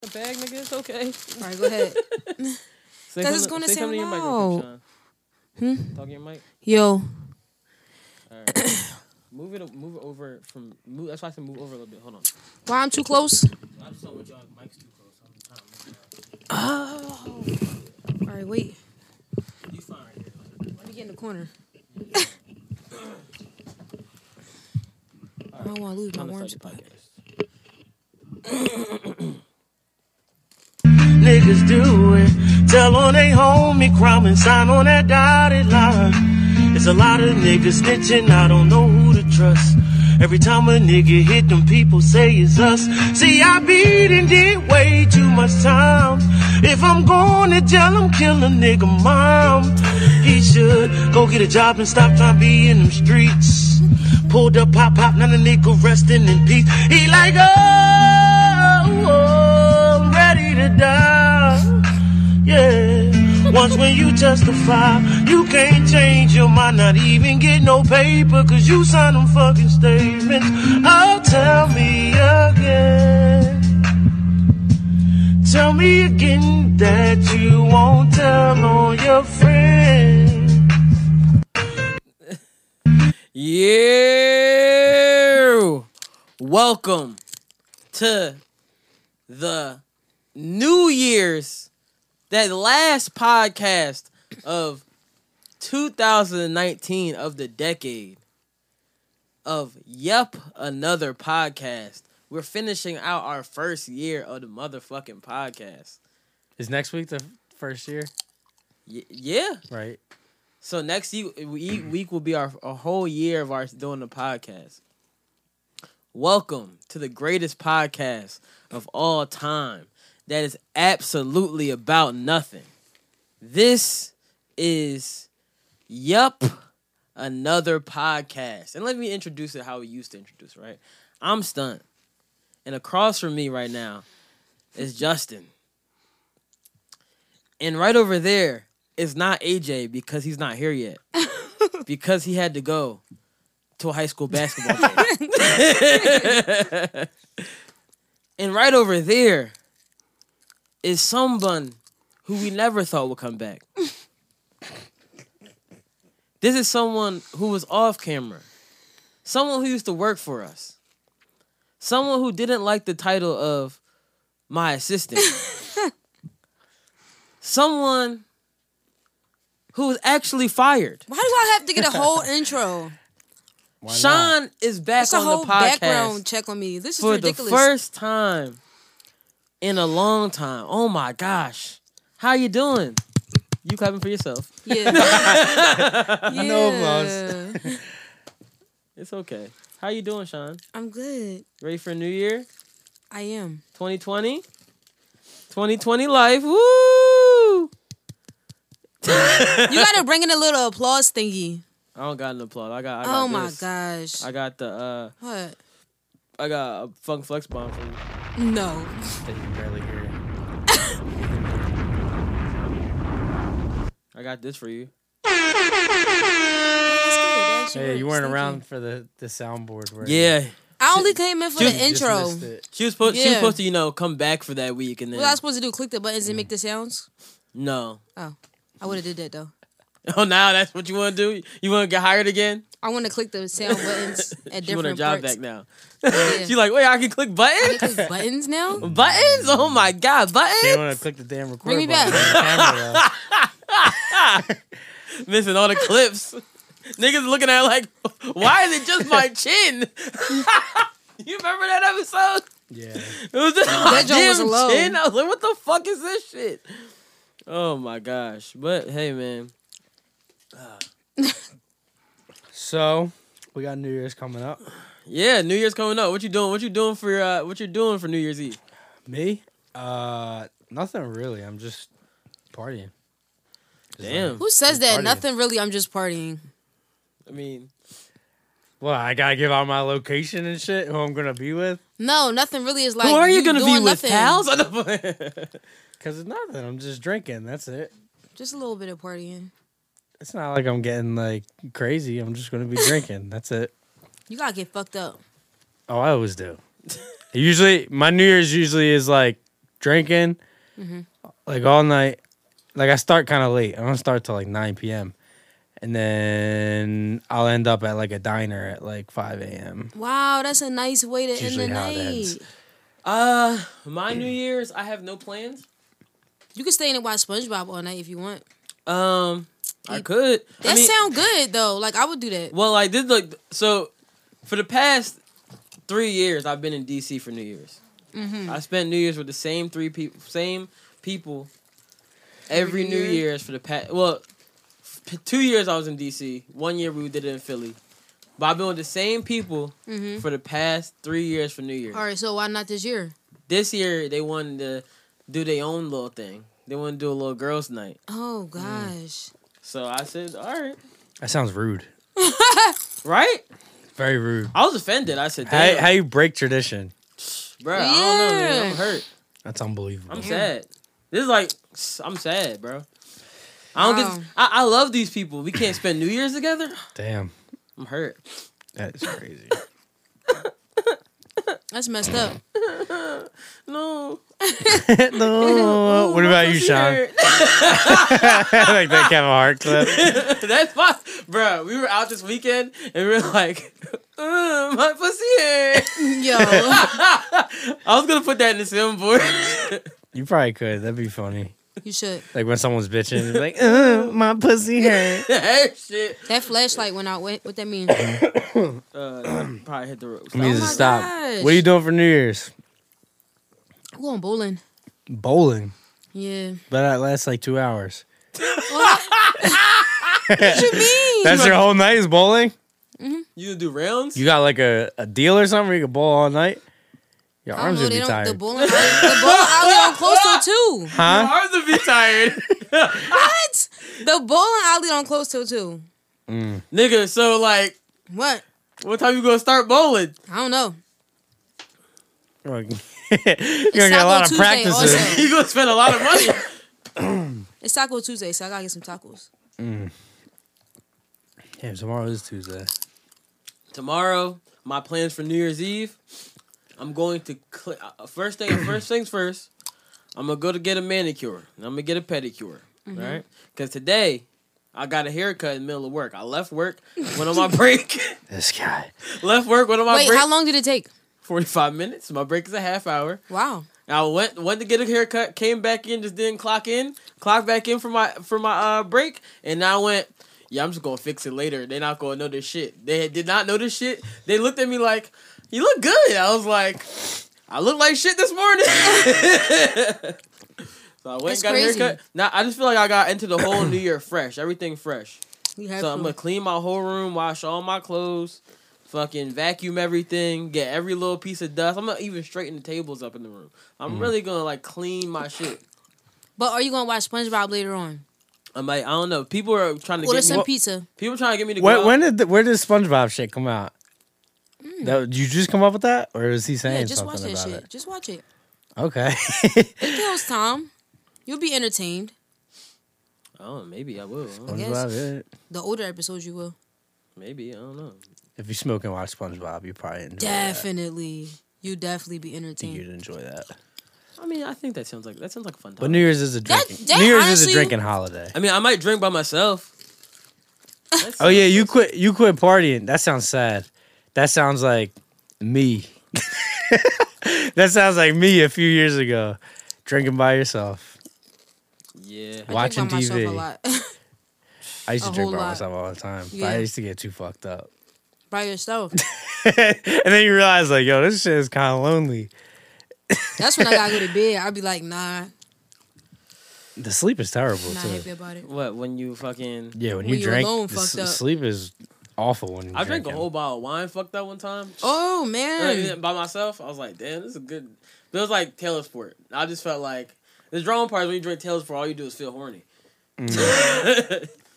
the bag, nigga. It's okay. All right, go ahead. Say 'Cause it's something- gonna say Hmm? sound something to your microphone, loud. Sean. Talk in your mic. Yo, All right. move it. Move it over from. Move, that's why I said move over a little bit. Hold on. why I'm too close? I just don't want y'all mics too close. I'm trying to make it out. Oh. All right, wait. You fine right here. Let me get in the corner. I don't want to lose my Time to warm start spot. the podcast. Niggas do it. Tell on they homie, crime and sign on that dotted line. There's a lot of niggas snitching, I don't know who to trust. Every time a nigga hit them, people say it's us. See, I beat and did way too much time. If I'm going to jail, I'm killing nigga mom. He should go get a job and stop trying to be in them streets. Pulled up, pop, pop, now the nigga resting in peace. He like, oh, oh I'm ready to die. Yeah. Once when you testify, you can't change your mind, not even get no paper, cause you signed them fucking statements. Oh, tell me again. Tell me again that you won't tell on your friends. Yeah. Welcome to the New Year's, that last podcast of 2019 of the decade of Yep Another Podcast. We're finishing out our first year of the motherfucking podcast. Is next week the first year? Y- yeah. Right. So next ye- we- week will be our a whole year of our doing the podcast. Welcome to the greatest podcast of all time that is absolutely about nothing. This is Yup Another Podcast. And let me introduce it how we used to introduce, right? I'm Stunt. And across from me right now is Justin. And right over there is not AJ because he's not here yet. because he had to go to a high school basketball game. and right over there is someone who we never thought would come back. This is someone who was off camera. Someone who used to work for us. Someone who didn't like the title of my assistant. someone who was actually fired. Why do I have to get a whole intro? Sean is back That's a on whole the podcast background check on me. This is for ridiculous. the first time in a long time. Oh my gosh. How you doing? You clapping for yourself. yeah. No Yeah. It's okay. How you doing, Sean? I'm good. Ready for a new year? I am. 2020? 2020 life. Woo! You gotta bring in a little applause thingy. I don't got an applause. I got I got Oh my this. gosh. I got the uh What? I got a funk flex bomb for you. No. That you can barely hear. I got this for you. That's good. That Hey, actually you works. weren't Thank around for the the soundboard. Where Yeah. I only came in for you the just intro. missed it. She was supposed she was Yeah. supposed to, you know, come back for that week and then What I was supposed to do? Click the buttons and make the sounds? No. Oh, I would have did that though. Oh, now that's what you want to do? You want to get hired again? I want to click the sound buttons at She want her different job parts. back now. Yeah. She's like, wait, I can click buttons? I click buttons now. buttons? Oh my God, They buttons? want to click the damn record. Bring me button back. on the camera, though. Ah. Missing all the clips. Niggas looking at it like, why is it just my chin? you remember that episode? yeah. It was just my That joint was damn low. chin. I was like, what the fuck is this shit? Oh my gosh. But hey, man. So we got New Year's coming up. Yeah, New Year's coming up. What you doing? What you doing for your, uh, what you doing for New Year's Eve? Me? Uh, nothing really. I'm just partying. Just Damn. like- Who says that? Partying. Nothing really. I'm just partying. I mean, well, I gotta give out my location and shit. Who I'm gonna be with? No, nothing really is like. who are you, gonna doing be with? nothing. Pals? I don't- Cause it's nothing. I'm just drinking. That's it. Just a little bit of partying. It's not like I'm getting like crazy. I'm just gonna be drinking. That's it. You gotta get fucked up. Oh, I always do. usually, my New Year's usually is like drinking, like all night. Like I start kind of late. I don't start till like nine p.m. And then I'll end up at like a diner at like five a.m. Wow, that's a nice way to end Usually the how it ends. night. Uh, my New Year's, I have no plans. You can stay in and watch SpongeBob all night if you want. Um, I could. That I mean, sound good though. Like I would do that. well, I did like so. For the past three years, I've been in DC for New Year's. Mm-hmm. I spent New Year's with the same three people, same people, every, Every New year? Year's for the past. Well, f- two years I was in DC. One year we did it in Philly. But I've been with the same people Mm-hmm. for the past three years for New Year's. All right, so why not this year? This year they wanted to do their own little thing. They want to do a little girls' night. Oh gosh. So I said, all right, That sounds rude. right? Very rude. I was offended. I said, How, damn, how you break tradition? bro, I don't know. man. I'm Yeah. hurt. That's unbelievable. I'm sad. This is like I'm sad, bro. I don't Wow. get. I, I love these people. We can't spend New Year's together. Damn, I'm hurt. that is crazy. That's messed up. No. no. What about you, Sean? like that Kevin Hart clip. That's fine, bro. We were out this weekend and we were like, "Uh, my pussy hurt. Yo. I was gonna put that in the soundboard. You probably could. That'd be funny. you should. Like when someone's bitching, it's like, "Ugh, my pussy hurt. that shit. That flashlight went out. What, what that mean? Uh, probably hit the road. I mean, Oh to my stop. gosh. What are you doing for New Year's? I'm going bowling. Bowling. Yeah. But that lasts like two hours. What you mean? That's your whole night is bowling? You gonna do rounds? You got like a, a deal or something where you can bowl all night? Your I don't arms know. would They be don't. The tired. bowling. alley- the bowling alley on Close Till two. huh? Hard to be tired, What? The bowling alley on Close Till two. nigga. So like, What? what time you gonna start bowling? I don't know. You're going to get a Taco lot of Tuesday practices. also. you gonna spend a lot of money. It's Taco Tuesday, so I gotta get some tacos. Damn, tomorrow is Tuesday. Tomorrow, my plans for New Year's Eve. I'm going to cl- uh, first thing. first things first. I'm gonna go to get a manicure. And I'm gonna get a pedicure, Mm-hmm. right? Because today, I got a haircut in the middle of work. I left work, went on my break. This guy. left work, went on Uh, my Wait, break. how long did it take? Forty five minutes. My break is a half hour. Wow. I went went to get a haircut, came back in, just didn't clock in, clocked back in for my for my uh break, and I went, yeah, I'm just gonna fix it later. They're not gonna know this shit. They did not know this shit. They looked at me like, you look good. I was like, I look like shit this morning. so I went That's and got crazy. a haircut. Now I just feel like I got into the whole new year fresh, everything fresh. You have So I'm gonna clean my whole room, wash all my clothes, fucking vacuum everything, get every little piece of dust. I'm gonna even straighten the tables up in the room. I'm Mm. really gonna like clean my shit. But are you gonna watch SpongeBob later on? I'm like, I don't know. People are trying to Order get me. some pizza. People trying to get me to go. When, out. when did the, where did SpongeBob shit come out? That, did you just come up with that, or was he saying Mm. Yeah, just watch something that about shit. it? Just watch it. Okay. It kills time. You'll be entertained. Oh, maybe I will. I don't know. guess. SpongeBob. yeah. The older episodes you will. Maybe I don't know. If you smoke and watch SpongeBob, you probably enjoy that. Definitely. You definitely be think you'd entertained. enjoy that. I mean, I think that sounds like that sounds like a fun time. But New Year's is a That- drinking. that New Year's is a honestly- drinking holiday. I mean, I might drink by myself. That's- Oh yeah, you quit. You quit partying. That sounds sad. That sounds like me. that sounds like me a few years ago, drinking by yourself. yeah. I watching drink by myself TV. a lot. I used to A drink by whole lot. myself all the time. But I Yeah. used to get too fucked up. by yourself. and then you realize, like, yo, this shit is kind of lonely. That's when I gotta go to bed. I'd be like, nah, The sleep is terrible not too. happy about it. What when you fucking? Yeah, when When you you're drink, alone, the fucked s- up. sleep is awful. When you're I drank a drinking. whole bottle of wine. Fucked that one time. Oh Hmm. I man. did it by myself. I was like, damn, this is a good. But it was like Taylor Sport. I just felt like the drawing part is when you drink Taylor Sport, all you do is feel horny.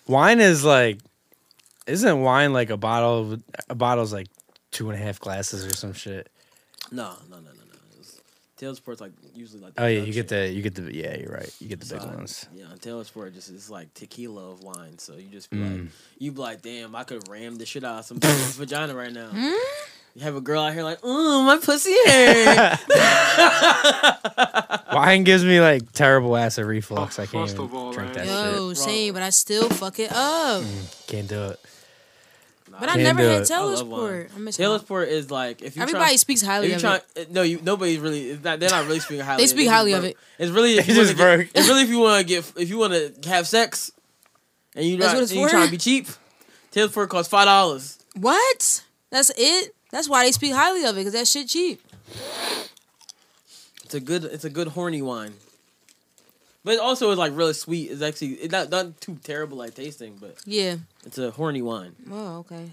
Wine is like, isn't wine like a bottle? Of, a bottle's like two and a half glasses or some shit. No, no, no, no, no. It was, Taylor Sport's like usually like. Oh yeah, drug you shit. get the you get the yeah, you're right. You get the big So, ones. Yeah, Taylor Sport just is like tequila of wine. Mm. So you just be like, you be like, damn, I could ram the shit out of somebody's vagina right now. You have a girl out here like, ooh, my pussy hurt. Wine gives me like terrible acid reflux. Oh, I can't first even of all, drink man. that Yo, same, but I still fuck it up. shit. Can't do it. But I Can't never do had it. Mm. I love Taylorsport. I'm missing out. Taylorsport is like if you Everybody try, speaks if highly you of try Oh, it. no, you, nobody's really. it's not- they're not really speaking highly. They of it. speak It's highly just of broke. it. It's really if They you wanna just get- broke. It's really if you want to get if you want to have sex, and you That's not, what it's and you for? trying to be cheap. Taylorsport costs five dollars. What? That's it? That's why they speak highly of it, because that shit cheap. It's a good. It's a good horny wine. But it also is like really sweet. It's actually it's not not too terrible like tasting, but Yeah. it's a horny wine. Oh, okay.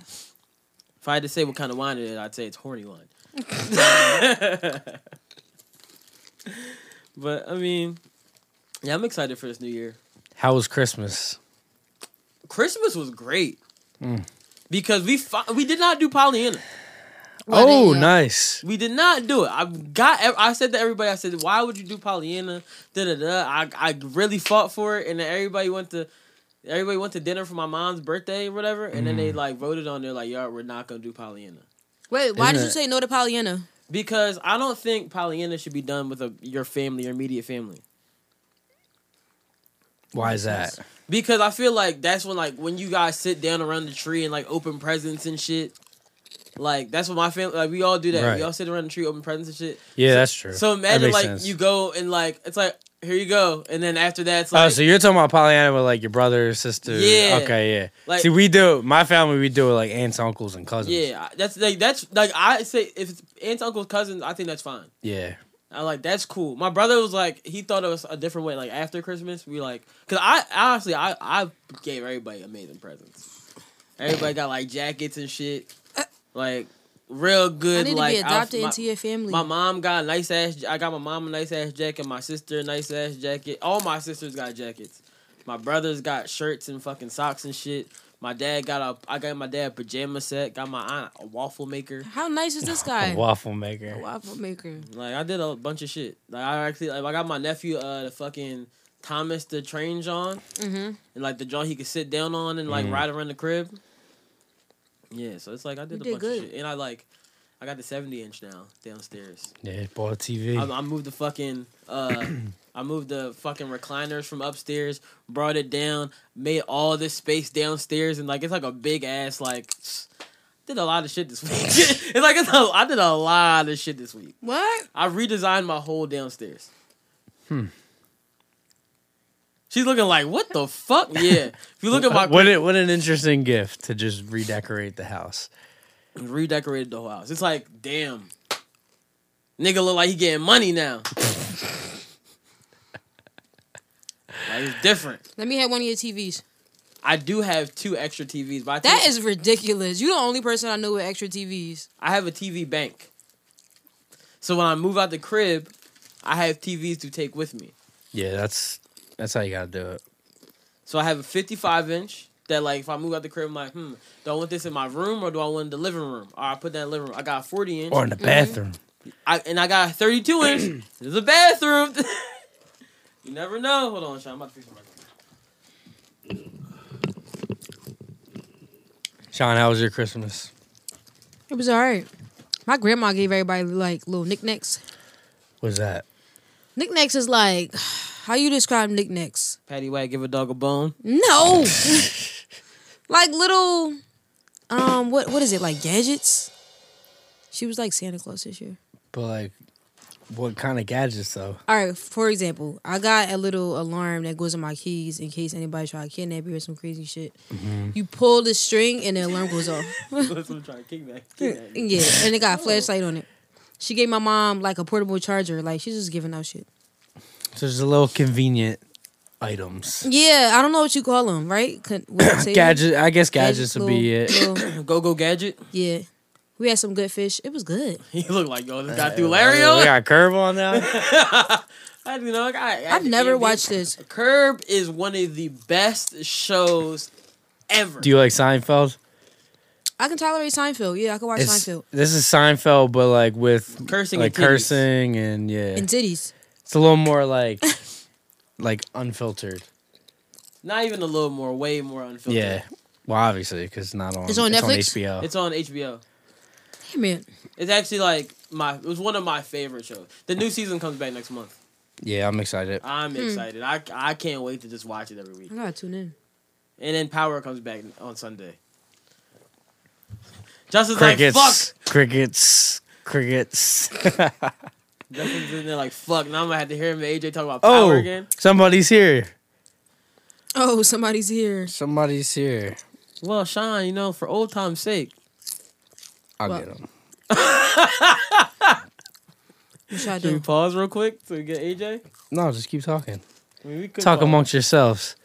If I had to say what kind of wine it is, I'd say it's horny wine. but I mean, yeah, I'm excited for this new year. How was Christmas? Christmas was great because we fi- we did not do Pollyanna. Well, oh, yeah. nice. We did not do it. I got. ev- I said to everybody. I said, "Why would you do Pollyanna?" Da da da. I I really fought for it, and then everybody went to. Everybody went to dinner for my mom's birthday or whatever, and then they like voted on there like, "Yo, we're not gonna do Pollyanna." Wait, why Isn't did you it- say no to Pollyanna? Because I don't think Pollyanna should be done with a, your family, your immediate family. Why is that? Because I feel like that's when like when you guys sit down around the tree and like open presents and shit. Like that's what my family like we all do that. Right. We all sit around the tree, open presents and shit. Yeah, that's true. So That imagine makes like sense. you go and like it's like here you go, and then after that it's Oh, like so you're talking about Pollyanna with like your brother, sister. Yeah. Okay, yeah. Like- See, we do my family. We do it like aunts, uncles, and cousins. yeah, I- that's like that's like I say if it's aunts, uncles, cousins, I think that's fine. Yeah. I like that's cool. My brother was like he thought it was a different way. Like after Christmas, we like because I honestly I I gave everybody amazing presents. Everybody got like jackets and shit, like real I good. need like to be adopted outf- into your family. my, my mom got a nice ass. I got my mom a nice ass jacket. My sister a nice ass jacket. All my sisters got jackets. My brothers got shirts and fucking socks and shit. My dad got a. I got my dad a pajama set. Got my aunt a waffle maker. How nice is this A guy? waffle Oh, maker. Waffle maker. Like I did a bunch of shit. Like I actually like I got my nephew uh the fucking Thomas the train John Mm-hmm. and like the John he could sit down on and like Mm. ride around the crib. Yeah, so it's like I did You a did bunch good. of shit. And I like I got the seventy inch now downstairs. Yeah, bought a TV. I, I moved the fucking uh I moved the fucking recliners from upstairs, brought it down, made all this space downstairs and like it's like a big ass like did a lot of shit this week. it's like it's a, I did a lot of shit this week. What? I redesigned my whole downstairs. Hmm. She's looking like, what the fuck? Yeah. If you look at my Uh, what, a- what an interesting gift to just redecorate the house. redecorated the whole house. It's like, damn. Nigga look like he getting money now. like it's different. Let me have one of your TVs. I do have two extra TVs, but I, That think is ridiculous. You're the only person I know with extra TVs. I have a TV bank. So when I move out the crib, I have TVs to take with me. Yeah, that's that's how you gotta do it. So I have a 55 inch that like if I move out the crib, I'm like, hmm, do I want this in my room or do I want it in the living room? Or I put that in the living room. I got a 40 inch. Or in the bathroom. I, and I got a 32 inch. There's a bathroom. you never know. Hold on, Sean. I'm about to fix my Sean, how was your Christmas? It was all right. My grandma gave everybody like little knickknacks. What's that? Knickknacks is like, how you describe knickknacks? Patty Wag, give a dog a bone. No, like little, um, what what is it like gadgets? She was like Santa Claus this year. But like, what kind of gadgets though? All right, for example, I got a little alarm that goes on my keys in case anybody try to kidnap you or some crazy shit. You pull the string and the alarm goes off. That's what I'm trying to kick back. Kick back. Yeah, and it got a flashlight on it. She gave my mom like a portable charger. Like she's just giving out shit. So just a little convenient items. Yeah, I don't know what you call them, right? Con- what Mm, you say? Gadget, I guess gadgets would be it. little- little- Go go gadget. yeah, we had some good fish. It was good. He look like yo, this guy through Oh, we Lario. got a curve on that. I, you know, I, I, I've never it- watched this. Curb is one of the best shows ever. Do you like Seinfeld? I can tolerate Seinfeld. Yeah, I can watch It's- Seinfeld This is Seinfeld, but like with Cursing like and titties. cursing and yeah, and titties. it's a little more like like unfiltered. Not even a little more, way more unfiltered. Yeah, well, obviously because it's not on. It's on Netflix? HBO. It's on HBO. Damn It's actually like my. It was one of my favorite shows. The new season comes back next month. Yeah, I'm excited. I'm excited. I I can't wait to just watch it every week. I gotta tune in. And then Power comes back on Sunday. Justin's Crickets, like, fuck. crickets, crickets. Justin's in there like, fuck. Now I'm gonna have to hear him and AJ talk about oh, Power again. somebody's here. Oh, somebody's here. Somebody's here. Well, Sean, you know, for old time's sake, I'll Well, get him. What should I should we do? pause real quick so we get AJ? No, just keep talking. I mean, we could Talk pause. amongst yourselves.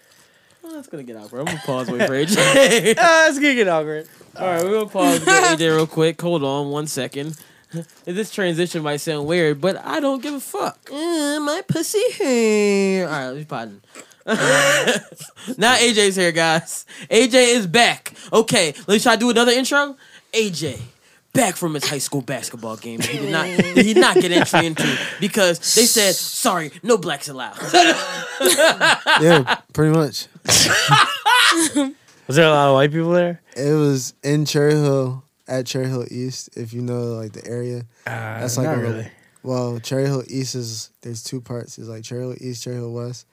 Oh, that's gonna get awkward. I'm gonna pause. Wait for AJ. Ah, it's gonna get awkward. All right, we're gonna pause get AJ real quick. Hold on one second. This transition might sound weird, but I don't give a fuck. Mm, my pussy hair. All right, let's pardon. now AJ's here, guys. AJ is back. Okay, let's try to do another intro. AJ. Back from his high school basketball game, that he did not that he did not get entry into because they said sorry, no blacks allowed. yeah, pretty much. Was there a lot of white people there? It was in Cherry Hill at Cherry Hill East, if you know like the area. Uh, That's like a little- Well, Cherry Hill East is there's two parts. It's like Cherry Hill East, Cherry Hill West.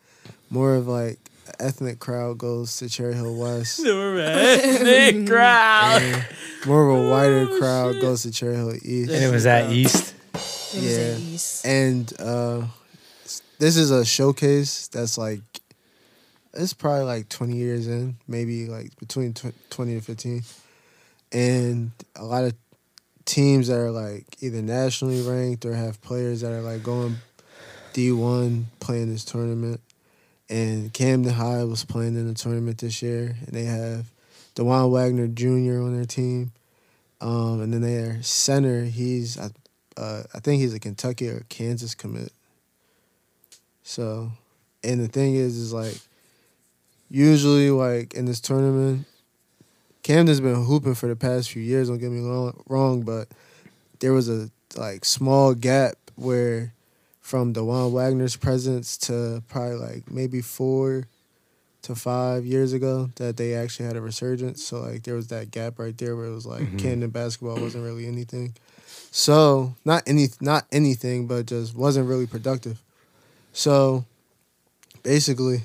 More of like ethnic crowd goes to Cherry Hill West. Nick crowd. More of a wider crowd goes to Cherry Hill East. And it was at East. It was at Yeah. East. And uh, s- this is a showcase that's like it's probably like 20 years in, maybe like between tw- 20 to 15. And a lot of teams that are like either nationally ranked or have players that are like going D1 playing this tournament. And Camden High was playing in the tournament this year, and they have Dewan Wagner Jr. on their team. Um, and then their center, he's I uh, I think he's a Kentucky or Kansas commit. So, and the thing is, is like, usually, like in this tournament, Camden's been hooping for the past few years. Don't get me wrong, wrong but there was a like small gap where, from Dewan Wagner's presence to probably like maybe four to five years ago, that they actually had a resurgence. So like there was that gap right there where it was like Camden basketball wasn't really anything. So not any not anything, but just wasn't really productive. So basically,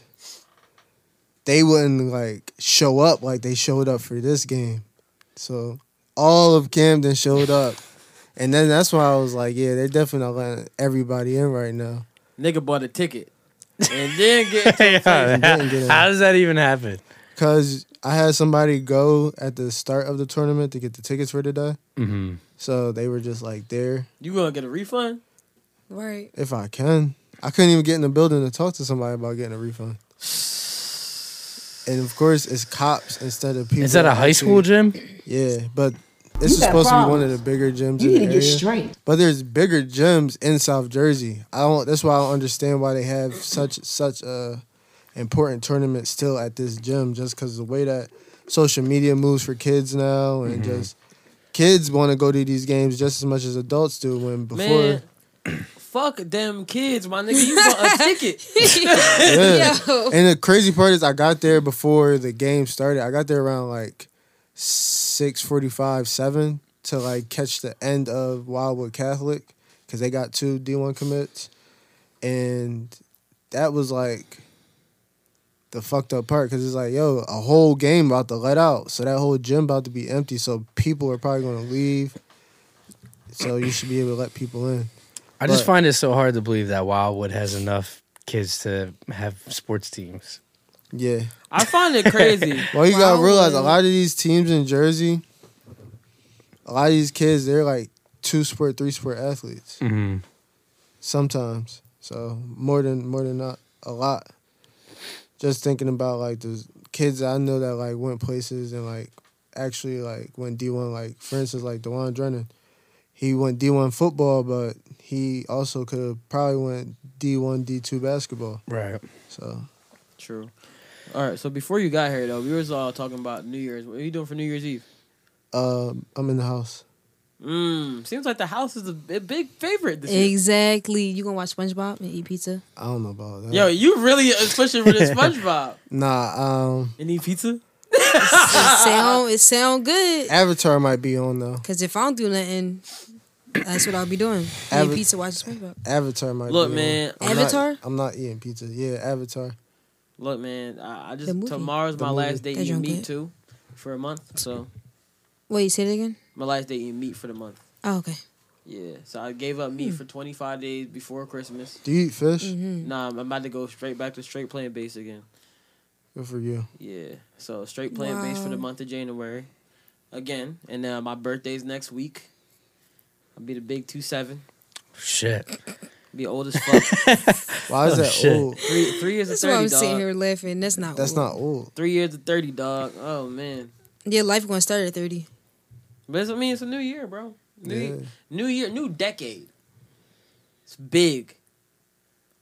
they wouldn't like show up like they showed up for this game. So all of Camden showed up, and then that's why I was like, yeah, they're definitely not letting everybody in right now. Nigga bought a ticket and then get Yeah, didn't get in. how does that even happen? Cause I had somebody go at the start of the tournament to get the tickets for today, Mm-hmm. so they were just like there You gonna get a refund? Right. if I can. I couldn't even get in the building to talk to somebody about getting a refund. And of course, it's cops instead of people. Is that a high actually- school gym? Yeah, but this is supposed to be one of the bigger gyms in the area. But there's bigger gyms in South Jersey. I don't. That's why I don't understand why they have such such a important tournament still at this gym. Just because the way that social media moves for kids now, and Mm-hmm. just kids want to go to these games just as much as adults do. When before, Man, fuck them kids, my nigga. You bought a ticket. yeah. Yo. And the crazy part is, I got there before the game started. I got there around like six forty-five, seven to like catch the end of Wildwood Catholic because they got two D one commits, and that was like the fucked up part because it's like, yo, a whole game about to let out, so that whole gym about to be empty, so people are probably gonna leave. So you should be able to let people in. I just But- find it so hard to believe that Wildwood has enough kids to have sports teams. Yeah. I find it crazy. Well, you gotta Wow. realize a lot of these teams in Jersey, a lot of these kids, they're like two sport, three sport athletes Mm-hmm. sometimes. So more than more than not, a lot. Just thinking about like the kids I know that like went places and like actually like went D one. Like for instance, like Dewan Drennan, he went D one football, but he also could have probably went D one, D two basketball. Right. So True. All right, so before you got here though, we was all talking about New Year's. What are you doing for New Year's Eve? uh, I'm in the house. Mm, seems like the house is a bi- big favorite this year. Exactly. You gonna watch SpongeBob and eat pizza? I don't know about that. Yo, you really is pushing for this SpongeBob. Nah, um, Any pizza? sound it sound good. Avatar might be on though. Cause if I don't do nothing, that's what I'll be doing. Ava- Eating pizza, watching SpongeBob. Avatar might. Look, be man. On. I'm not- Avatar? I'm not eating pizza. Yeah, Avatar. Look, man, I, I The just movie. tomorrow's The my movie. last day That eating drunk meat it. too, for a month. So Wait, say it again. my last day eating meat for the month. Oh, okay. Yeah. So I gave up meat for 25 days before Christmas. Do you eat fish? Mm-hmm. Nah, I'm about to go straight back to straight plant based again. Good for you. Yeah. So straight plant based for the Wow. month of January, again. And uh, my birthday's next week. I'll be the big two seven. Shit. Be old as fuck. Why is Oh, that shit. old? three three years of That's why I'm thirty sitting dog. here laughing. That's not. That's old. not old. Three years of thirty dog. Oh man. Yeah, life gonna start at thirty. But it's, I mean, it's a new year, bro. New Yeah. new year, new decade. It's big.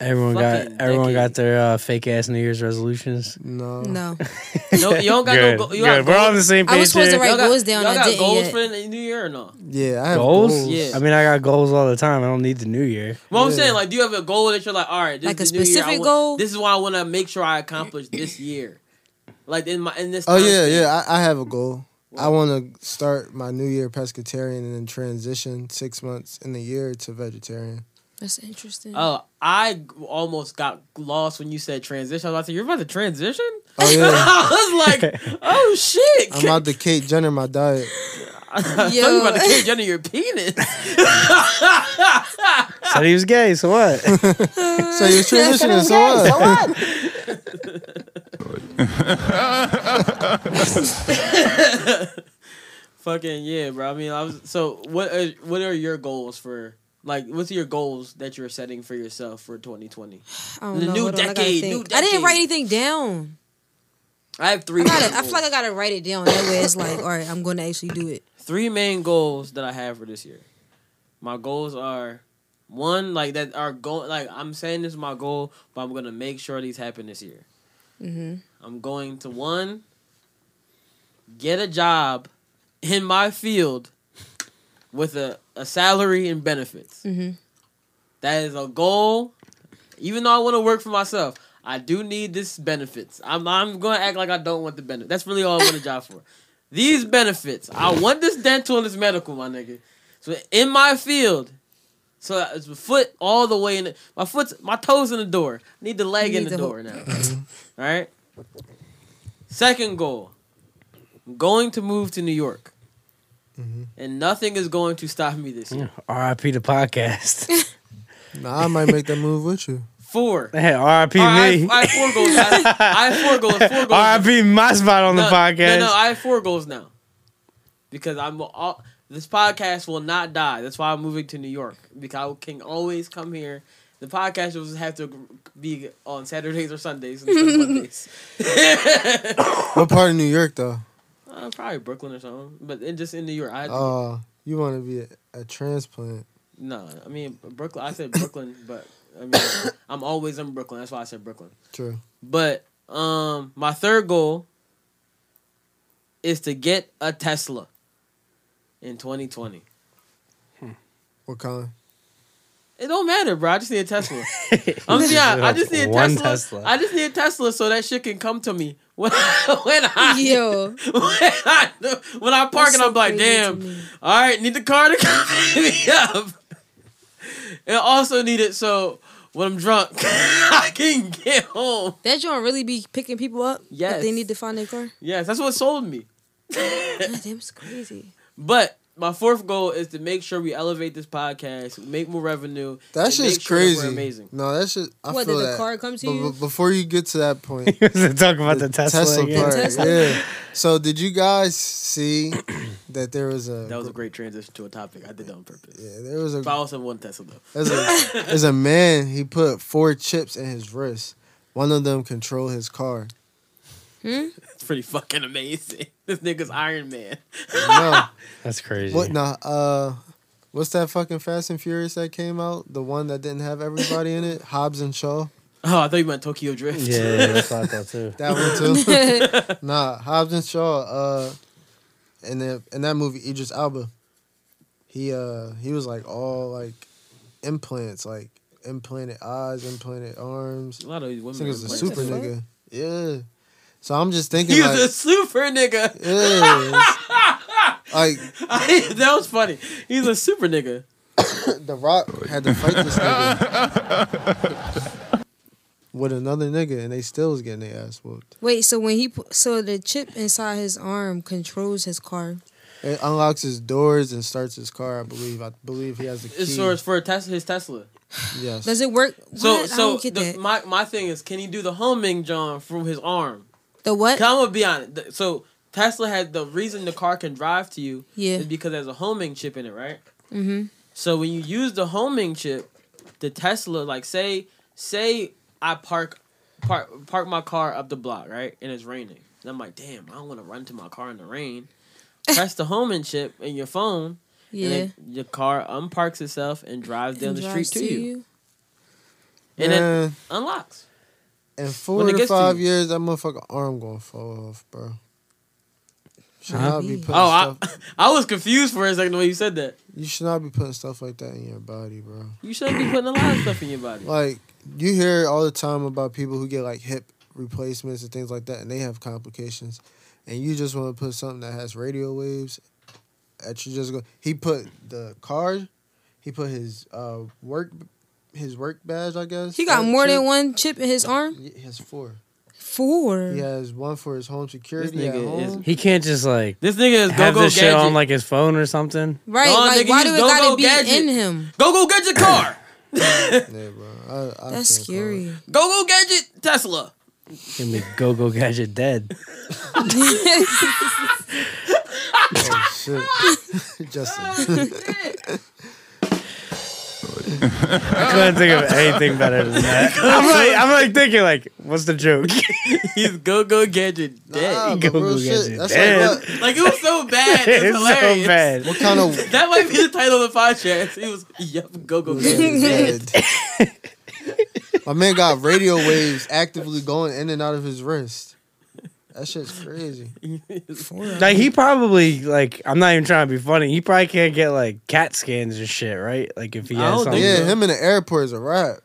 Everyone Fucking got everyone decade. got their uh, fake ass New Year's resolutions. No. No, No, you don't got no good. go- you got good. We're all goals- on the same page. I was supposed to here. write Y'all got, goals down. y'all I got didn't goals yet. for the new year or no? Yeah, I have goals. goals. Yeah. I mean, I got goals all the time. I don't need the New Year. Well, I'm Yeah. saying like, do you have a goal that you're like, all right, this Like is a the new year, I specific wa- goal? This is what I want to make sure I accomplish this year. Like in my in this. Oh time yeah, span. yeah. I, I have a goal. I want to start my New Year pescatarian and then transition six months in the year to vegetarian. That's interesting. Oh, I g- almost got lost when you said transition. I was about to say, you're about to transition? Oh yeah, I was like, oh shit. I'm out the Kate Jenner my diet. I thought you Yo. were about to cage under your penis. Ah. Said he was gay, so what? So you're transitioning. so what? Fucking yeah, bro. I mean, I was so what are, what are your goals for like what's your goals that you're setting for yourself for 2020? I don't the know. new Hold on, I gotta decade, think. new I didn't write decade. anything down. I have three I, main gotta, I goals. feel like I gotta write it down. That way, it's like, all right, I'm gonna actually do it. three main goals that I have for this year. My goals are one, like that our goal like I'm saying this is my goal, but I'm gonna make sure these happen this year. Mm-hmm. I'm going to one, get a job in my field with a, a salary and benefits. Mhm. That is a goal. Even though I want to work for myself, I do need this benefits. I'm I'm going to act like I don't want the benefit. That's really all I want a job for. These benefits. I want this dental and this medical, my nigga. So in my field, so it's my foot all the way in. The, my foot's my toes in the door. need the leg You in need the the door now. All right. Second goal. I'm going to move to New York. Mm-hmm. And nothing is going to stop me this year. R.I.P. the podcast. Nah, I might make that move with you. Four. Hey, R.I.P. All right, Mm-hmm. me. I, I have four goals. I, I have four goals. Four goals. R.I.P. my spot on no, the No, podcast. no, I have four goals now. Because I'm all, this podcast will not die. That's why I'm moving to New York. Because I can always come here. The podcast will just have to be on Saturdays or Sundays instead of Mondays. What part of New York though? Uh, probably Brooklyn or something, but it, just in New York. I Oh, you want to be a, a transplant? no, I mean Brooklyn. I said Brooklyn, but I mean I'm always in Brooklyn. That's why I said Brooklyn. True. But um, my third goal is to get a Tesla in 2020. What kind? It don't matter, bro. I just need a Tesla. I'm just, yeah, I just need a One Tesla. Tesla. I just need a Tesla so that shit can come to me when, when I Yo, when I when I park that's and so I'm like, crazy to damn. me. All right, need the car to come pick me up. And also need it so when I'm drunk, I can get home. that joint really be picking people up. Yeah, Yes. they need to find their car. Yes, that's what sold me. God, damn, it's crazy. But my fourth goal is to make sure we elevate this podcast, make more revenue. That and shit's make sure that crazy. we're amazing. No, that shit. I what feel did the that. car come to But- you? but before you get to that point, He was talking about the, Tesla, again. part, Tesla. Yeah. So did you guys see that there was a That was a great transition to a topic. I did that on purpose. yeah, there was a But I also one Tesla though. there's a there's a man he put four chips in his wrist. One of them control his car. It's pretty fucking amazing. This nigga's Iron Man. No, That's crazy. what nah, uh, what's that fucking Fast and Furious that came out? The one that didn't have everybody in it, Hobbs and Shaw. Oh, I thought you meant Tokyo Drift. Yeah, that's what I thought too. That one too. nah, Hobbs and Shaw. Uh, in the in that movie, Idris Alba, he uh he was like all like implants, like implanted eyes, implanted arms. A lot of these I women. think it was are a playing super Tesla. nigga. Yeah, So I'm just thinking He's like, a super nigga. yeah, it's- like that was funny. He's a super nigga. The Rock had to fight this nigga with another nigga, and they still was getting their ass whooped. Wait, so when he pu- so the chip inside his arm controls his car. It unlocks his doors and starts his car. I believe. I believe he has the key. It's for, it's for tes- his Tesla. Yes. Does it work? So what? I so don't get the, that. my my thing is, can he do the homing John from his arm? the what? 'Cause I'm gonna be honest. th- So Tesla had the reason the car can drive to you Yeah. is because there's a homing chip in it, right? Mm-hmm. So when you use the homing chip, the Tesla, like say say I park park park my car up the block, right? And it's raining. And I'm like, damn, I don't want to run to my car in the rain. Press the homing chip in your phone, Yeah. and then your car unparks itself and drives down And the street drives to you, and then Man, unlocks. in when four it to gets to five you. years, that motherfucker arm gonna fall off, bro. Should not be Maybe. putting Oh, I, stuff. I was confused for a second when you said that. You should not be putting stuff like that in your body, bro. You shouldn't be putting a lot of stuff in your body. Like you hear all the time about people who get like hip replacements and things like that, and they have complications. And you just want to put something that has radio waves. At you just go. He put the car. He put his uh work, his work badge. I guess He got That more than chip. one chip in his arm. He has four. Four. He has one for his home security This at nigga is- home. He can't just like This nigga is go have go this shit gadget. on like his phone or something. Right. Nah, like, nigga, why you do it just don't gotta go be gadget. in him? go go get your car. Yeah, bro. I, I That's can't call it. scary. Go go gadget Tesla. Gonna be go go gadget dead. Oh shit, Justin. I couldn't think of anything better than that. I'm like I'm like thinking like, what's the joke? He's go go gadget dead. Nah, but Go-Go real gets shit. it That's dead. like what, Like it was so bad. It's, it's hilarious. so bad. what kind of That might be the title of the podcast. It was yep, go go gadget. My man got radio waves actively going in and out of his wrist. That shit's crazy. Like he probably like I'm not even trying to be funny. He probably can't get like cat scans and shit, right? Like if he I has don't something. think Oh, Yeah, him in the airport is a wrap.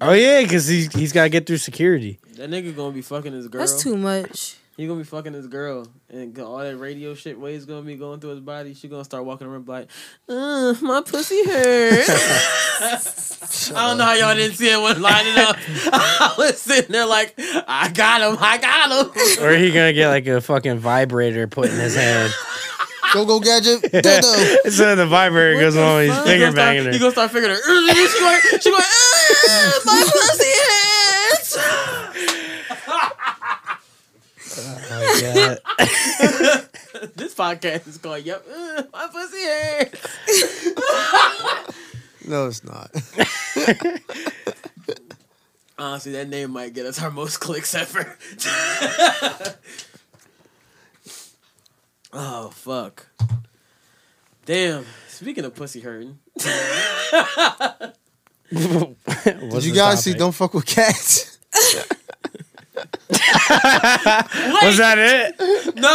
Oh yeah, because he's he's got to get through security. That nigga gonna be fucking his girl. That's too much. He gonna be fucking his girl, and all that radio shit waves gonna be going through his body. She gonna start walking around like, uh, my pussy hurt. I don't know how y'all didn't see it when lining up. I was sitting there like, I got him, I got him. Or he gonna get like a fucking vibrator put in his hand. Go go gadget. dildo. so the vibrator goes on with his He finger gonna, start, banging he her. gonna start figuring her. She going, she going, "Uh, my pussy hurts. Yeah. "Uh," This podcast is called, yep, uh, my pussy hurts. No, it's not. Honestly, that name might get us our most clicks ever. oh fuck. Damn. Speaking of pussy hurting, Did you guys see Don't Fuck with Cats? Was that it? no,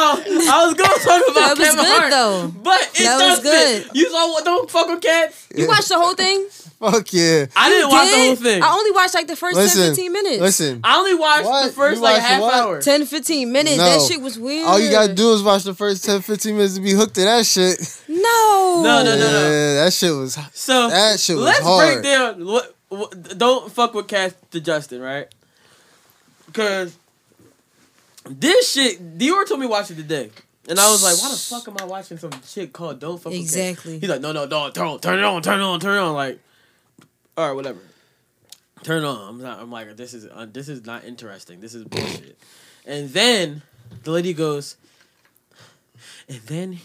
I was gonna talk about That was Kevin good Hart, though. but it That does was fit. good. You saw what? Don't fuck with cats. You watched the whole thing? Fuck yeah. I didn't watch the whole Did? thing. I only watched like the first Listen. 10, 15 minutes. Listen. I only watched What? the first You like watched half what? hour. 10, 15 minutes. That No. shit was weird. All you gotta do is watch the first 10, 15 minutes to be hooked to that shit. No. No, no, Yeah, no, no. that shit was. So That shit was let's hard. break down. What, what, don't fuck with cats to Justin, right? Because this shit, Dior told me watch it today, and I was like, "Why the fuck am I watching some shit called Don't Fuck with Cats?" Exactly. He's like, "No, no, no, turn, turn it on, turn it on, turn it on." Like, all right, whatever. Turn it on. I'm not. I'm like, this is uh, this is not interesting. This is bullshit. And then the lady goes, and then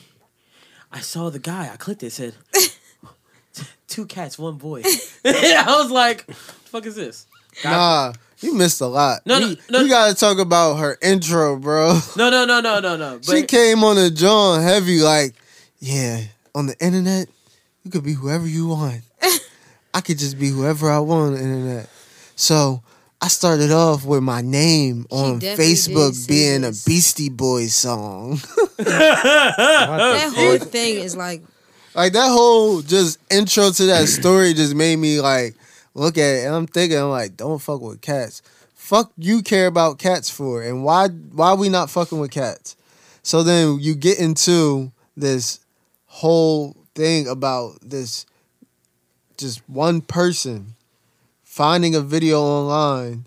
I saw the guy. I clicked it. Said, two cats, one boy. I was like, what the fuck is this? Nah, you missed a lot. No, no, you, no. you gotta talk about her intro, bro. No, no, no, no, no, no. But she came on the John heavy, like, yeah, on the internet, you could be whoever you want. I could just be whoever I want on the internet. So I started off with my name on definitely Facebook did say being this. a Beastie Boys song. That whole thing is like like that whole just intro to that story just made me like, look at it and I'm thinking, I'm like, don't fuck with cats. Fuck you care about cats for and why why we not fucking with cats? So then you get into this whole thing about this just one person finding a video online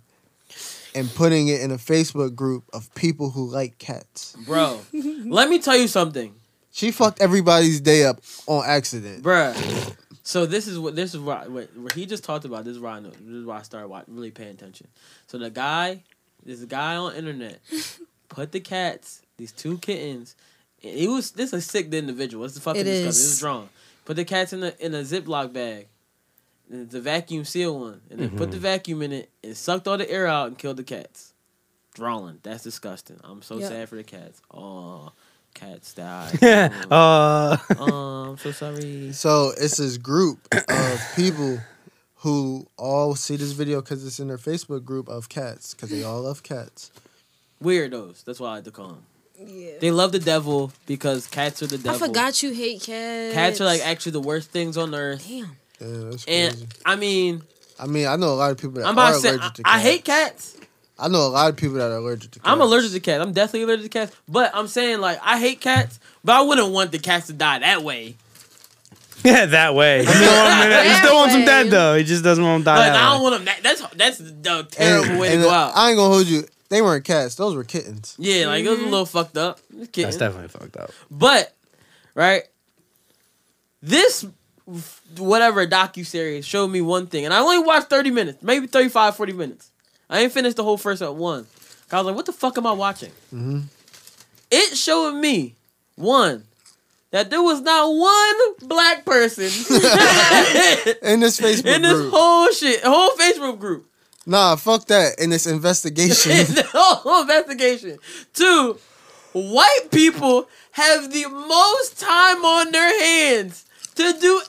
and putting it in a Facebook group of people who like cats. bro. let me tell you something, She fucked everybody's day up on accident. Bruh. So this is what this is what, what, what he just talked about. This is why I know. This is why I started wa- really paying attention. So the guy, this guy on internet, put the cats, these two kittens. and It was this is a sick individual. It's fucking It disgusting. is. It's drawn. Put the cats in the in a Ziploc bag, and the vacuum seal one, and then put the vacuum in it and sucked all the air out and killed the cats. Drawing. That's disgusting. I'm so Yep. sad for the cats. Oh, cats died. oh, uh, I'm so sorry. So it's this group of people who all see this video because it's in their Facebook group of cats because they all love cats. weirdos. That's why I had to call them. Yeah. They love the devil because cats are the devil. I forgot you hate cats. Cats are like actually the worst things on earth. damn. Yeah, that's crazy. And I mean, I mean, I know a lot of people that I'm are about to say, allergic I, to cats. I hate cats. I know a lot of people that are allergic to cats. I'm allergic to cats. I'm definitely allergic to cats. But I'm saying like I hate cats, but I wouldn't want the cats to die that way. yeah, that way. He still, want him to- he still wants him dead way. though. He just doesn't want him to die. Like that I don't way. want them. That, that's that's the And- terrible way to and go out. I ain't gonna hold you. They weren't cats. Those were kittens. yeah, like it was Mm-hmm. a little fucked up. Just kidding. That's definitely fucked up. But right, this whatever docu series showed me one thing, and I only watched thirty minutes, maybe 35, 40 minutes. I ain't finished the whole first one. 'Cause I was like, "What the fuck am I watching?" It showed me one that there was not one black person In this Facebook in this group. whole shit, whole Facebook group, nah, fuck that. In this investigation. in the whole investigation. Two, white people have the most time on their hands to do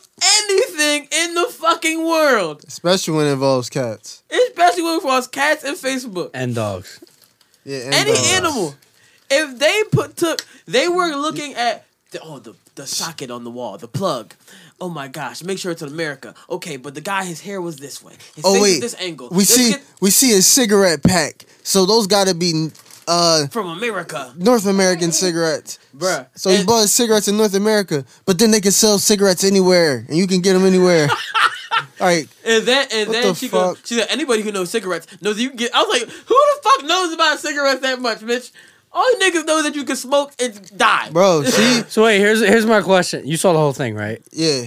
anything in the fucking world, Especially when it involves cats. especially when it involves cats and Facebook. And dogs. Yeah, and Any dogs. animal, if they put took, they were looking at the, oh the the socket on the wall, the plug. Oh my gosh! Make sure it's in America. Okay, but the guy, his hair was this way. His Oh face was wait, this angle. we Let's see get we see a cigarette pack. So those gotta be uh from America, North American cigarettes. bruh. So he And- bought cigarettes in North America, but then they can sell cigarettes anywhere, and you can get them anywhere. All right, And then and What then the she goes, fuck? she said, anybody who knows cigarettes knows you can get. I was like, who the fuck knows about cigarettes that much, bitch? All you niggas know that you can smoke and die, bro. She So wait, here's here's my question. You saw the whole thing, right? yeah,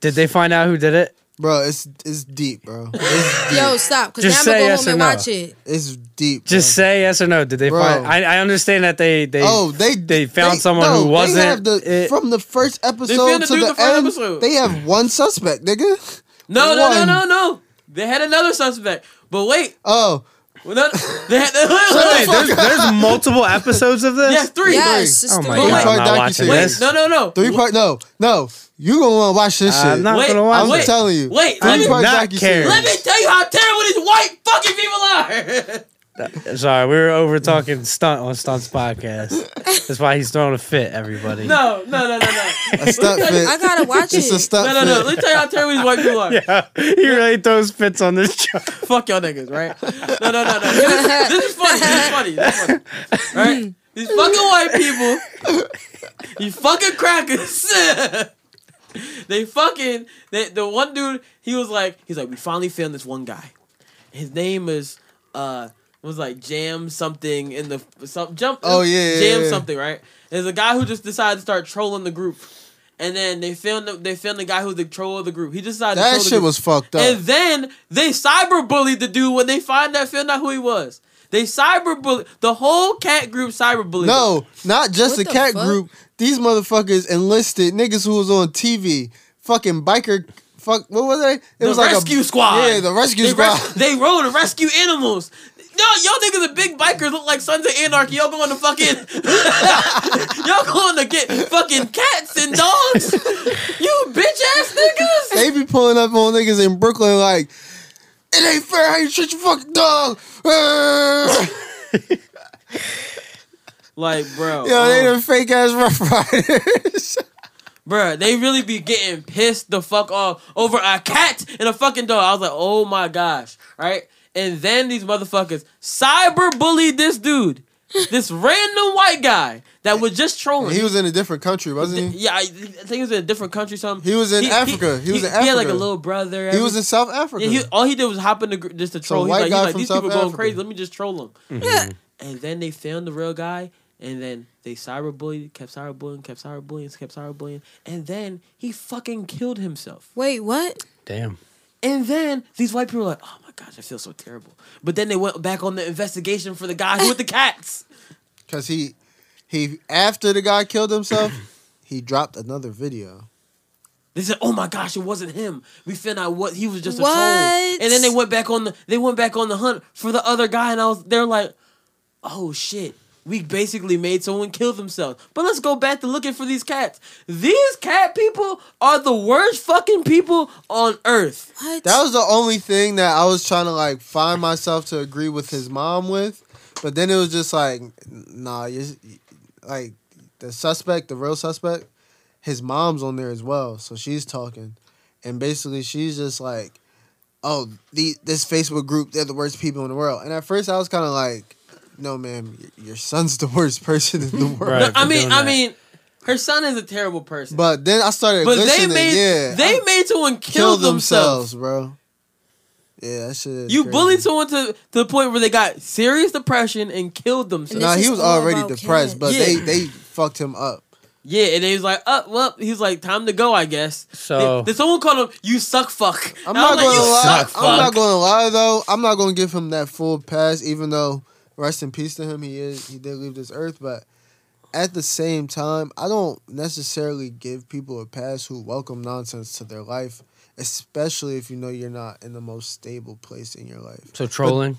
Did they find out who did it? bro. It's it's deep, bro. It's deep. Yo, stop. Cause Just now I'm say gonna go yes home and or no. watch it. It's deep. bro. Just say yes or no. Did they Bro. find? I, I understand that they they Oh, they they found someone who wasn't They have the, it. from the first found episode the to dude the the first end. episode. They have one suspect, nigga. No, no, no, One. no, no. They had another suspect, but wait, Oh, well, no, they had Wait, wait, wait, there's, there's multiple episodes of this. yes, three. Yes, it's Oh my three. god, Three-part I'm not watching docuseries. this. No, no, no. three part. No, no. You gonna want to watch this I'm shit? not Wait, gonna watch I'm Uh, wait. it. telling you. Wait, let I'm me, Three-part not docu-series. caring. let me tell you how terrible these white fucking people are. Sorry, we were over talking stunt on Stunt's podcast. That's why he's throwing a fit, everybody. no, no, no, no, no, A stunt fit. I gotta watch It's a it. stunt no, no, no. fit. Let me tell you how terrible these white people are. Yeah, he really throws fits on this show. fuck y'all niggas, right? No, no, no, no. This, is- this is funny. This is funny. This is funny. Right? These fucking white people, you fucking crackers. they fucking they, the one dude. He was like, he's like, we finally found this one guy. His name is uh was like Jam something in the some jump. Oh, yeah, yeah, Jam yeah. something, right? There's a guy who just decided to start trolling the group. And then they filmed the, they filmed the guy who was the troll of the group. He decided to troll That the shit group. was fucked up. And then they cyberbullied the dude when they find out found out who he was. They cyberbully the whole cat group cyberbullied. him. No, not just What the the cat fuck? group. These motherfuckers enlisted niggas who was on TV. Fucking biker. Fuck. What was they? It the was like rescue a, squad. Yeah, the rescue they squad. res- they rode to rescue animals. No, y'all niggas the big bikers look like Sons of Anarchy. Y'all going to fucking y'all going to get fucking cats and dogs. you bitch ass niggas. they be pulling up on niggas in Brooklyn like, it ain't fair how you treat your fucking dog. Yo, Like, bro. they um, the fake ass Rough Riders. Bruh, they really be getting pissed the fuck off over a cat and a fucking dog. I was like, oh my gosh, right? And then these motherfuckers cyber bullied this dude, this random white guy that was just trolling. He was in a different country, wasn't he? yeah, I, I think he was in a different country. Something. He was in Africa. He was in He had like a Africa. little brother. He everything. was in South Africa. Yeah, he, all he did was hop in the gr- just to troll. He's white like, he's guy like from these South people going Africa. crazy. Let me just troll them. And then they found the real guy, and then they cyberbullied, kept cyberbullying, kept cyberbullying, kept cyberbullying, and then he fucking killed himself. Wait, what? Damn. And then these white people were like, "Oh my gosh, I feel so terrible." But then they went back on the investigation for the guy with the cats. Cause he, he after the guy killed himself, he dropped another video. They said, "Oh my gosh, it wasn't him. We found out what he was just a What? troll." And then they went back on the they went back on the hunt for the other guy, and I was they're like, "Oh shit, we basically made someone kill themselves." But let's go back to looking for these cats. These cat people are the worst fucking people on earth. What? That was the only thing that I was trying to like find myself to agree with his mom with, but then it was just like, nah, you're, like the suspect, the real suspect, his mom's on there as well, so she's talking, and basically she's just like, oh, the this Facebook group, they're the worst people in the world, and at first I was kind of like, no, ma'am, y- your son's the worst person in the world. Right. I for mean, doing I that. mean, her son is a terrible person. But, But then I started they listening. made yeah, they made someone kill, themselves. bro. Yeah, that shit. Is You crazy. bullied someone to, to the point where they got serious depression and killed themselves. This Nah, he is was all already about depressed, but kids. they Yeah. they fucked him up. Yeah, and he was like, "Up, oh, well." He's like, "Time to go, I guess." So- did, did someone call him? You suck, fuck. I'm And I not was like, gonna "You lie. suck, I'm not fuck." gonna lie though. I'm not gonna give him that full pass, even though rest in peace to him. He is he did leave this earth, but at the same time, I don't necessarily give people a pass who welcome nonsense to their life, especially if you know you're not in the most stable place in your life. So trolling.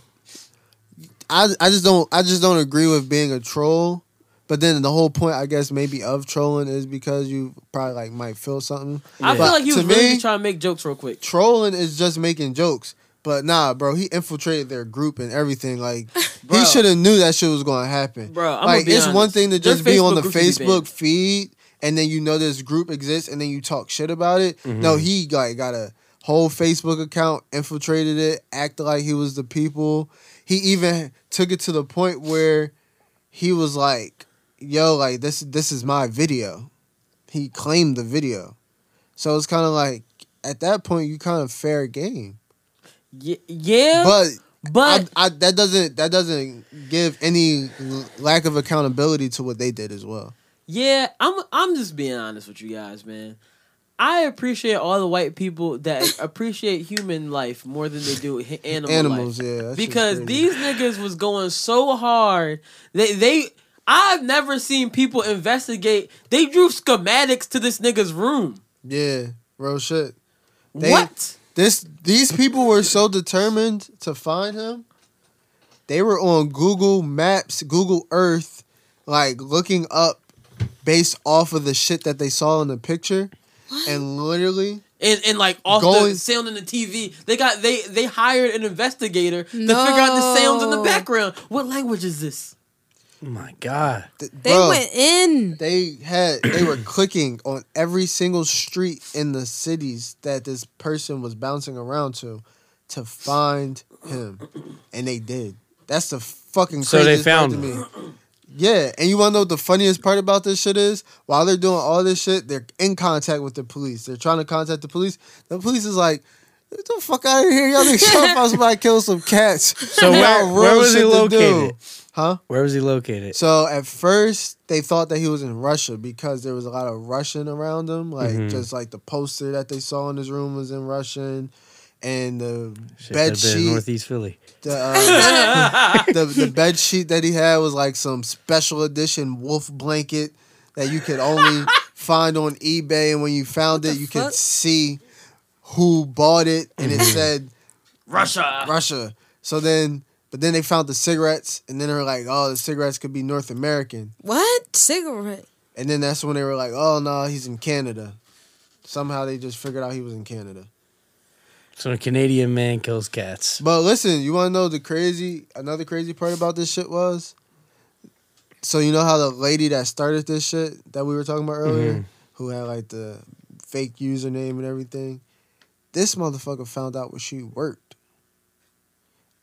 I I just don't I just don't agree with being a troll. But then the whole point, I guess, maybe of trolling is because you probably like might feel something. I feel But like he was to really me, just trying to make jokes real quick. trolling is just making jokes. But nah, bro, he infiltrated their group and everything. Like Bro. he should have knew that shit was gonna happen. Bro, I'ma like be it's one honest. thing to Their just be Facebook on the group should be banned. Facebook feed and then you know this group exists and then you talk shit about it. No, he like got a whole Facebook account, infiltrated it, acted like he was the people. He even took it to the point where he was like, "Yo, like this this is my video." He claimed the video. So it's kind of like at that point you kind of fair game. Yeah, yeah But but I, I, that doesn't that doesn't give any l- lack of accountability to what they did as well. Yeah, I'm I'm just being honest with you guys, man. I appreciate all the white people that appreciate human life more than they do h- animal Animals, life. yeah, that shit's Because crazy. these niggas was going so hard. They they I've never seen people investigate. They drew schematics to this nigga's room. Yeah, real shit. They- what? This these people were so determined to find him. They were on Google Maps, Google Earth, like looking up based off of the shit that they saw in the picture, and literally And, and like off Going- the sound in the TV, they got they they hired an investigator to figure out the sounds in the No. background. What language is this? Oh my god. th- they bro, went in. They had they were clicking on every single street in the cities that this person was bouncing around to to find him. And they did. That's the fucking So they craziest part found to him. me. Yeah, and you wanna know what the funniest part about this shit is? While they're doing all this shit, they're in contact with the police. They're trying to contact the police. The police is like, Get the fuck out of here, y'all niggas trying to find somebody to kill some cats. So where, Y'all where real was he shit to do. located? Huh? Where was he located? So at first they thought that he was in Russia because there was a lot of Russian around him, like Mhm. just like the poster that they saw in his room was in Russian, and the Shit, bed that'd been in sheet, Northeast Philly. the, uh, the the bed sheet that he had was like some special edition wolf blanket that you could only find on eBay, and when you found it, the you fuck? could see who bought it, and Mm-hmm. it said Russia. Russia. So then, but then they found the cigarettes, and then they were like, oh, the cigarettes could be North American. What cigarette? And then that's when they were like, "Oh no, he's in Canada." Somehow they just figured out he was in Canada. So a Canadian man kills cats. But listen, you want to know the crazy? Another crazy part about this shit was. So you know how the lady that started this shit that we were talking about earlier, who had like the fake username and everything. This motherfucker found out where she worked.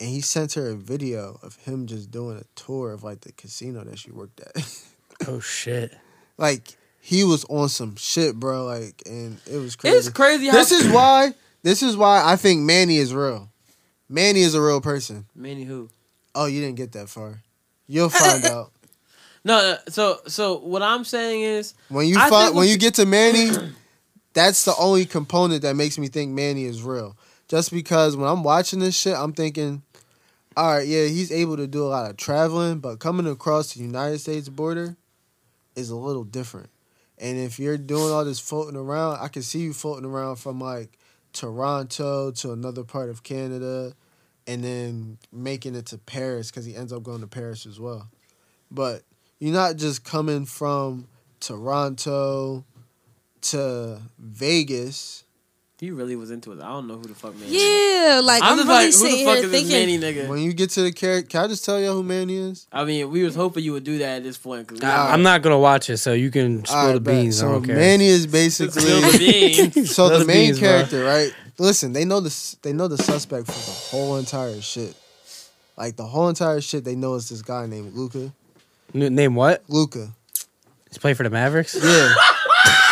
And he sent her a video of him just doing a tour of like the casino that she worked at. Oh shit. like he was on some shit, bro. Like, and it was crazy. It's crazy how This is why. This is why I think Manny is real. Manny is a real person. many who. Oh, you didn't get that far. You'll find out No, no, so so what I'm saying is when you I find think when we- you get to Manny. That's the only component that makes me think Manny is real. Just because when I'm watching this shit, I'm thinking, all right, yeah, he's able to do a lot of traveling, but coming across the United States border is a little different. And if you're doing all this floating around, I can see you floating around from like Toronto to another part of Canada and then making it to Paris because he ends up going to Paris as well. But you're not just coming from Toronto to Vegas. he really was into it. I don't know who the fuck Manny. is. Yeah, like I'm, I'm, just like who the really sitting fuck here is this thinking. Manny nigga? When you get to the character, can I just tell you who Manny is? I mean, we was hoping you would do that at this point. Cause Nah, I'm not gonna watch it, so you can spill All the right, bet. beans. I So don't care. Manny is It's still the basically beans. so Spill the main beans, bro. character, right? Listen, they know this. They know the suspect for the whole entire shit. Like the whole entire shit, they know is this guy named Luca. N- Name what? Luca, He's playing for the Mavericks.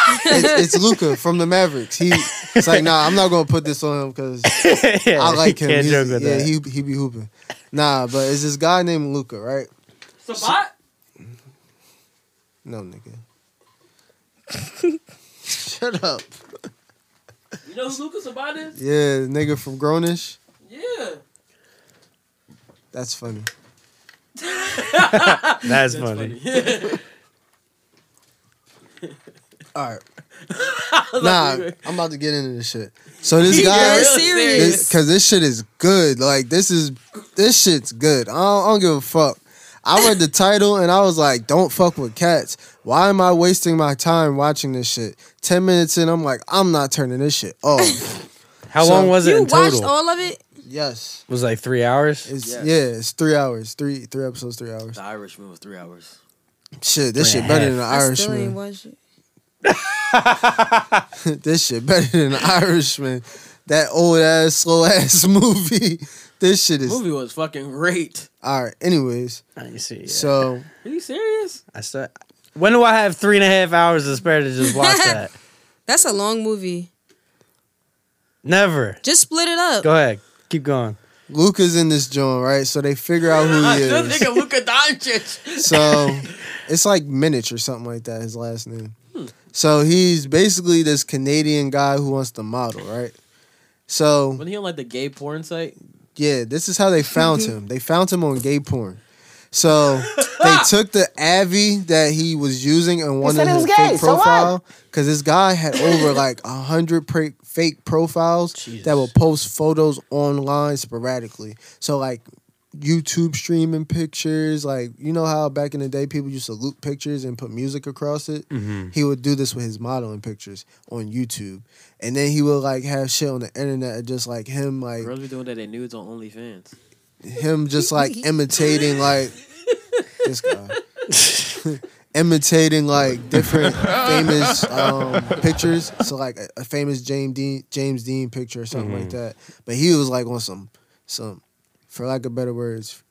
yeah. it's, it's Luca from the Mavericks. He, it's like, nah, I'm not gonna put this on him because yeah, I like him. Can't He's- joke with yeah, that. he he be hooping. Nah, but it's this guy named Luca, right? Sabat? No, nigga. Shut up. You know who Lucas Sabat is? Yeah, the nigga from Grownish. Yeah. That's funny. That's, funny. All right. nah, I'm about to get into this shit. So this guy, You're Serious. serious. because this shit is good. Like this is this shit's good. I don't, I don't give a fuck. I read the title and I was like, "Don't fuck with cats." Why am I wasting my time watching this shit? Ten minutes in, I'm like, I'm not turning this shit off. How So- long was it You in watched total? all of it? yes, was it like three hours. it's Yes. yeah, it's three hours, three three episodes, three hours. The Irishman was three hours. Shit, this Three shit and a better than the I still ain't Irishman. watched it. this shit better than the Irishman. That old ass, slow ass movie. This shit The is movie was fucking great. all right. Anyways, I see. yeah. so Are you serious? I said, when do I have three and a half hours to spare to just watch that? That's a long movie. Never. Just split it up. Go ahead. Keep going. Luca's in this joint, right? So they figure out who he this is. nigga Luka Doncic. So it's like Minich or something like that. His last name. Hmm. So he's basically this Canadian guy who wants to model, right? So Wasn't he on like the gay porn site? Yeah, this is how they found him. They found him on gay porn. So they took the Avi that he was using and one of his fake profile because this guy had over like a hundred pra- fake profiles that would post photos online sporadically. So like YouTube streaming pictures, like you know how back in the day people used to loop pictures and put music across it. He would do this with his modeling pictures on YouTube, and then he would like have shit on the internet, of just like him like Girls be doing that they nudes on OnlyFans. him just like imitating like this guy imitating like different famous um, pictures so like a, a famous james dean james dean picture or something like Mm-hmm. that but he was like on some some for lack of better words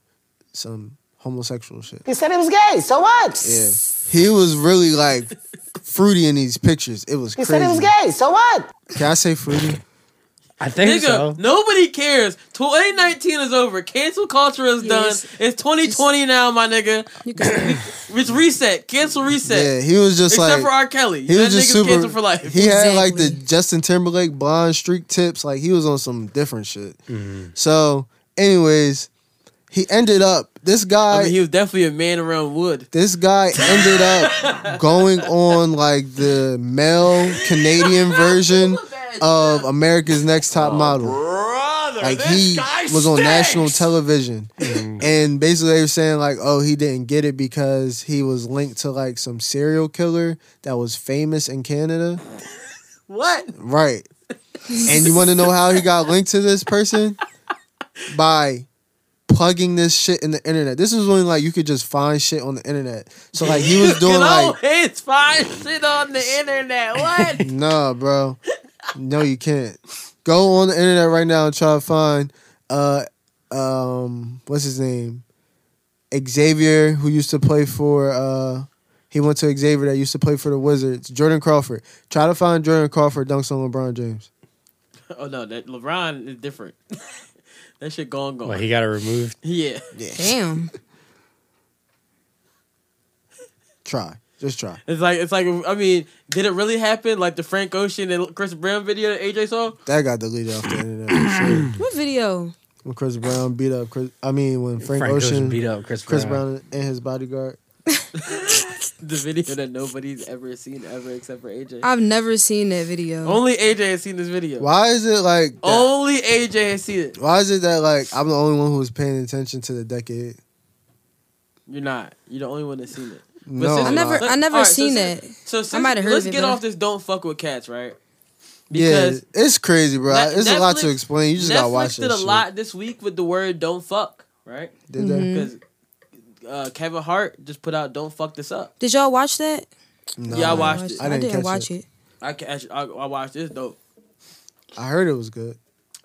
some homosexual shit You said it was gay, so what? yeah he was really like fruity in these pictures it was You crazy said it was gay, so what? can i say fruity I think Nigga, so. nobody cares. 2019 is over. Cancel culture is done. Yes. It's 2020 now, my nigga. You can- It's reset. Cancel reset. yeah he was just Except like for R. Kelly. He that was just nigga's super. canceled for life. He had like the Exactly. Justin Timberlake blonde streak tips. Like he was on some different shit. Mm-hmm. So, anyways, he ended up. This guy. I mean, he was definitely a man around wood. this guy ended up going on like the male Canadian version of America's Next Top Oh, Model. like he was on national television, and basically they were saying like, "Oh, he didn't get it because he was linked to like some serial killer that was famous in Canada." What? Right. And you want to know how he got linked to this person? By plugging this shit in the internet. This is when like you could just find shit on the internet. So like he was doing like it's fine shit on the internet. What? nah, bro. No, you can't. Go on the internet right now and try to find uh um what's his name? Xavier who used to play for uh he went to Xavier that used to play for the Wizards. Jordan Crawford. Try to find Jordan Crawford dunks on LeBron James. oh no, that LeBron is different. that shit gone gone. Well, he got it removed. yeah. Damn. Try. Just try. It's like it's like I mean, did it really happen? Like the Frank Ocean and Chris Brown video that AJ saw? That got deleted off the internet. for sure. What video? When Chris Brown beat up Chris I mean when Frank, Frank Ocean, Ocean beat up Chris, Chris Brown. Brown and his bodyguard. The video that nobody's ever seen ever except for AJ. I've never seen that video. Only AJ has seen this video. Why is it like that? Only AJ has seen it. Why is it that like I'm the only one who was paying attention to the decade? You're not. You're the only one that's seen it. No, since- I I'm never, not. I Look, never alright, so seen since- that. So since, might have heard let's of it, get but- off this. Don't fuck with cats, right? yeah, Because it's crazy, bro. Net- it's a lot to Netflix- explain. You just gotta watch Netflix this did a shit. lot this week with the word "don't fuck," right? Did they? Because uh, Kevin Hart just put out "Don't fuck this up." Did y'all watch that? Nah, Yeah, I I, watched watched it. it. Mm-hmm. I I didn't didn't, catch watch it. it. I can actually, I, I watched this though. I heard it was good.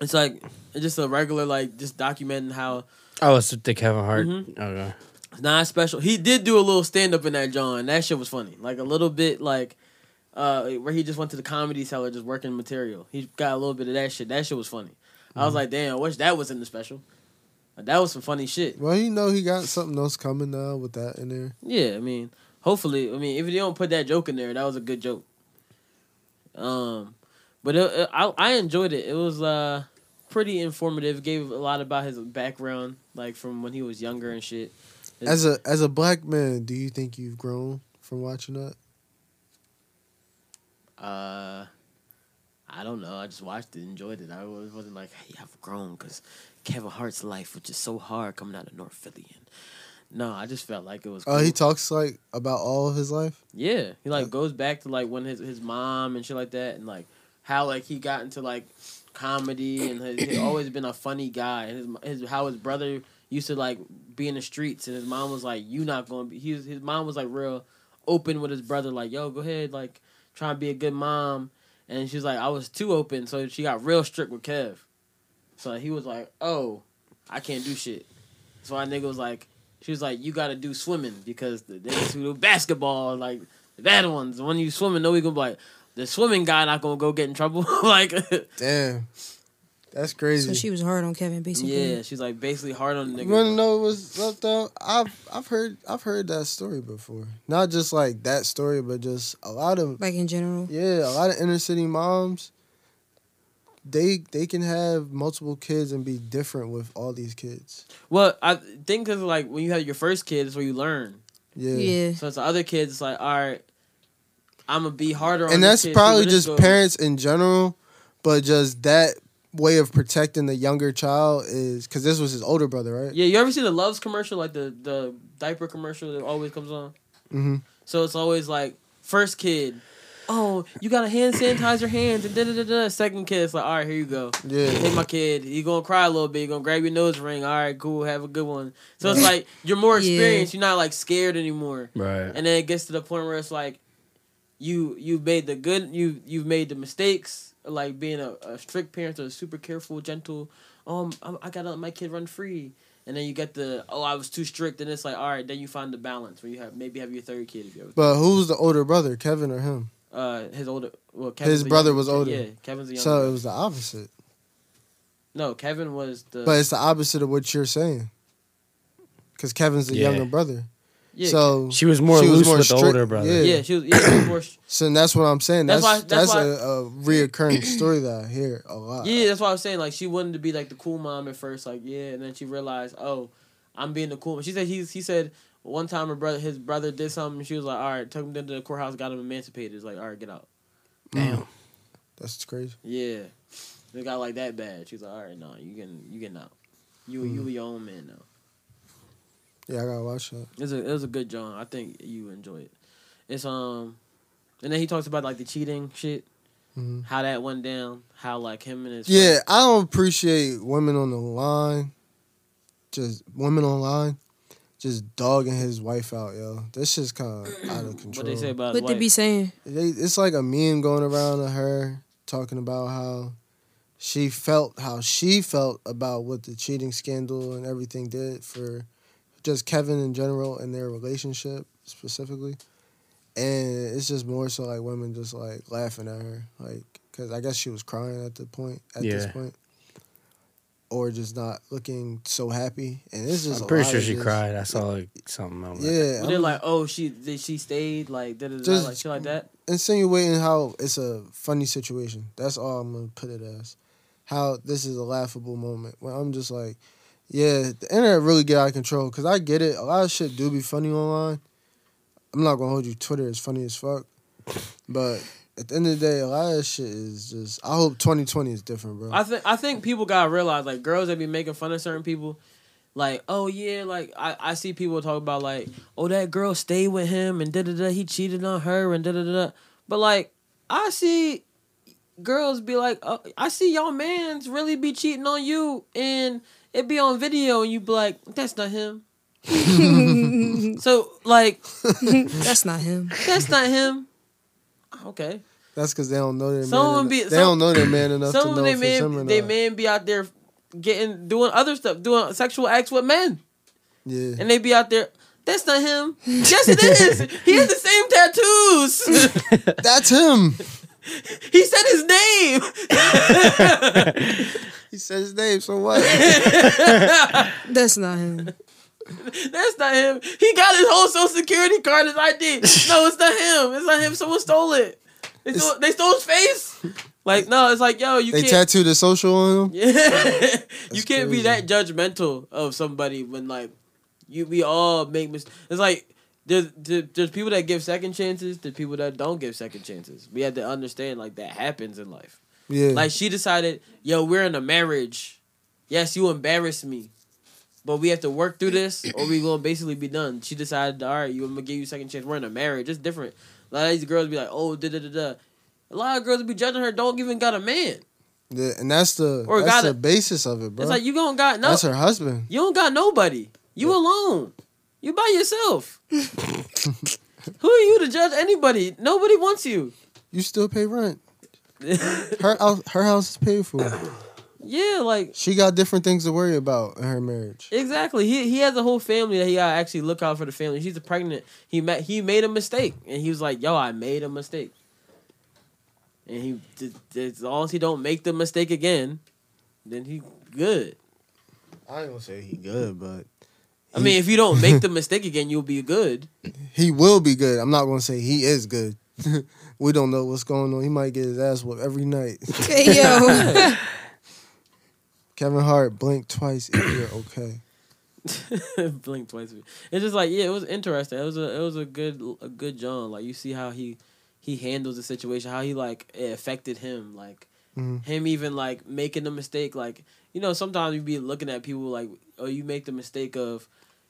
It's like it's just a regular like just documenting how Oh, it's the Kevin Hart. Okay. it's not special. He did do a little stand up in that John. That shit was funny. Like a little bit like uh where he just went to the comedy cellar just working material. He got a little bit of that shit. That shit was funny. I was like, damn, I wish that was in the special. Like, that was some funny shit. Well, you know he got something else coming now with that in there. Yeah, I mean, hopefully, I mean, if they don't put that joke in there, that was a good joke. Um, but it, it- I I enjoyed it. It was uh pretty informative. Gave a lot about his background, like from when he was younger and shit. As a as a black man, do you think you've grown from watching that? Uh, I don't know. I just watched it, enjoyed it. I was- wasn't like, hey, I've grown because Kevin Hart's life was just so hard coming out of North Philly. And no, I just felt like it was. Oh, he cool. talks like about all of his life. Yeah, he like goes back to like when his his mom and shit like that, and like how like he got into like comedy and has he always been a funny guy, and his his how his brother used to like be in the streets, and his mom was like, "You not gonna be." He was, his mom was like real open with his brother, like, "Yo, go ahead, like try and be a good mom," and she's like, "I was too open," so she got real strict with Kev. So he was like, "Oh, I can't do shit." So our nigga was like, she was like, you gotta do swimming because the niggas who do basketball, like the bad ones. When you swimming, no, we gonna be like, the swimming guy not gonna go get in trouble. like, Damn, that's So crazy. she was hard on Kevin, basically. yeah, she's like basically hard on the You want to nigga. know what's up though? I've I've heard I've heard that story before. Not just like that story, but just a lot of Like in general. Yeah, a lot of inner city moms. They they can have multiple kids and be different with all these kids. Well, I think because like when you have your first kid, it's where you learn. Yeah, Yeah. So it's the other kids. It's like, all right, I'm gonna be harder. on and this that's kid, see probably where this just goes. parents in general, but just that way of protecting the younger child is because this was his older brother, right? Yeah, you ever see the Loves commercial, like the the diaper commercial that always comes on? Mhm. So it's always like first kid, oh you gotta hand sanitize your hands and da da da da. Second kid, it's like all right, here you go. Yeah. Take my kid. You gonna cry a little bit. You gonna grab your nose ring. All right, cool. Have a good one. So it's like you're more Yeah. experienced. You're not like scared anymore. Right. And then it gets to the point where it's like you you've made the good you you've made the mistakes like being a, a strict parent or super careful gentle um I, I gotta let my kid run free and then you get the oh i was too strict and it's like all right then you find the balance where you have maybe have your third kid if you have But who's the older brother, Kevin or him? uh his older well Kevin's His the brother younger- was older. yeah kevin's the younger So it was the opposite. no kevin was the But it's the opposite of what you're saying. Because Kevin's the Yeah. younger brother. yeah, so She was more She was loose more with the strict, older brother. yeah. yeah she was yeah she was more, So that's what I'm saying. That's That's that's, why- that's a, a reoccurring story that I hear a lot. Yeah, that's what I was saying. Like she wanted to be like the cool mom at first, like yeah, and then she realized, oh, I'm being the cool. Mom. She said he he said one time her brother his brother did something. And she was like, all right, took him to the courthouse, got him emancipated. It's like, all right, get out. Damn. Mm. That's crazy. Yeah, it got like that bad. She was like, all right, no, you getting you getting out. You Mm. you your own man now. Yeah, I gotta watch that. It's a it was a good John. I think you enjoy it. It's um, and then he talks about like the cheating shit, Mhm. how that went down, how like him and his Yeah, I don't appreciate women on the line just women online, just dogging his wife out, yo. This shit's kind of out of control. What they say about What they wife? be saying? They, it's like a meme going around of her talking about how she felt how she felt about what the cheating scandal and everything did for just Kevin in general and their relationship specifically. And it's just more so like women just like laughing at her, like because I guess she was crying at the point at this Yeah. point, or just not looking so happy. And it's just I'm a pretty lot sure of she just- cried. I saw like something. I'm like, Yeah, Were they like, oh, she did she stayed like da, da, da, da, Just- like shit like that. insinuating how it's a funny situation. That's all I'm gonna put it as. How this is a laughable moment. When I'm just like, yeah, the internet really get out of control. Cause I get it. A lot of shit do be funny online. I'm not gonna hold you. Twitter is funny as fuck. But at the end of the day, a lot of shit is just. I hope 2020 is different, bro. I think I think people gotta realize like girls that be making fun of certain people, like oh yeah, like I, I see people talk about like oh that girl stayed with him and da da da he cheated on her and da da da, but like I see girls be like oh, I see y'all man's really be cheating on you and it be on video and you be like that's not him. so like That's not him. that's not him. Okay. That's because they don't know their Some man. would be- they some- don't know their man enough to Some know of if they it's him or men, they not. men be out there getting doing other stuff, doing sexual acts with men, yeah. and they be out there. That's not him. Yes, it is. He has the same tattoos. That's him. he said his name. He said his name. So what? That's not him. That's not him. He got his whole social security card, his ID. No, it's not him. It's not him. Someone stole it. They stole, they stole his face. Like no, it's like yo, you they can't. tattooed a social on him. Yeah. you can't be crazy. that judgmental of somebody when like you we all make mistakes. It's like there's there- there's people that give second chances, there's people that don't give second chances. We have to understand like that happens in life. Yeah. Like she decided, yo, we're in a marriage. Yes, you embarrassed me. But we have to work through this or we gonna basically be done. She decided, all right, you I'm gonna give you a second chance. We're in a marriage. It's different. A lot of these girls be like, oh da da da da. A lot of girls be judging her, don't even got a man. Yeah, and that's the Or that's gotta- the basis of it, bro. It's like you don't got no That's her husband. You don't got nobody. You alone. You by yourself. Who are you to judge anybody? Nobody wants you. You still pay rent. Her house, her house is paid for. yeah, like She got different things to worry about in her marriage. exactly. He he has a whole family that he gotta actually look out for the family. She's pregnant. He met he made a mistake, and he was like, "Yo, I made a mistake." And he, d- d- as long as he don't make the mistake again, then he good. I ain't gonna say he good, but I mean, if you don't make the mistake again, you'll be good. he will be good. I'm not gonna say he is good. we don't know what's going on. He might get his ass whooped every night. Hey, yo. Kevin Hart blinked twice if you're okay. blink twice. It's just like yeah, it was interesting. It was a it was a good a good John. Like you see how he he handles the situation, how he like it affected him, like Mhm. him even like making the mistake. Like you know, sometimes you be looking at people like, oh, you make the mistake of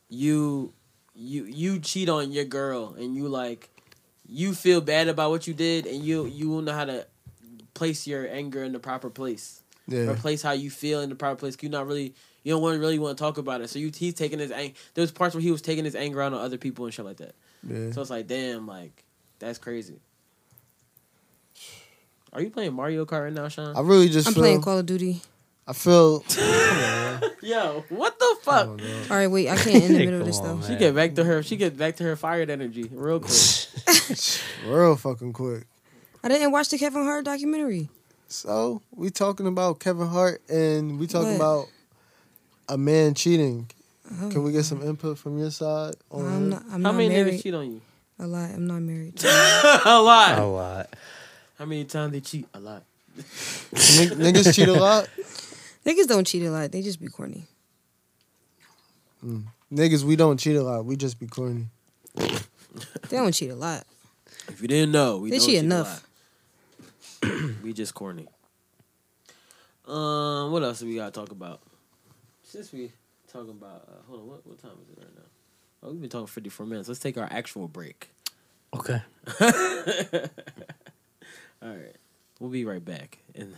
you you you cheat on your girl and you like you feel bad about what you did and you you will know how to place your anger in the proper place Yeah, replace how you feel in the proper place. 'cause You're not really, you don't want really want to talk about it. So you, he's taking his anger. There's parts where he was taking his anger out on other people and shit like that. yeah. So it's like, damn, like that's crazy. Are you playing Mario Kart right now, Sean? I really just I'm feel. playing Call of Duty. I feel. Yo, what the I fuck? don't know. All right, wait. I can't in the middle of this Come on, though. She man. get back to her. She get back to her fired energy real quick. Real fucking quick. I didn't watch the Kevin Hart documentary. So we talking about Kevin Hart and we talking What? about a man cheating. Can we get some input from your side? On Oh. I'm it? not. I'm how not many married. niggas cheat on you? A lot. I'm not married. a lot. a Oh. lot. How many times they cheat? A lot. Nig- niggas cheat a lot. Niggas don't cheat a lot. They just be corny. Niggas, we don't cheat a lot. We just be corny. They don't cheat a lot. If you didn't know, we They don't cheat a enough. lot. we just corny. Um, what else do we gotta talk about? Since we talking about, uh, hold on, what what time is it right now? Oh, we've been talking fifty four minutes. Let's take our actual break. Okay. All right, we'll be right back and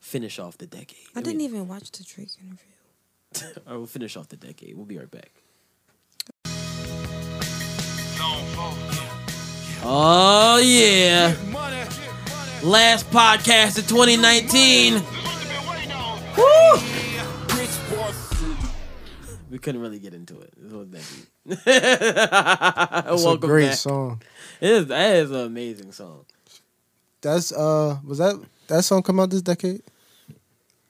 finish off the decade. I mean- didn't even watch the Drake interview. All right, we'll finish off the decade. We'll be right back. Oh yeah. Last podcast of 2019. We couldn't really get into it. This was that deep. It's a Oh, Welcome great back. song. It is, that is an amazing song. That's uh, was that that song come out this decade?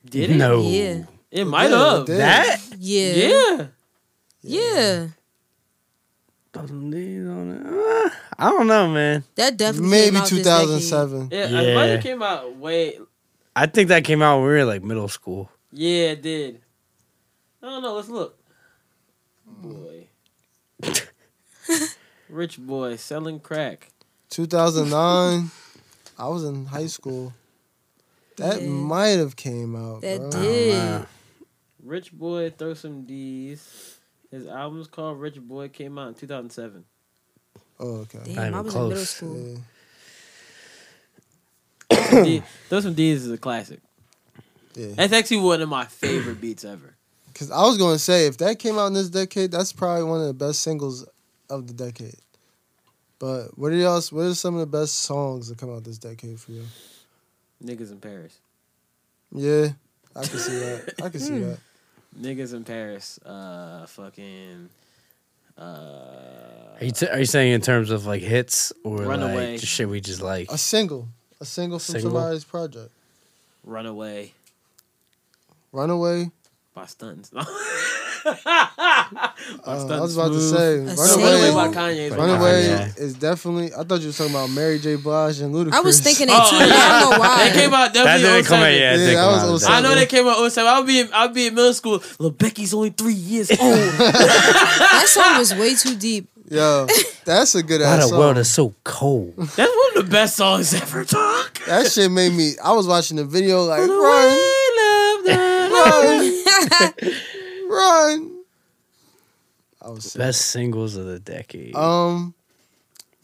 Did it? No. Yeah. It might Yeah, it have. did. That? Yeah. Yeah. Yeah. Doesn't lean on it. Uh, I don't know, man. That definitely maybe came out this two decade. thousand seven. Yeah. Yeah. I might have came out way. I think that came out when we were like middle school. Yeah, it did. I don't know. Let's look. Boy. Rich boy selling crack. Two thousand nine. I was in high school. That Yeah. might have came out. That bro. did. Rich boy throw some D's. His album's called Rich Boy. Came out in 2007. Oh okay. Damn, Not even I was in middle close. school. Yeah. D- throw some D's is a classic. Yeah. That's actually one of my favorite beats ever. Cause I was gonna say if that came out in this decade, that's probably one of the best singles of the decade. But what are y'all? What are some of the best songs that come out this decade for you? Niggas in Paris. Yeah, I can see that. I can Hmm. see that. Niggas in Paris. Uh, fucking. Uh, Are you, t- are you saying in terms of like hits or Runaway. like just shit we just like? A single, a single from Single? somebody's project. Runaway Runaway. by Stunts. by Uh, I Stuntin' was about to Smooth. say A Runaway. single? Runaway by Kanye. is my Runaway Yeah. is definitely. I thought you were talking about Mary J. Blige and Ludacris. I was thinking it too. Oh, I don't know why. They came out That definitely didn't come out 07. yet. It Yeah, didn't that come was out 07. I know Yeah. they came out 07. I'll be in, I'll be in middle school. Lil Becky's only three years old. That song was way too deep. Yo, that's a good Why ass the song. world is so cold? That's one of the best songs ever. Talk. That shit made me. I was watching the video like run, run, run. I was sick. Best singles of the decade. Um,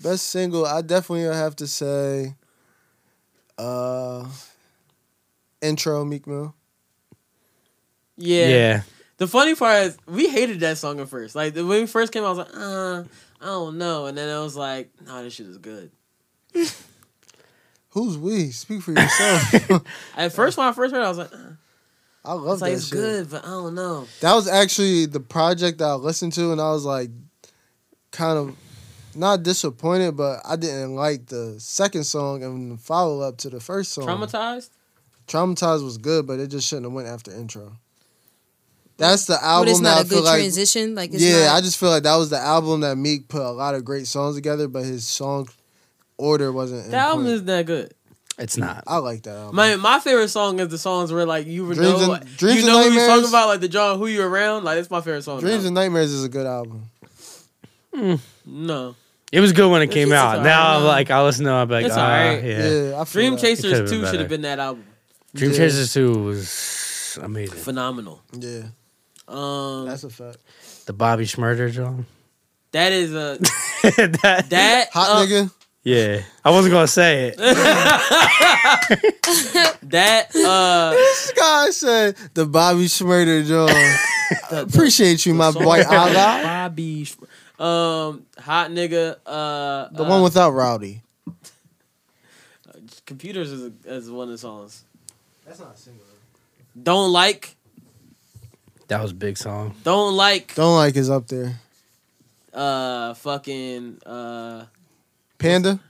best single, I definitely would have to say, uh, intro Meek Mill. Yeah. yeah. The funny part is we hated that song at first. Like when we first came out, I was like, uh, I don't know. And then I was like, nah, this shit is good. Who's we? Speak for yourself. At first, when I first heard it, I was like, uh, I it's, like, love that it's shit. good, but I don't know. That was actually the project that I listened to, and I was like, kind of not disappointed, but I didn't like the second song and the follow up to the first song. Traumatized? Traumatized was good, but it just shouldn't have went after intro. That's the But album it's that not I a feel good like transition. Like it's yeah, not, I just feel like that was the album that Meek put a lot of great songs together, but his song order wasn't. in That album point. isn't that good. It's not. I like that album. My my favorite song is the songs where like you were Dreams know, and- like, Dreams you and know who you're talking Nightmares? about, like the John who you're around. Like that's my favorite song. Dreams now. and Nightmares is a good album. no. It was good when it came It's out. alright. now I'm like, I listen to it, I'm like, It's ah, alright. yeah. Yeah, I Dream feel that. It could've Chasers been Two should better. have been that album. Dream Yeah. Chasers 2 was amazing. Phenomenal. Yeah, Um, that's a fact. The Bobby Schmurder song. that is a that, that Hot uh, nigga. yeah. I wasn't going to say it. that uh This guy said the Bobby Schmurder John. Appreciate you, my boy Allah. Uh, Bobby, Sh- um, hot nigga. Uh, The uh, one without Rowdy. computers is, is one of the songs. That's not a single. Don't like, That was a big song. don't like. Don't like is up there. Uh, fucking uh Panda.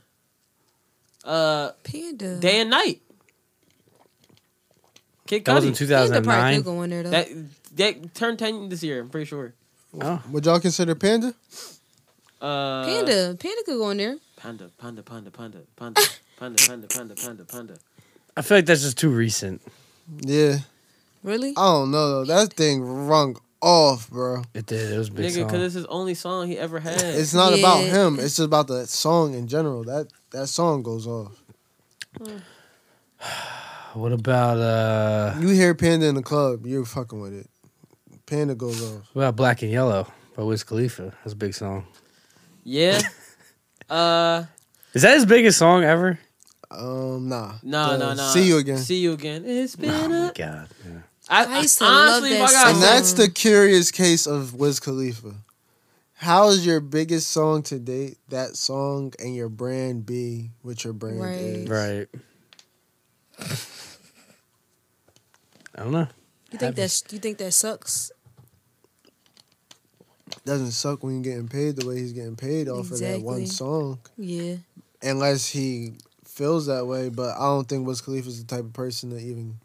uh Panda. day and night. Kid That was in Cudi. Panda probably could 2009. go in there though. That that turned ten this year. I'm pretty sure. Oh. Would y'all consider Panda? Uh, Panda, Panda could go in there. panda, panda, panda, panda, panda, panda, panda, panda, panda, panda. I feel like that's just too recent. Yeah. Really? I don't know though. That thing rung off, bro. It did. It was a big Nigga, song. because it's his only song he ever had. It's not about Yeah. him. It's just about the song in general. That that song goes off. What about uh You hear Panda in the club, you're fucking with it. Panda goes off. what about Black and Yellow by Wiz Khalifa? That's a big song. yeah. uh, Is that his biggest song ever? Um, nah. no, The no, no. See you again. See you again. It's been Oh a my god. Yeah. I, I used to honestly, love if that I got song. And that's the curious case of Wiz Khalifa. How is your biggest song to date that song and your brand be what your brand Right. is? Right. I don't know. You think that's you think that sucks? Doesn't suck when you're getting paid the way he's getting paid off of that one Exactly. song. Yeah. Unless he feels that way, but I don't think Wiz Khalifa's the type of person to even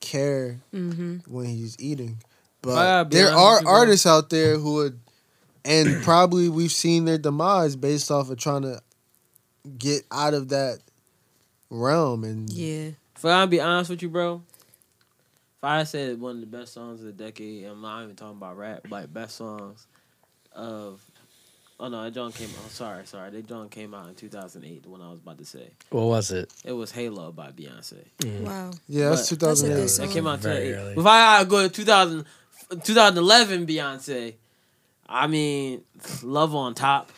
care Mm-hmm. when he's eating. gotta But be there honest are with you, bro. artists out there who would, and probably we've seen their demise based off of trying to get out of that realm. And Yeah. If I'm be honest with you, bro, if I said one of the best songs of the decade, I'm not even talking about rap, like best songs of. Oh no, that John came. Oh, sorry, sorry. That John came out in 2008. The one I was about to say. What was it? Mm. It was Halo by Beyonce. Wow. yeah, that's But- That's a good 2008. song. That came out Very today. early. If I gotta go to 2000, 2011 Beyonce, I mean, Love on Top,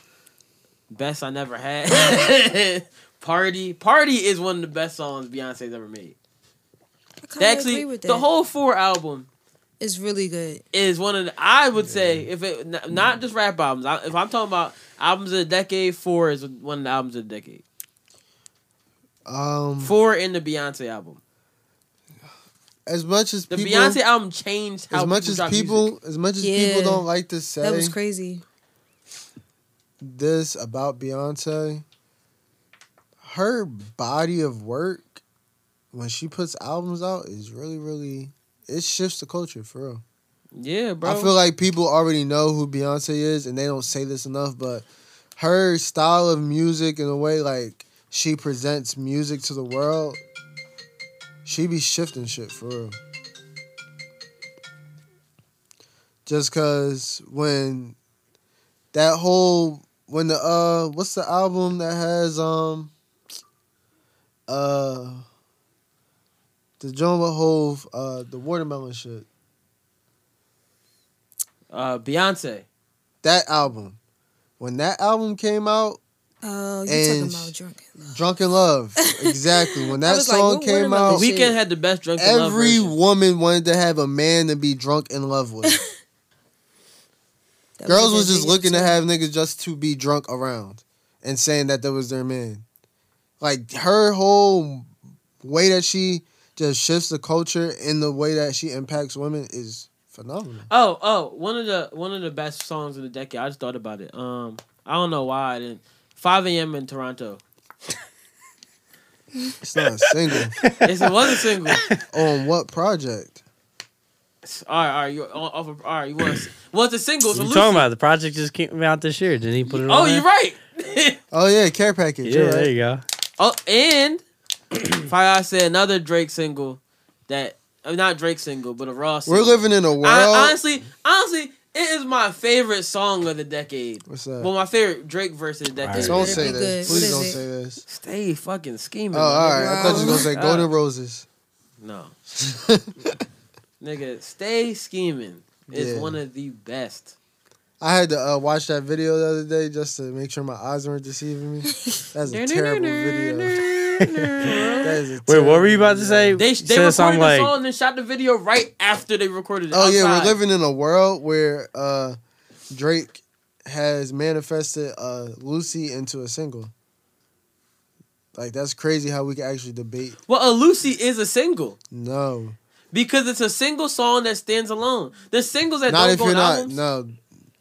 best I never had. Party, Party is one of the best songs Beyonce's ever made. I kind of Actually, agree with that. the whole four album it's really good. is one of the. I would say if it n- not just rap albums. I, if I'm talking about albums of the decade, four is one of the albums of the decade. Um, Four in the Beyonce album. as much as The people, Beyonce album changed how as much as drop people, music. as much as Yeah. people don't like to That say was crazy. this about Beyonce, her body of work when she puts albums out is really, really it shifts the culture for real. Yeah, bro. I feel like people already know who Beyonce is, and they don't say this enough, but her style of music and the way like she presents music to the world, she be shifting shit for real. Just cause when that whole when the uh what's the album that has um uh the John with Hove uh the watermelon shit. uh, Beyonce. that album. When that album came out, Oh, you And- talking about drunken love? Drunken Love, exactly. When that was like, song what- what came am I out, missing? Weekend had the best drunk in love every version. woman wanted to have a man to be drunk in love with. That Girls a was just video looking to too. have niggas just to be drunk around and saying that that was their man. Like her whole way that she just shifts the culture in the way that she impacts women is phenomenal. Oh, oh, one of the one of the best songs in the decade. I just thought about it. Um, I don't know why I didn't. 5 a.m. in Toronto. It's not a single. It's, it was a single. All On what project? right, all right, you off of, all right. You want well, it's a single. What So you Lucy. talking about? The project just came out this year. Didn't he put it on? Oh, there? you're right. Oh yeah, care package. Yeah, you're right. there you go. oh, and Fire I said another Drake single that uh, not Drake single, but a Raw We're single. living in a world. I, honestly, honestly, it is my favorite song of the decade. What's up? Well, my favorite Drake verse of the right. decade. Don't It'd say be this. good. Please What don't is say this. Stay fucking scheming. Oh, all right. I Wow. thought you were gonna say God. Golden Roses. No. Nigga, Stay Scheming is Yeah. one of the best. I had to uh, watch that video the other day just to make sure my eyes weren't deceiving me. That's a terrible video. that is a Wait, what were you terrible about to say? video. They You they said recorded something the like- song and then shot the video right after they recorded it. Oh yeah, outside. we're living in a world where uh, Drake has manifested uh, Lucy into a single. Like that's crazy how we can actually debate. Well, a Lucy is a single No, because it's a single song that stands alone. There's singles that not don't if go you're on not. albums. No,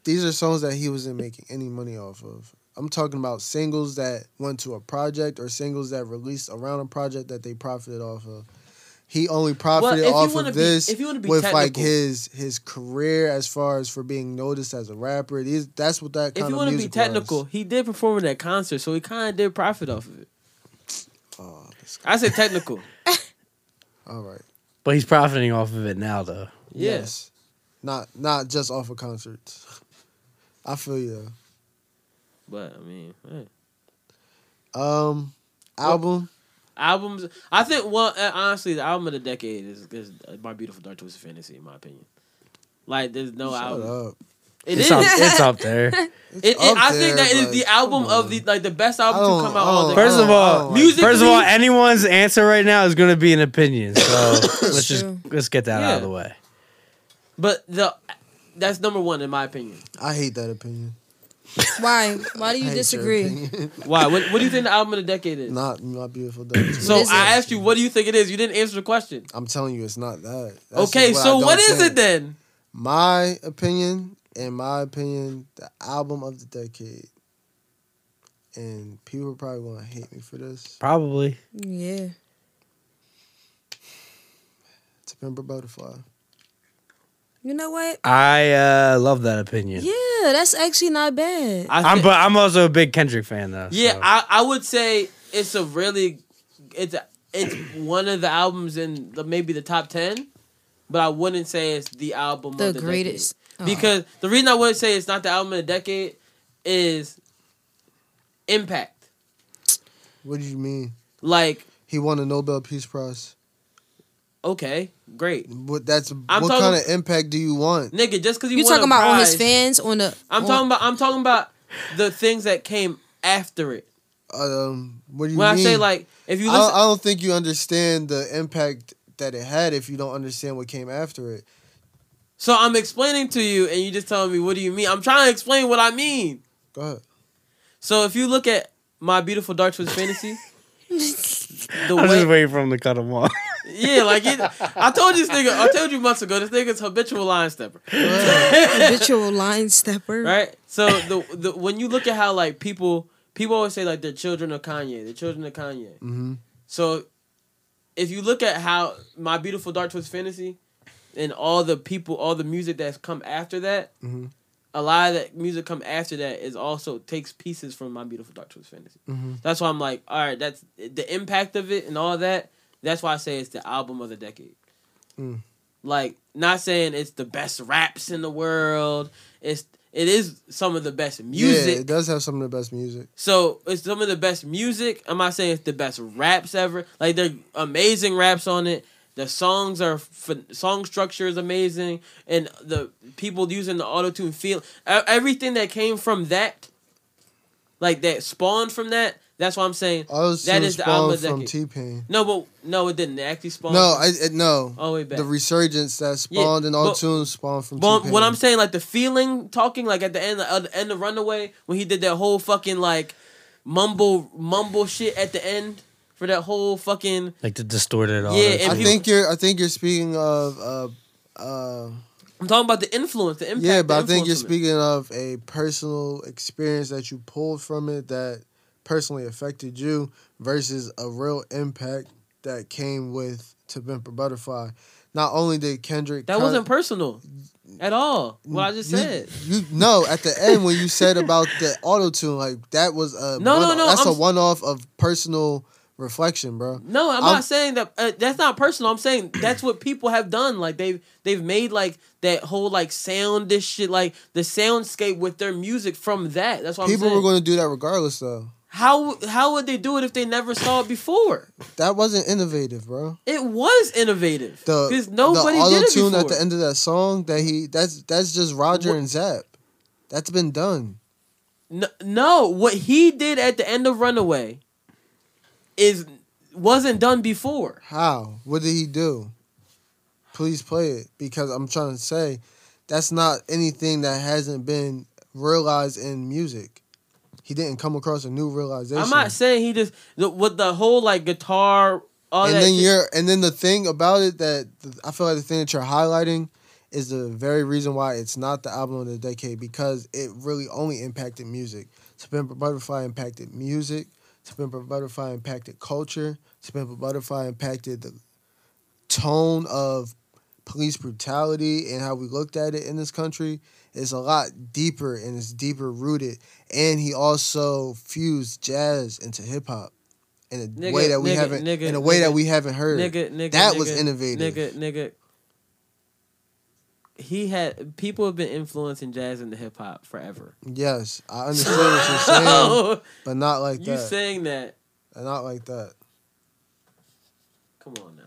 these are songs that he wasn't making any money off of. I'm talking about singles that went to a project or singles that released around a project that they profited off of. He only profited if you off wanna of be- this if you wanna be with like technical- his his career as far as for being noticed as a rapper. These that's what that kind If you of want to be music technical, was. he did perform in that concert, so he kind of did profit off of it. Oh, that's- I said technical. all right. But he's profiting off of it now, though. yes. Yes. Not not just off of concerts. I feel you. But I mean, eh. though. Um, album. albums. I think one uh, honestly, the album of the decade is, is my beautiful dark twisted fantasy, in my opinion. Like there's no Shut album. up. It it's is. Up, it's up there. It, it, up I think there, that it is but the album come of the like the best I album don't- to come out. All I the don't- First of I all, don't like music- First of all, Please. anyone's answer right now is going to be an opinion. So let's just true. let's get that out of the way. But the that's number one in my opinion. I hate that opinion. Why? Why do I you hate your disagree? opinion. Why? What, what do you think the album of the decade is? not my beautiful day. so What is I it? asked you, what do you think it is? You didn't answer the question. I'm telling you, it's not that. That's Okay, just so I what don't is think. it then? My opinion, in my opinion, the album of the decade. And people are probably gonna hate me for this. Probably. Yeah. It's a Pimper Butterfly. You know what? I uh, love that opinion. Yeah, that's actually not bad. I I'm thi- but I'm also a big Kendrick fan though. yeah, so. I, I would say it's a really it's a, it's one of the albums in the, maybe the top ten, but I wouldn't say it's the album the of the decade. greatest. Oh. Because the reason I wouldn't say it's not the album of the decade is impact. What do you mean? Like, He won a Nobel Peace Prize. okay, great. What that's I'm what talking- kind of impact do you want? Nigga, just because you you won talking a about on his prize- fans on the. I'm on- talking about I'm talking about the things that came after it. Um, what do you When I mean? say like if you I listen don't, I don't think you understand the impact that it had if you don't understand what came after it. So I'm explaining to you and you just telling me what do you mean? I'm trying to explain what I mean. Go ahead. So if you look at my beautiful dark twisted fantasy, the I'm just way waiting for him to cut him off. Yeah, like it, I told this nigga I told you months ago, this nigga's habitual line stepper. habitual line stepper. right? So the the when you look at how like people people always say like they're children of Kanye, they're children of Kanye. Mm-hmm. Mhm. So if you look at how my beautiful dark twisted fantasy and all the people, all the music that's come after that, Mhm. a lot of that music come after that is also takes pieces from my beautiful dark twisted fantasy. Mhm. That's why I'm like, all right, that's the impact of it and all that. That's why I say it's the album of the decade. Mm. Like, not saying it's the best raps in the world. It's it is some of the best music. Yeah, it does have some of the best music. So it's some of the best music. I'm not saying it's the best raps ever. Like they're amazing raps on it. The songs are ph- song structure is amazing, and the people using the auto tune feel e- everything that came from that, like that spawned from that. That's why I'm saying I was That Oh. that is is the album of the from decade. T Pain. no, but no, it didn't. It actually spawned. No, I it, no. all the way back. The resurgence that spawned and Oh, but- all tunes spawned from But T Pain. what I'm saying, like the feeling, talking, like at the end, of the end of Runaway, when he did that whole fucking like mumble, mumble shit at the end for that whole fucking like to distort it all. Yeah, that and shit. I think you're I think you're speaking of uh uh I'm talking about the influence, the impact. yeah, the but I think you're influence from it. speaking of a personal experience that you pulled from it that personally affected you versus a real impact that came with To Pimp a Butterfly. Not only did Kendrick That kinda- wasn't personal at all. What I just you- said. You no, at the end when you said about the auto tune, like that was a No, no, one- no, That's I'm- a one off of personal reflection, bro. No, I'm, I'm- not saying that. Uh, that's not personal. I'm saying that's what people have done. Like they've they've made like that whole like sound this shit like the soundscape with their music from that. That's what People I'm saying. were going to do that regardless, though. how how would they do it if they never saw it before? That wasn't innovative, bro. It was innovative The because nobody the did it auto-tune before. at the end of that song that he that's that's just Roger and Zap. That's been done. No, no, what he did at the end of Runaway is wasn't done before. How? What did he do? Please play it because I'm trying to say that's not anything that hasn't been realized in music. He didn't come across a new realization. I'm not saying he just the, with the whole like guitar all and that. then shit- you're and then the thing about it that th- I feel like the thing that you're highlighting is the very reason why it's not the album of the decade because it really only impacted music. To Pimp a Butterfly impacted music. To Pimp a Butterfly impacted culture. To Pimp a Butterfly impacted the tone of police brutality and how we looked at it in this country. It's a lot deeper and it's deeper rooted. And he also fused jazz into hip hop in a Nigga, way that we nigga, haven't nigga, in a way that nigga, we haven't heard. nigga, nigga, that nigga, was innovative. Nigga, nigga. He had people have been influencing jazz into hip hop forever. Yes, I understand what you're saying, but not like you that. saying that? not like that. Come on now.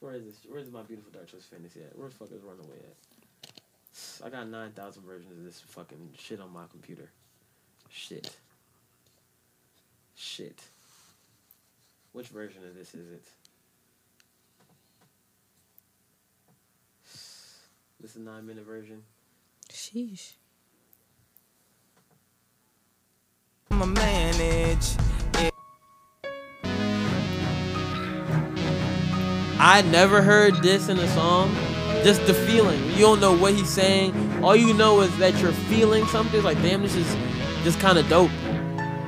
Where is this? Where's my beautiful dark twisted fantasy at? Where the fuck is Runaway at? I got nine thousand versions of this fucking shit on my computer. Shit. Shit. Which version of this is it? This is nine minute version. Sheesh. I never heard this in a song. Just the feeling. You don't know what he's saying. All you know is that you're feeling something. It's like, damn, this is just kind of dope.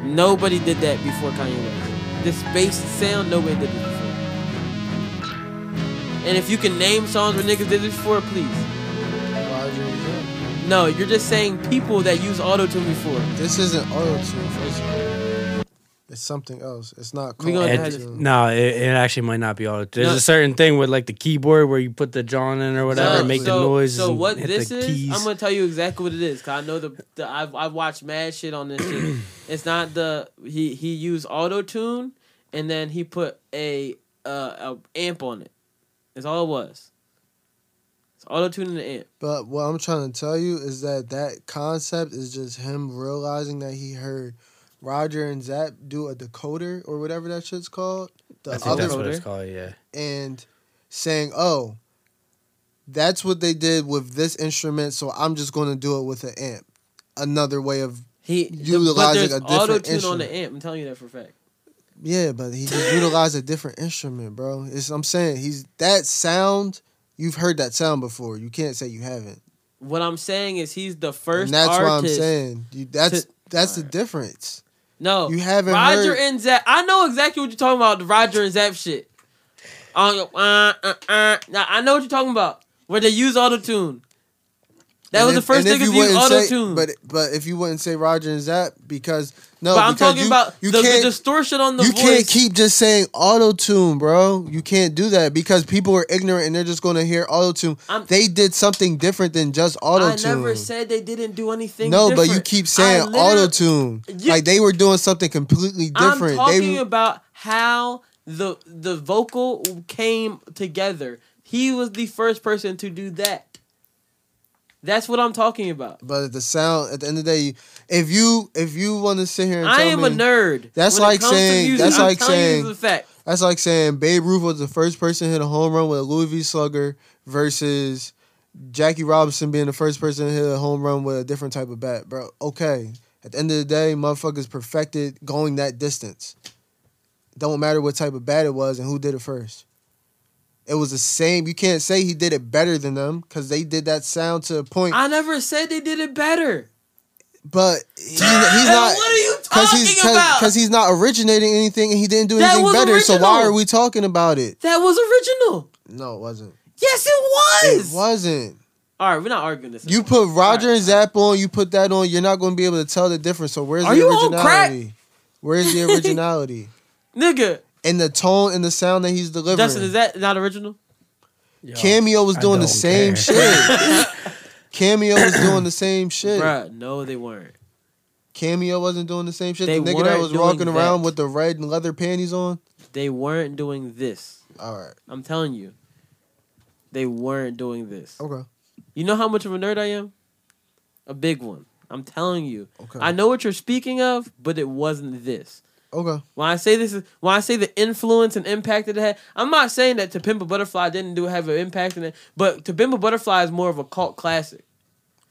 Nobody did that before Kanye West. This bass sound, nobody did it before. And if you can name songs where niggas did this before, please. No, you're just saying people that use auto tune before. This isn't auto tune. First of all. It's something else. It's not We called gonna auto have It, to- tune. no, it, it actually might not be auto. There's No. a certain thing with like the keyboard where you put the John in or whatever, So- make so- the noise. So and what hit this the is, keys. I'm gonna tell you exactly what it is. Cause I know the, the I've I've watched mad shit on this shit. It's not the he he used auto tune and then he put a uh a amp on it. That's all it was. It's auto tune and the amp. But what I'm trying to tell you is that that concept is just him realizing that he heard Roger and Zap do a decoder or whatever that shit's called. The I think that's what it's voter. called. Yeah. and saying, "Oh, that's what they did with this instrument, so I'm just going to do it with an amp." Another way of He but Utilizing there's a different auto tune on instrument. the amp. I'm telling you that for a fact. yeah, but he just utilized a different instrument, bro. It's I'm saying he's that sound. You've heard that sound before. You can't say you haven't. What I'm saying is he's the first and that's artist. what I'm saying. You, that's to- that's the difference. No, You haven't Roger heard- and Zap. I know exactly what you're talking about. The Roger and Zap shit. Uh, uh, uh, uh. Now I know what you're talking about. Where they use auto tune. That And was if- the first and if niggas to you use wouldn't say- auto tune. But, But but if you wouldn't say Roger and Zap because no, I'm because talking you- about you the, the can't distortion on the you voice. can't keep just saying auto tune, bro. You can't do that because people are ignorant and they're just going to hear auto tune. I'm- They did something different than just auto I tune. never said they didn't do anything. no, but you different. keep I saying literally- auto tune. You- Like they were doing something completely different. I'm talking they about how the the vocal came together. He was the first person to do that. That's what I'm talking about. but the sound at the end of the day, if you if you want to sit here and I tell am me, a nerd. That's it like comes to saying- music. that's I'm like telling saying- You this is a fact. That's like saying Babe Ruth was the first person to hit a home run with a Louis V slugger versus Jackie Robinson being the first person to hit a home run with a different type of bat, bro. Okay. At the end of the day, motherfuckers perfected going that distance. Don't matter what type of bat it was and who did it first. It was the same. You can't say he did it better than them because they did that sound to a point. I never said they did it better. but he- he's not. what are you Because talking he's, about? 'cause he's not originating anything and he didn't do That anything was better. So why original. are we talking about it? that was original. No, it wasn't. Yes, it was. It wasn't. All right, we're not arguing this. You put Roger and Zap on, you put that on, you're not going to be able to tell the difference. So where's Are the you on crack? originality? Where's the originality? nigga. and the tone and the sound that he's delivering. Dustin, is that not original? Cameo was I doing the don't same shit. Cameo was doing the same shit. Bruh, no, they weren't. Cameo wasn't doing the same shit. They the nigga that weren't was doing walking around that. with the red and leather panties on. They weren't doing this. All right. I'm telling you, they weren't doing this. Okay. You know how much of a nerd I am? A big one. I'm telling you. Okay. I know what you're speaking of, but it wasn't this. Okay. When I say this is when I say the influence and impact that it had, I'm not saying that To Pimp a Butterfly didn't do have an impact in it, but To Pimp a Butterfly is more of a cult classic.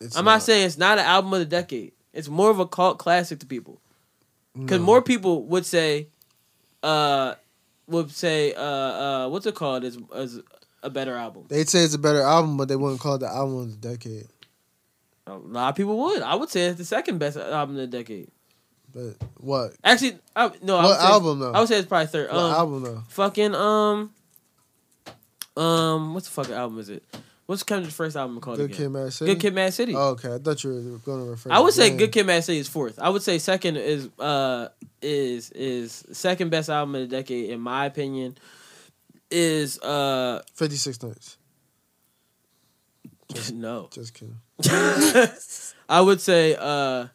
It's uh, I'm not- not saying it's not an album of the decade. It's more of a cult classic to people, because more people would say, uh, would say, uh, uh, what's it called? Is is a better album? They'd say it's a better album, but they wouldn't call it the album of the decade. A lot of people would. I would say it's the second best album of the decade. But what? Actually, I, no. I What would say- album, though? I would say it's probably third. What Um, album though? Fucking um, um, what's the fucking album is it? What's Kendrick's first album called? Good again? Kid, Mad City. Good Kid, Mad City. Oh, okay, I thought you were going to refer. I to would say Game. Good Kid, Mad City is fourth. I would say second is uh is is second best album of the decade in my opinion. Is uh 56 Nights. no, Just kidding. I would say uh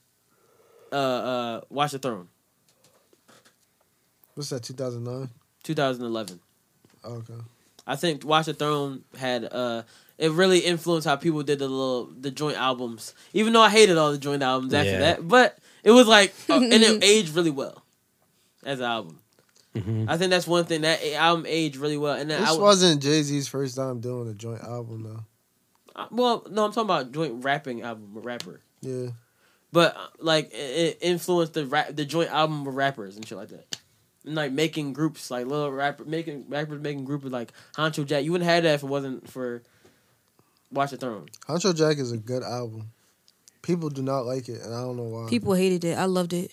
uh uh Watch the Throne, What's that, 2009? 2011. Oh, okay. I think Watch the Throne had uh it really influenced how people did the little the joint albums. Even though I hated all the joint albums after Yeah. that, but it was like uh, and it aged really well as an album. I think that's one thing that a- album aged really well. And then I This would- wasn't Jay Z's first time doing a joint album though. uh, well, no, I'm talking about joint rapping album with rapper, Yeah, but uh, like it, it influenced the rap the joint album with rappers and shit like that. And like making groups, like little rapper making rappers making groups with, like Honcho Jack. You wouldn't have that if it wasn't for Watch the Throne. Honcho Jack is a good album. People do not like it, and I don't know why. People hated it. I loved it.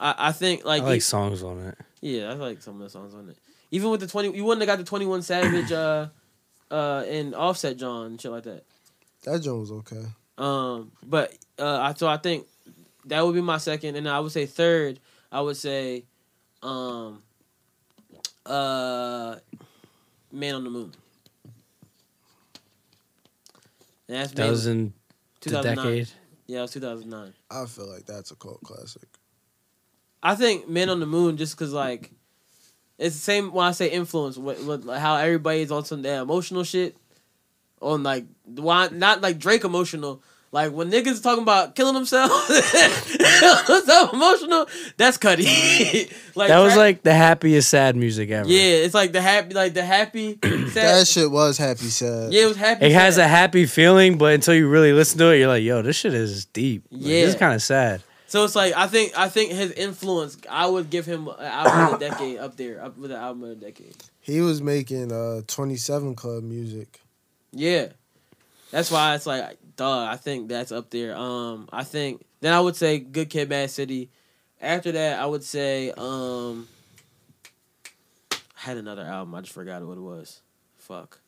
I, I think I like, e-, like songs on it. yeah, I like some of the songs on it. Even with the twenty, you wouldn't have got the Twenty One Savage, uh, uh, and Offset John and shit like that. that joint was okay. Um, but uh, I so I think that would be my second, and I would say third. I would say, um, uh, Man on the Moon. And that's That was mainly in the 2009. decade. Yeah, it was two thousand nine. I feel like that's a cult classic. I think Men on the Moon just because like it's the same when I say influence with, with like, how everybody's on some damn emotional shit on like why not like Drake emotional like when niggas talking about killing themselves so emotional that's Cuddy like that was Drake- like the happiest sad music ever. yeah it's like the happy like the happy That sad, shit was happy sad. yeah it was happy It has sad. a happy feeling, but until you really listen to it, you're like, yo, this shit is deep. Like, This is Yeah. kind of sad. so it's like I think I think his influence I would give him an album of the decade up there up with an album of the decade He was making uh 27 Club music. Yeah. That's why it's like, duh, I think that's up there. Um, I think then I would say Good Kid, Mad City. After that, I would say um, I had another album. I just forgot what it was. Fuck.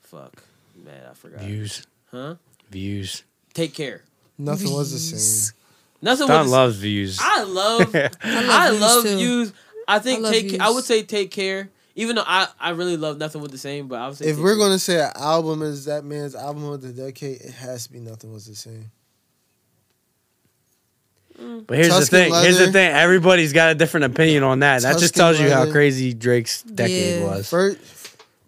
Fuck. Man, I forgot. Views. Huh? Views. Take care. Nothing was the same. Nothing. Don was- loves views. I love. I I love love views, too. views. I I think love take. I views. would say take care. Even though I, I really love nothing with the same, but I would say If Take we're Care. gonna say an album is that man's album of the decade, it has to be Nothing Was the Same. But here's the Tuscan thing. Here's the Leather. thing. Everybody's got a different opinion on that. That just Tuscan tells you how Leather. crazy Drake's decade Yeah. was. First,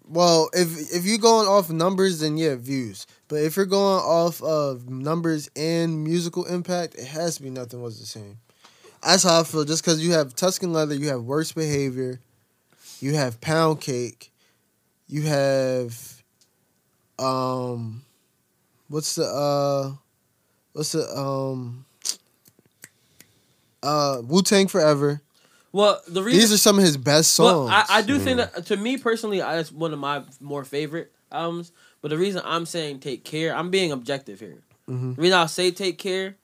well, if if you're going off numbers, then yeah, views. But if you're going off of numbers and musical impact, it has to be Nothing Was the Same. That's how I feel. Just because you have Tuscan Leather, you have Worst Behavior, you have Pound Cake, you have, um, what's the uh, what's the um. Uh, Wu Tang Forever. well, the reason These are some of his best Well, songs. I, I do think that to me personally, I- that's one of my more favorite albums. But the reason I'm saying take care, I'm being objective here. The reason I'll say take care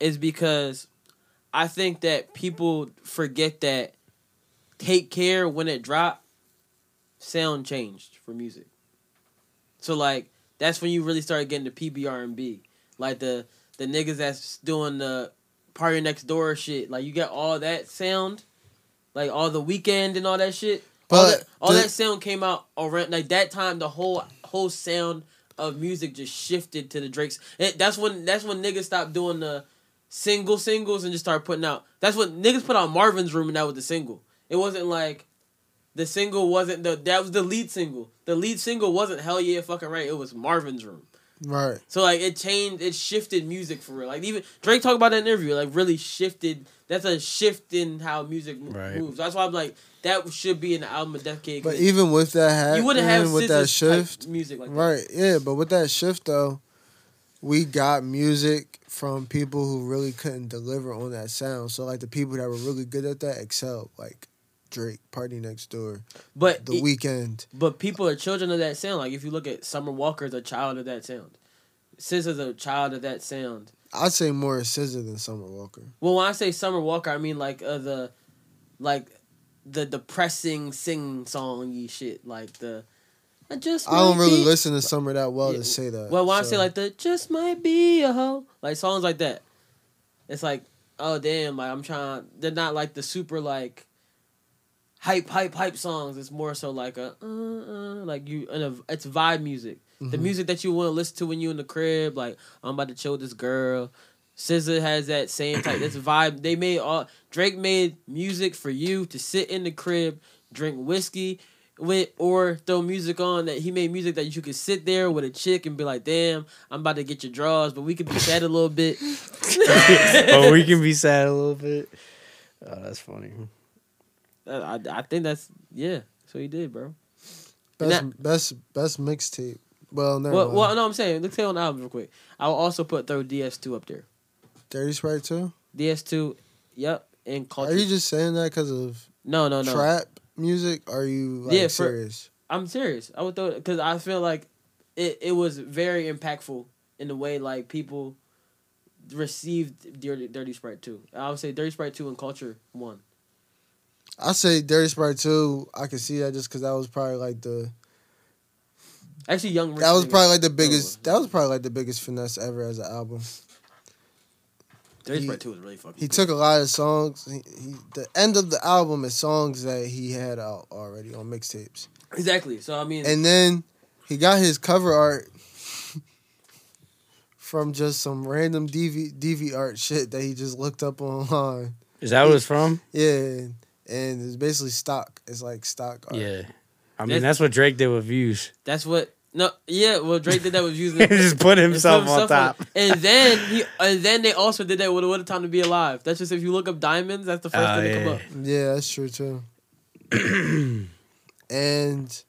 is because I think that people forget that take care when it dropped, sound changed for music. So like that's when you really started getting the PBR and B, like the the niggas that's doing the party next door shit. Like you got all that sound, like all the weekend and all that shit. all But that, all the- that sound came out around like that time. The whole whole sound of music just shifted to the Drake's. It, that's when that's when niggas stopped doing the single singles and just started putting out. That's what niggas put out Marvin's Room and that was the single. It wasn't like the single wasn't the that was the lead single. The lead single wasn't Hell Yeah Fucking Right. It was Marvin's Room. right. So like it changed, it shifted music for real. Like even Drake talked about that in an interview. Like really shifted. That's a shift in how music mo- Right. moves. That's why I'm like that should be an album of decade. But even with that hat, you wouldn't have with that shift, music like right? Yeah, but with that shift though, we got music from people who really couldn't deliver on that sound. So like the people that were really good at that excelled, like Drake, Party Next Door, that. But The it- Weekend. But people are children of that sound. Like if you look at Summer Walker is a child of that sound. SZA's a child of that sound. I'd say more Scissor than Summer Walker. Well, when I say Summer Walker, I mean like uh, the, like, the depressing sing songy shit. Like the, I just. I don't might really be- listen to Summer that well Yeah, to say that. Well, when I so- say like the just might be a hoe, like songs like that, it's like oh damn, like I'm trying. They're not like the super like hype hype hype songs. It's more so like a uh, uh, like you and a, it's vibe music. The Mm-hmm. music that you want to listen to when you in the crib, like I'm about to chill with this girl. SZA has that same type. That's vibe. They made all Drake made music for you to sit in the crib, drink whiskey, with or throw music on that he made music that you could sit there with a chick and be like, damn, I'm about to get your draws, but we could be sad a little bit. but we can be sad a little bit. Oh, that's funny. I, Uh, I think that's yeah. So he did, bro. Uh, Best best best mixtape. Well, never Well, mind. well, no, I'm saying let's say on the album real quick. I'll also put throw DS2 up there. Dirty Sprite too. DS2, yep, and Are culture. you just saying that because of no, no, no. trap music? Are you like Yeah, for- serious? I'm serious. I would throw it because I feel like it, it was very impactful in the way like people received Dirty, Dirty Sprite 2. I would say Dirty Sprite 2 and Culture 1. I say Dirty Sprite too. I can see that just because that was probably like the Actually, Young Rich that was Nigga. probably like the biggest that was probably like the biggest finesse ever as an album. Dirty he- Sprite 2 was really fucking He cool. took a lot of songs. He, he, the end of the album is songs that he had out already on mixtapes, Exactly. So, I mean, and then he got his cover art from just some random DV DV art shit that he just looked up online. Is that what it's from? Yeah, and it's basically stock. It's like stock art. Yeah. I mean, That's- that's what Drake did with views. that's what. No, yeah, well, Drake did that with using He just put himself It's on some stuff top. like- and then he, and then they also did that with "What a Time to Be Alive." That's just if you look up diamonds, that's the first Oh, thing to yeah. come up. Ah, Yeah, that's true too. and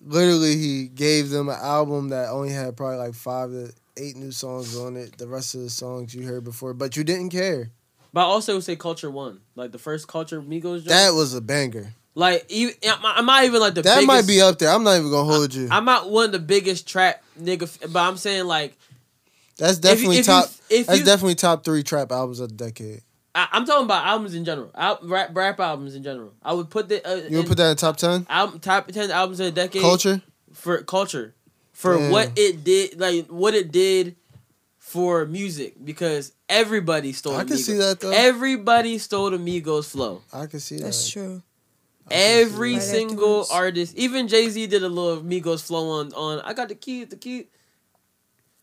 literally, he gave them an album that only had probably like five to eight new songs on it. The rest of the songs you heard before, but you didn't care. But I also would say Culture One, like the first Culture Migos. Joint. That was a banger. like even, I'm not- I'm not even like the that biggest, might be up there. I'm not even gonna hold you. I'm not one of the biggest trap nigga, f- but I'm saying like that's definitely if you- top. if that's you- definitely top three trap albums of the decade. I, I'm talking about albums in general, Al- rap, rap albums in general. I would put the uh, You would in put that in top ten? album, top ten albums of the decade Culture. for culture for Yeah. what it did like what it did for music because everybody stole I can Amigos. see that, though. everybody stole Amigos flow I can see That's that. true. every Right single afterwards. artist even Jay-Z did a little Amigos flow on on I got the key the key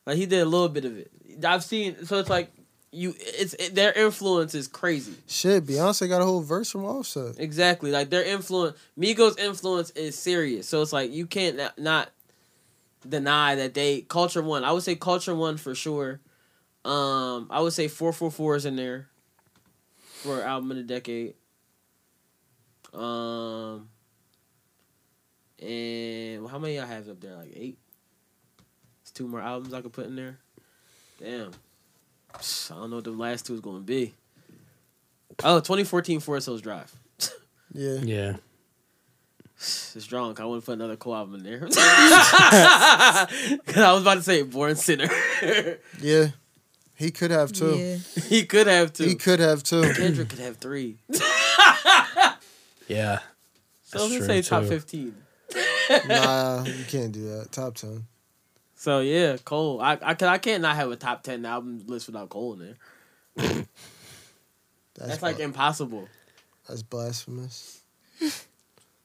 like he did a little bit of it I've seen so it's like you it's it, their influence is crazy Shit, Beyonce got a whole verse from Offset. Exactly. Like their influence, Migos' influence is serious. So it's like you can't not, not deny that they culture one. I would say culture one for sure. Um, I would say four four four is in there for album of the decade. Um, and well, how many I have up there? Like eight. It's two more albums I could put in there. Damn. I don't know what the last two is going to be. Oh, 2014 Forest Hills Drive. Yeah. Yeah. It's drunk. I wouldn't put another co album in there. Cause I was about to say Born Sinner. Yeah. He could have two. Yeah. he could have two. He could have two. Kendrick could have three. Yeah. So I'm That's gonna true, say top too. fifteen. nah, you can't do that. Top ten. So yeah, Cole. I I, can, I can't not have a top ten album list without Cole in there. That's, That's, like bu- impossible. that's blasphemous.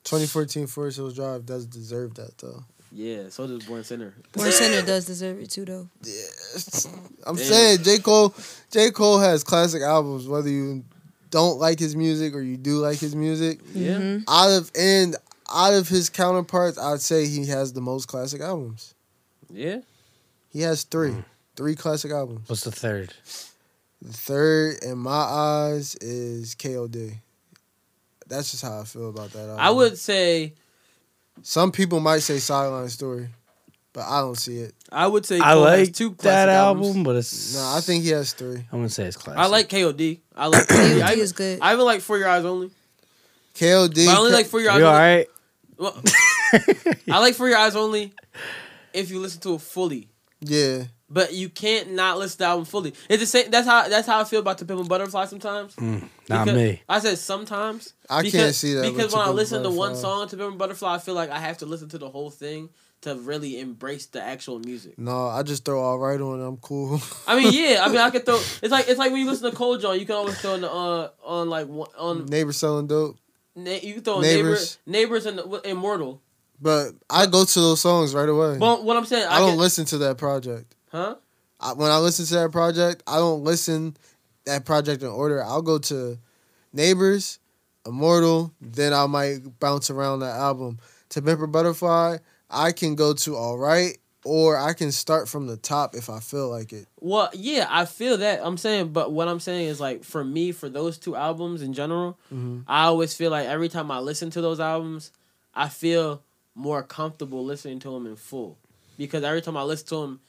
2014 Forest Hills Drive does deserve that though. Yeah. So does Born Sinner. Born Center does deserve it too, though. Damn. I'm saying J Cole, J Cole has classic albums. Whether you don't like his music or you do like his music, Yeah. Mm-hmm. Mhm. out of and out of his counterparts, I'd say he has the most classic albums. Yeah. He has three, Mm. three classic albums. What's the third? The third, in my eyes, is K.O.D. That's just how I feel about that. Album. I would say Some people might say Sideline Story, but I don't see it. I would say I Cole has like two classic that albums. album, but it's. No, I think he has three. I wouldn't say it's classic. I like KOD. I like KOD. AOD I, is good. I even like For Your Eyes Only. K.O.D. But I only like For You Your Eyes all Only. right? Well, I like For Your Eyes Only if you listen to it fully. yeah, But you can't not listen to the album fully. It's the same that's how that's how I feel about the Pimp and Butterfly sometimes. Not Because- me. I said sometimes. I because- can't see that. with Because when I Tipping listen to one Butterfly. song to Pimp and Butterfly, I feel like I have to listen to the whole thing to really embrace the actual music. no, I just throw all right on. I'm cool. I mean, yeah, I mean I could throw it's like it's like when you listen to Cold John, you can always throw in the uh on like one on Neighbor selling dope, na- you can throw neighbors Neighbors. neighbors and the- Immortal. but I go to those songs right away. But what I'm saying, I, I don't can- listen to that project. huh? I, when I listen to that project, I don't listen that project in order. I'll go to Neighbors, Immortal, then I might bounce around that album. to Pimper Butterfly, I can go to all right, or I can start from the top if I feel like it. Well, yeah, I feel that. I'm saying, but what I'm saying is like for me, for those two albums in general, I always feel like every time I listen to those albums, I feel more comfortable listening to them in full because every time I listen to them,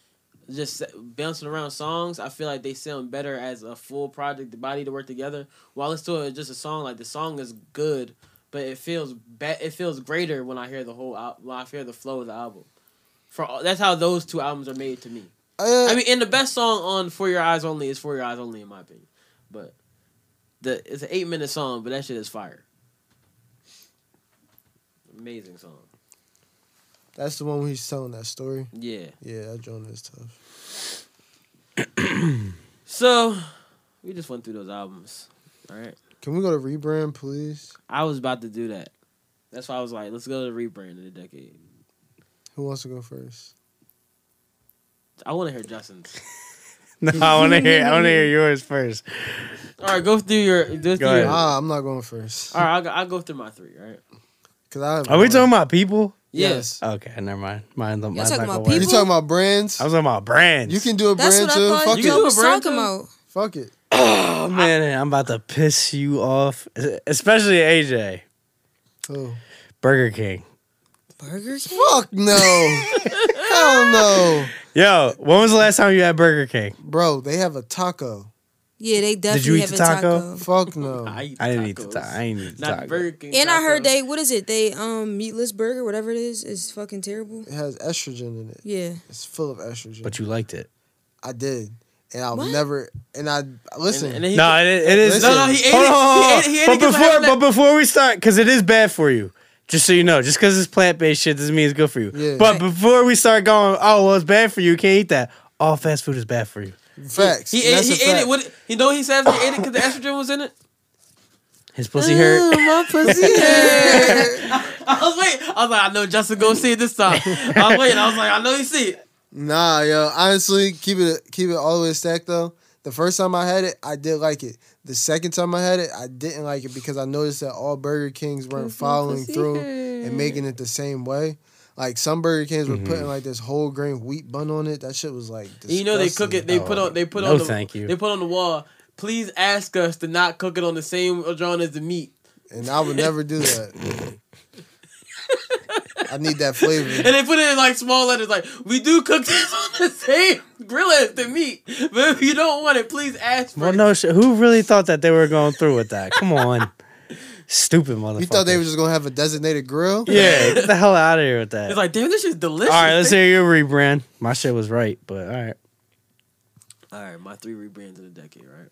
just bouncing around songs, I feel like they sound better as a full project, the body to work together. While I listen to it, just a song, like the song is good, but it feels be- it feels greater when I hear the whole al- when I hear the flow of the album. For all- that's how those two albums are made to me. Uh, I mean, and the best song on For Your Eyes Only is For Your Eyes Only, in my opinion. But the it's an eight minute song, but that shit is fire. Amazing song. that's the one where he's telling that story. Yeah. Yeah, that joint is tough. So we just went through those albums. All right. Can we go to rebrand, please? I was about to do that. That's why I was like, let's go to the rebrand of the decade. Who wants to go first? I want to hear Justin's. No, I want to hear. I want to hear yours first. All right, go through your. Go through ahead. your all Ah, I'm not going first. right, I'll go, I'll go through my three. All right. Cause I have Are we one. talking about people? Yes. Yes. Okay, never mind. Mine. Mine's talking not about gonna work. You people? talking about brands? I was talking about brands. You can do a That's brand what I too. thought Fuck you it. do a was brand talking too? about. Fuck it. Oh man, I'm about to piss you off, especially AJ. Oh. Burger King. Burger King. Fuck no. Hell no. Yo, when was the last time you had Burger King? Bro, they have a taco. Yeah, they definitely you eat have the a taco? taco. Fuck no. I, eat I didn't eat the tacos. taco. I didn't eat the Not taco. Burger King. And I heard tacos. they what is it? They um meatless burger, whatever it is, is fucking terrible. It has estrogen in it. Yeah. It's full of estrogen. but you liked it. I did. And I'll What? never and I listen. And, and then he, No, it, it is. Listen. No, no, he ate it. Hold on, He hold on, ate it. He ate hold it on. 'cause I But had before, that- but before we start, because it is bad for you. Just so you know, just because it's plant based shit doesn't mean it's good for you. Yeah. Right. But before we start going, oh well, it's bad for you. You can't eat that. All fast food is bad for you. facts. he, And ate, that's he a ate fact. it. What, you know what he said after he ate it because the estrogen was in it? His pussy hurt. my pussy hair. I was waiting. I was like, I know Justin gonna see it this time. I was waiting. I was like, I know you see it. Nah, yo. Honestly, keep it keep it all the way stacked though. The first time I had it, I did like it. The second time I had it, I didn't like it because I noticed that all Burger Kings weren't following through and making it the same way. Like some Burger Kings were Mm-hmm. putting like this whole grain wheat bun on it. That shit was like disgusting. you know they cook it. They put on. They put No, on. The, thank you. They put on the wall. Please ask us to not cook it on the same drawing as the meat. and I would never do that. I need that And flavor. they put it in like small letters, like we do cook this on the same grill as the meat. But if you don't want it, please ask for Well, it. no, shit. who really thought that they were going through with that? Come on, stupid motherfucker. You thought they were just gonna have a designated grill? Yeah, get the hell out of here with that. It's like, damn, this is delicious. all right, let's hear your rebrand. My shit was right, but all right. All right, my three rebrands of the decade, right?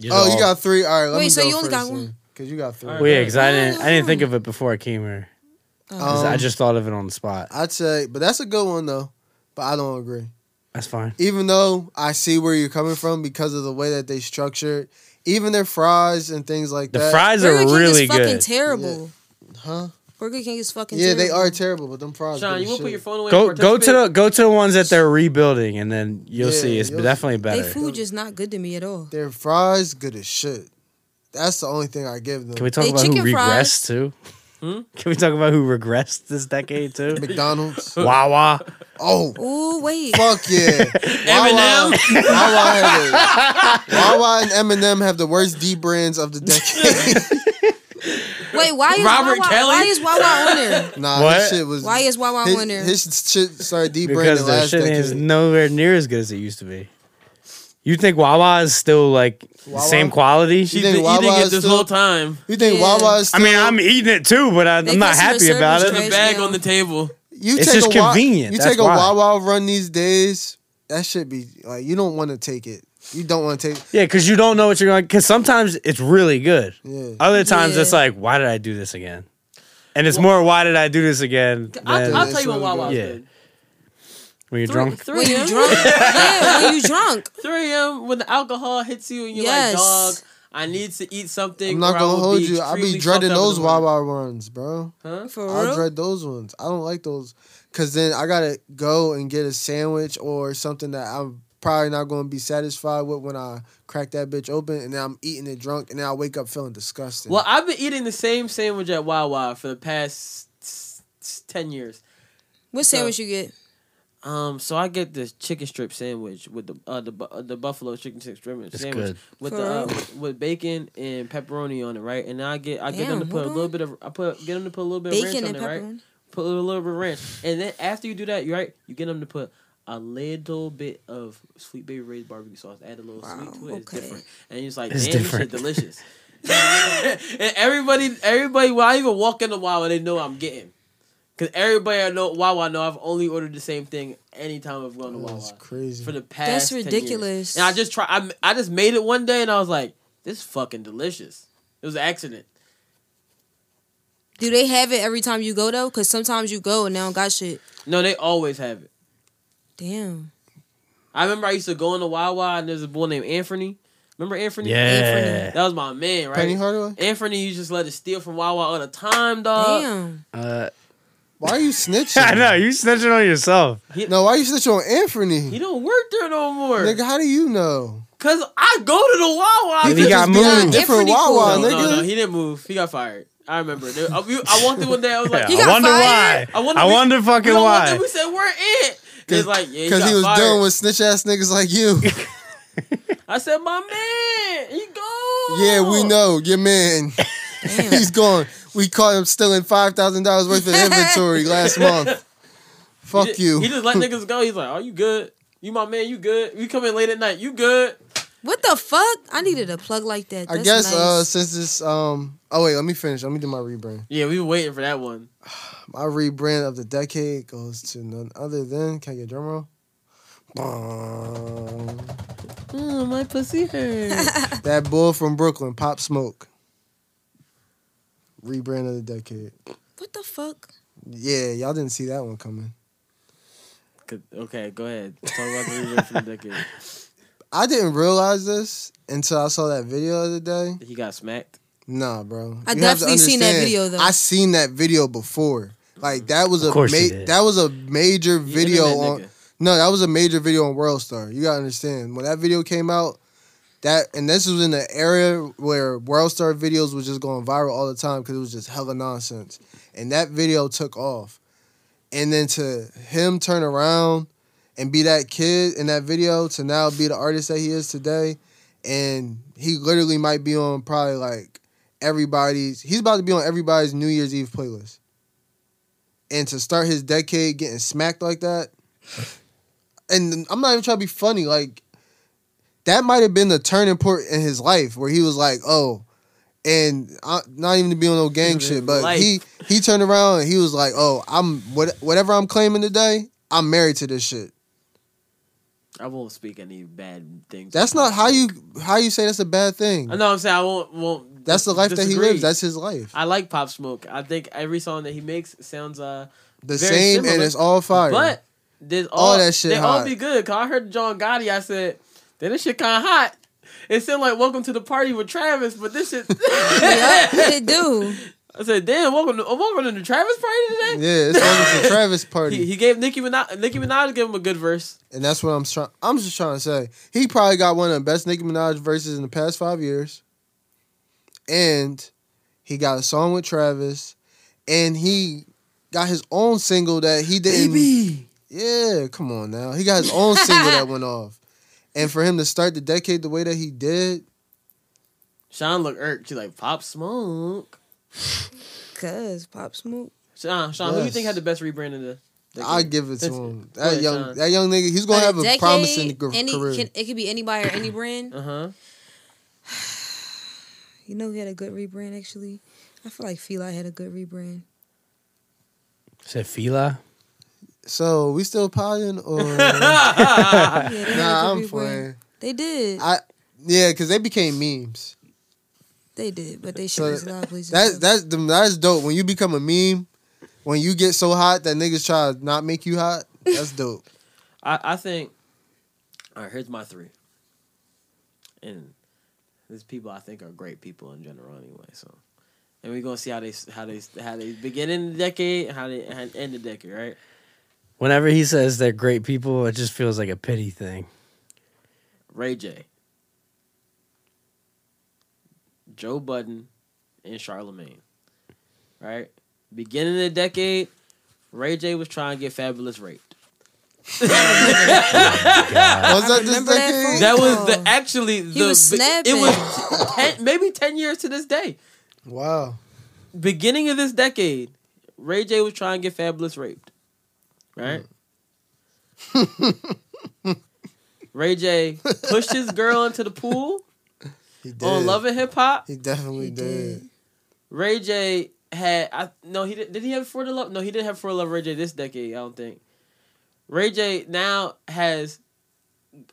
Yours Oh, all- you got three. All right, let Wait, me so go you only got first one? then, Cause you got three. All right. Oh. Well, yeah, because I didn't. I didn't Oh. think Mm. of it before I came here. 'Cause I Um, just thought of it on the spot. I'd say, but that's a good one though. But I don't agree. That's fine. Even though I see where you're coming from because of the way that they structured, even their fries and things like The that. fries Uh, Burger are King really is fucking good. terrible. huh? Burger King is fucking Yeah, terrible. they are terrible, but them fries. Sean, good you as will put your shit. phone away. Go and go to the participate? go to the ones that they're rebuilding, and then you'll Yeah, see it's you'll definitely They better. food just not good to me at all. Their fries good as shit. That's the only thing I give them. Can we talk They about who chicken fries. regressed too? Can we talk about who regressed this decade too? McDonald's. Wawa. Oh, Ooh, wait. fuck yeah. Wawa- Wawa, had it. Wawa and Eminem have the worst D brands of the decade. Wait, why is Robert Wawa, Kelly? Why is Wawa on there? nah, What? this shit was. Why is Wawa his, on there? His shit started D branding Because their last shit decade. is nowhere near as good as it used to be. You think Wawa is still like the Wawa? same quality? She You think did, you Wawa did is it this still- whole time. you think Yeah. Wawa is I still, mean, I'm eating it too, but I, They I'm not customer happy service about trash. it. The bag now. on the table. you it's take just a Wa- convenient, You that's take a why. Wawa run these days. That should be like you don't want to take it. You don't want to take. Yeah, because you don't know what you're going. Because sometimes it's really good. Yeah. Other times it's Yeah. like, why did I do this again? And it's more, why did I do this again? I'll, than I'll tell you what Yeah. Wawa's Yeah. good. when you're Three- drunk. When you 3M. drunk? yeah, when you drunk. 3M, when the alcohol hits you and you're Yes. like, dog, I need to eat something. I'm not or I gonna will hold be you. I extremely be dreading fucked up in those the morning." Wawa runs, bro. For I real? dread those ones. I don't like those because then I gotta go and get a sandwich or something that I'm probably not gonna be satisfied with when I crack that bitch open, and then I'm eating it drunk, and then I wake up feeling disgusted. Well, I've been eating the same sandwich at Wawa for the past s- s- ten years. What So- sandwich you get? Um, so I get the chicken strip sandwich with the uh, the bu- uh, the buffalo chicken strip sandwich It's sandwich good. with For the uh, real? with- with bacon and pepperoni on it, right? And I get I get them to Damn, put a hold little on. bit of I put get them to put a little bit of ranch Bacon on and it, right? pepperoni. Put a little bit of ranch, and then after you do that, you right, you get them to put a little bit of sweet baby raised barbecue sauce. Add a little sweet Wow, to it. It's okay. different, and it's like It's damn, different. this shit delicious. and everybody, everybody, when I even walk in the Wawa, they know I'm getting. Cause everybody I know, Wawa know I've only ordered the same thing anytime I've gone to Wawa That's crazy. for the past. 10 years. ridiculous. And I just try. I, I just made it one day, and I was like, "This is fucking delicious." It was an accident. Do they have it every time you go though? Because sometimes you go and they don't got shit. No, they always have it. Damn. I remember I used to go into Wawa, and there's a boy named Anthony. Remember Anthony? Yeah. that was my man, right? Penny Hardaway? Anthony, you just let it steal from Wawa all the time, dog. Damn. Uh, Why are you snitching? I know you snitching on yourself. No, why you snitching on Anthony? He don't work there no more. Nigga, how do you know? Cause I go to the Wawa. He could got just be at a moved. Different Anthony cool. Wawa, no, nigga. no, no, he didn't move. He got fired. I remember. There- I, we- I walked in one day. I was like, He I got wonder fired? why. I I wonder wonder, we- we fucking don't want why. them. We said we're it. It's like yeah, Because got he was fired. dealing with snitch ass niggas like you. I said my man, he gone. yeah, we know your man. He's gone. We caught him stealing five thousand dollars worth of inventory last month. He Fuck just, you. He just let niggas go. He's like, oh, you good? You my man? You good? We come in late at night. You good? What the fuck? I needed a plug like that. I That's guess nice. uh since this um oh wait, let me finish. Let me do my rebrand. Yeah, we were waiting for that one. My rebrand of the decade goes to none other than can I get a drum roll? Boom. Mm, my pussy hurt. That bull from Brooklyn, Pop Smoke. Rebrand of the decade. what the fuck? Yeah, y'all didn't see that one coming. Good. okay, go ahead. Talk about the reason for the decade. I didn't realize this until I saw that video the other day. He got smacked. Nah, bro. I You have to definitely seen that understand, video, though. I seen that video before. Like that was Of a course you ma- did. that was a major He video internet on nigga. no, that was a major video on World Star. You gotta understand when that video came out. That and this was in the era where World Star videos was just going viral all the time because it was just hella nonsense, and that video took off. And then to him turn around and be that kid in that video to now be the artist that he is today, and he literally might be on probably like everybody's. He's about to be on everybody's New Year's Eve playlist. And to start his decade getting smacked like that, and I'm not even trying to be funny. Like that might have been the turning point in his life where he was like, oh, and I, not even to be on no gang His shit, but life. he he turned around and he was like, oh, I'm what whatever I'm claiming today, I'm married to this shit. I won't speak any bad things. That's not how you how you say that's a bad thing. I know. what I'm saying I won't. Won't. That's the life that disagree. he lives. That's his life. I like Pop Smoke. I think every song that he makes sounds uh, The Very same, and similar, it's all fire. but there's all, All that shit They all hot. be good. Cause I heard John Gotti. I said, "Then this shit kind of hot." It sounded like "Welcome to the Party" with Travis, but this shit. Yeah, what it do? I said, "Damn, welcome to welcome to the Travis party today." yeah, it's like the Travis party, He, he gave Nicki Minaj. Nicki Minaj gave him a good verse. and that's what I'm trying. I'm just trying to say he probably got one of the best Nicki Minaj verses in the past five years, and he got a song with Travis, and he got his own single that he didn't. Yeah, come on now. He got his own single that went off, and for him to start the decade the way that he did, Sean looked irked. She like Pop Smoke. Cause Pop Smoke. Sean, Sean, who do you Yes. think had the best rebrand of the? I give it to That's- him. Go That ahead, young, Sean. that young nigga, he's gonna But have a decade, promising gr- any, career. Can, it could be anybody or any brand. Uh huh. You know, who had a good rebrand actually. I feel like Feli had a good rebrand. Said Fila. so we still potting or Yeah, they had a nah? good I'm rebrand. playing. They did. I yeah, because they became memes. they did, but they So should so a lot of places. That's too. that's them- that's dope. When you become a meme, when you get so hot that niggas try to not make you hot. That's dope. I, I think. All right, here's my three. And these people I think are great people in general, anyway. So, and we're gonna see how they how they how they begin in the decade, how they how they end the decade, right? Whenever he says they're great people, it just feels like a pity thing. Ray J, Joe Budden, and Charlemagne, right? Beginning of the decade, Ray J was trying to get Fabulous raped. Was that this remember that decade? That was Oh. the actually the was be- it snapping. was ten, maybe ten years to this day. wow. Beginning of this decade, Ray J was trying to get Fabulous raped. Right? Ray J pushed his girl into the pool He did. Oh, on Love and Hip Hop. He definitely did. Ray J had I no he did did he have for the love no he didn't have for the love Ray J this decade I don't think Ray J now has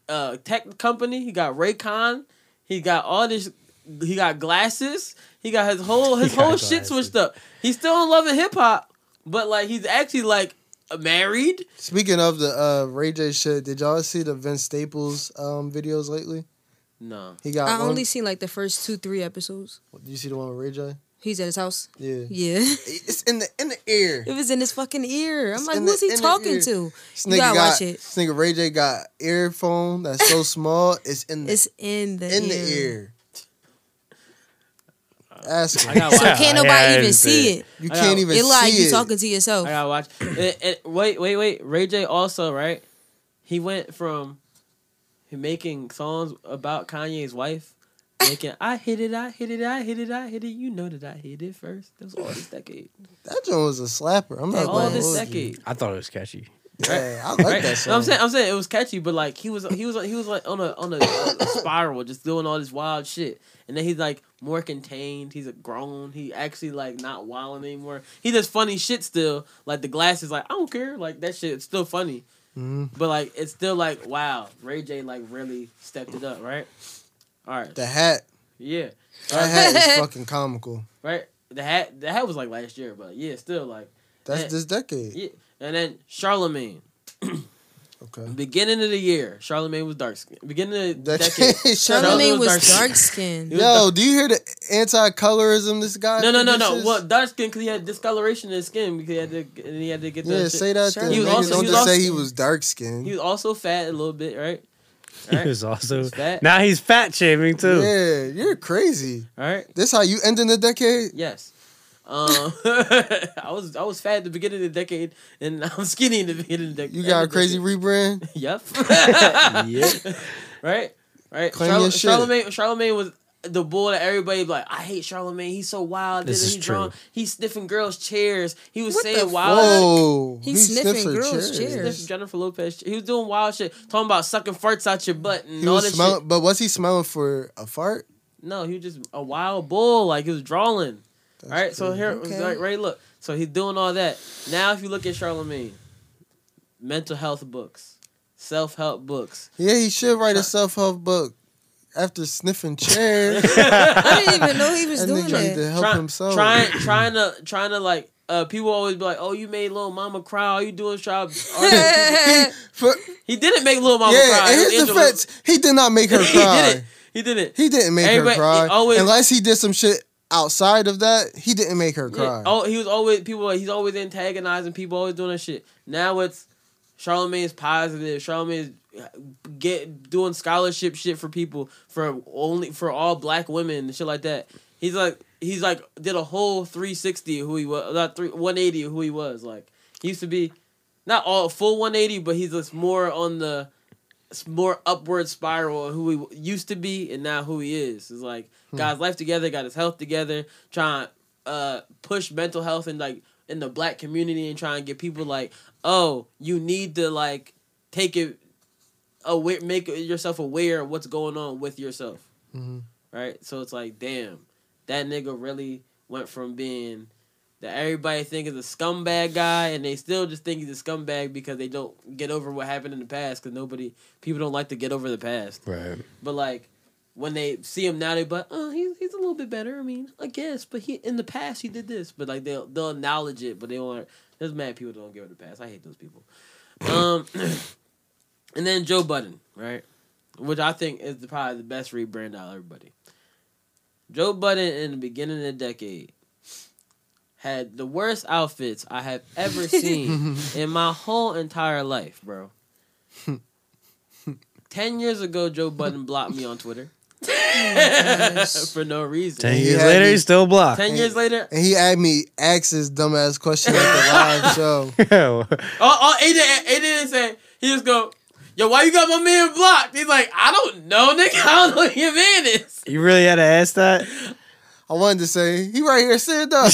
uh tech company he got Raycon he got all this he got glasses he got his whole his He got whole shit glasses. switched up he's still in love and hip hop but like he's actually like married Speaking of the uh, Ray J shit, did y'all see the Vince Staples um, videos lately? no He got I one. only seen like the first two, three episodes. you see the one with Ray J? He's at his house. Yeah. Yeah. It's in the in the ear. It was in his fucking ear. I'm It's like, in the- who's he in the talking ear. to? This You nigga gotta got, watch it. This nigga Ray J got earphone that's so small. It's in the It's in the in ear. the ear. Ask him. I gotta So watch can't Yeah, nobody I even didn't see see it. it. you I can't got- even It like see you it. talking to yourself. I gotta watch and, and- wait wait wait Ray J also right he went from making songs about Kanye's wife making I hit it, I hit it, I hit it, I hit it. You know that I hit it first. That was all this decade. that joint was a slapper. I'm not That gonna All this hold you. decade. I thought it was catchy. Yeah, I like Right? that No, song. I'm saying I'm saying it was catchy, but like he was he was he was like on a on a, a spiral, just doing all this wild shit. And then he's like more contained. He's a grown. He actually like not wilding anymore. He does funny shit still. Like the glasses, like I don't care. Like that shit, it's still funny. Mhm. But like it's still like wow, Ray J like really stepped it up, right? All right, The hat. yeah, That hat is fucking comical. right. The hat the hat was like last year, but yeah, still like That's Yeah. this decade. yeah. And then Charlemagne, Okay. beginning of the year, Charlemagne was dark skinned. Beginning of the decade. Decade. Shut up. Charlemagne Charlamagne was was dark- dark skinned. was Yo, do you hear the anti-colorism this guy? No, no, no, no. produces? Well, dark skin because he had discoloration in his skin because he had to and he had to get that. Yeah, shit. say that. Then. He was Niggas also- don't he was just say also- he was dark skinned. He was also fat a little bit, right? He was also He's fat. now he's fat shaming too. Yeah, you're crazy. All right. This how you ending the decade? Yes. Um, I was I was fat at the beginning of the decade, and I'm skinny in the beginning of the dec- You every decade. got a crazy rebrand? Yep. Yeah. right. Right. Claim Charla- your shit. Charlemagne. Charlemagne was the boy that everybody be like. I hate Charlemagne. He's so wild. This is he's true. drunk. He's sniffing girls' chairs. He was What the saying wild. Whoa. He's sniffing sniffs her girls' cherries. chairs. Sniffing Jennifer Lopez. He was doing wild shit, talking about sucking farts out your butt and He all was this smelling, shit. but was he smelling for a fart? No, he was just a wild bull, like he was drawing. all right, so here, Okay. right, right, look. So he's doing all that. Now, if you look at Charlemagne, mental health books, self help books. Yeah, he should write a self help book after sniffing chairs. I didn't even know he was and doing nigga need that. to help Try- himself. Trying, trying to, trying to like. Uh, people always be like, "Oh, you made little mama cry. All you doing, child?" For- he didn't make little mama yeah, cry. in It was his Angela- defense, he did not make her he did cry. it. He did it. He didn't make Everybody- her cry. he always- Unless he did some shit outside of that, he didn't make her Yeah. cry. Oh, he was always people. were- He's always antagonizing people. Always doing that shit. Now it's Charlemagne's positive. Charlemagne's get doing scholarship shit for people for only for all black women and shit like that. He's like he's like did a whole three sixty of who he was not three one eighty of who he was. Like he used to be not all full one eighty, but he's just more on the s- more upward spiral of who he w- used to be and now who he is. It's like got his life together, got his health together, trying to uh, push mental health and like in the black community and trying to get people like, oh, you need to like take it aware, make yourself aware of what's going on with yourself, Mhm. right? So it's like, damn, that nigga really went from being that everybody think is a scumbag guy, and they still just think he's a scumbag because they don't get over what happened in the past. Because nobody, people don't like to get over the past. Right. But like when they see him now, they but oh, he's he's a little bit better. I mean, I guess, but he in the past he did this. But like they'll they'll acknowledge it, but they won't. There's mad people that don't give it the past. I hate those people. Um, and then Joe Budden, right, which I think is the, probably the best rebrand out of everybody. Joe Budden in the beginning of the decade had the worst outfits I have ever seen in my whole entire life, bro. Ten years ago, Joe Budden blocked me on Twitter. for no reason. Ten He years had later, me- he's still blocked. Ten years later, And he had me ask this dumbass question at the live show. oh, Yo, oh, Aiden, Aiden didn't say. He just go, yo, why you got my man blocked? He's like, I don't know, nigga. I don't know who your man is. you really had to ask that? I wanted to say, he right here, sit up.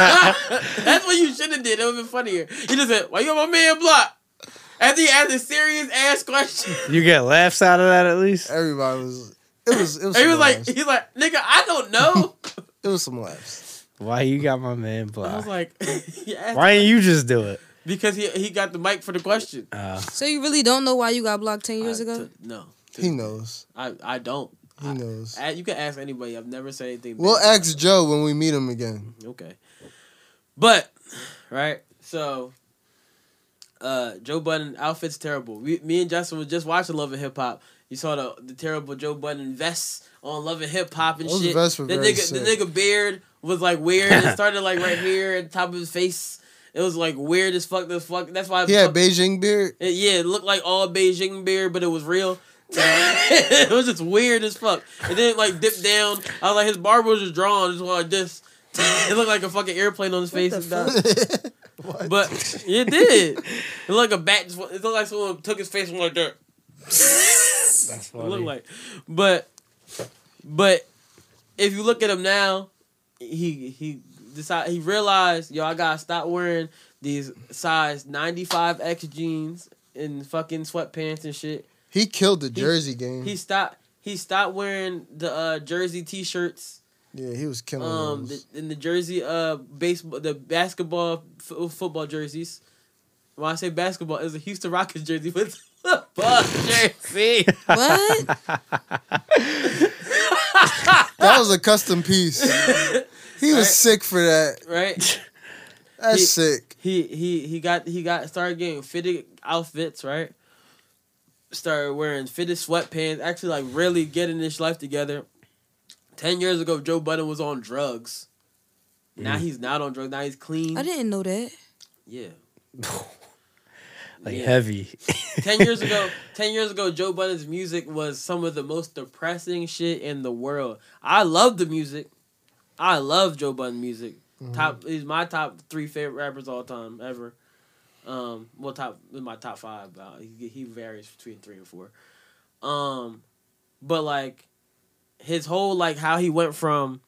That's what you should have did. It would have been funnier. He just said, why you got my man blocked? After he asked a serious ass question, You get laughs out of that at least. Everybody was, it was, it was, he some was like, laughs. he's like, nigga, I don't know. it was some laughs. Why you got my man I was blocked? like, he asked Why didn't you just do it? because he he got the mic for the question. Uh, So you really don't know why you got blocked ten years I- ago? t- no, He knows. I I don't. He knows. I- you can ask anybody. I've never said anything. We'll bad. ask Joe when we meet him again. Okay. But, right? So, uh, Joe Budden outfit's terrible. We, me and Justin was just watching Love and Hip Hop. You saw the the terrible Joe Budden vests on Love and Hip Hop and Those shit. vests were the very nigga the sick. nigga beard was like weird. It started like right here at the top of his face. It was like weird as fuck. This fuck. That's why. I He had fuck- Beijing beard. it- yeah, it looked like all Beijing beard, but it was real. it was just weird as fuck. And then like dipped down. I was like, his barber was just drawn, just like this. It looked like a fucking airplane on his face and stuff. But it did. It looked like a bat. It looked like someone took his face and went like that. It looked like, but, but if you look at him now, he he decide he realized yo I gotta stop wearing these size ninety five X jeans and fucking sweatpants and shit. He killed the Jersey game. He stopped he stopped wearing the uh, jersey t shirts yeah, he was killing um those. the, in the jersey uh baseball the basketball f- uh, football jerseys. When I say basketball, it's a Houston Rockets jersey with football jersey. What? That was a custom piece. he was sick for that. Right? That's He- sick. he he he got he got started getting fitted outfits right started wearing fitted sweatpants actually like really getting his life together 10 years ago joe budden was on drugs now he's not on drugs now he's clean I didn't know that. yeah like Yeah. heavy. 10 years ago 10 years ago joe budden's music was some of the most depressing shit in the world i love the music i love joe budden music top he's my top three favorite rappers all time ever um well top in my top five but he, he varies between three and four um but like his whole like how he went from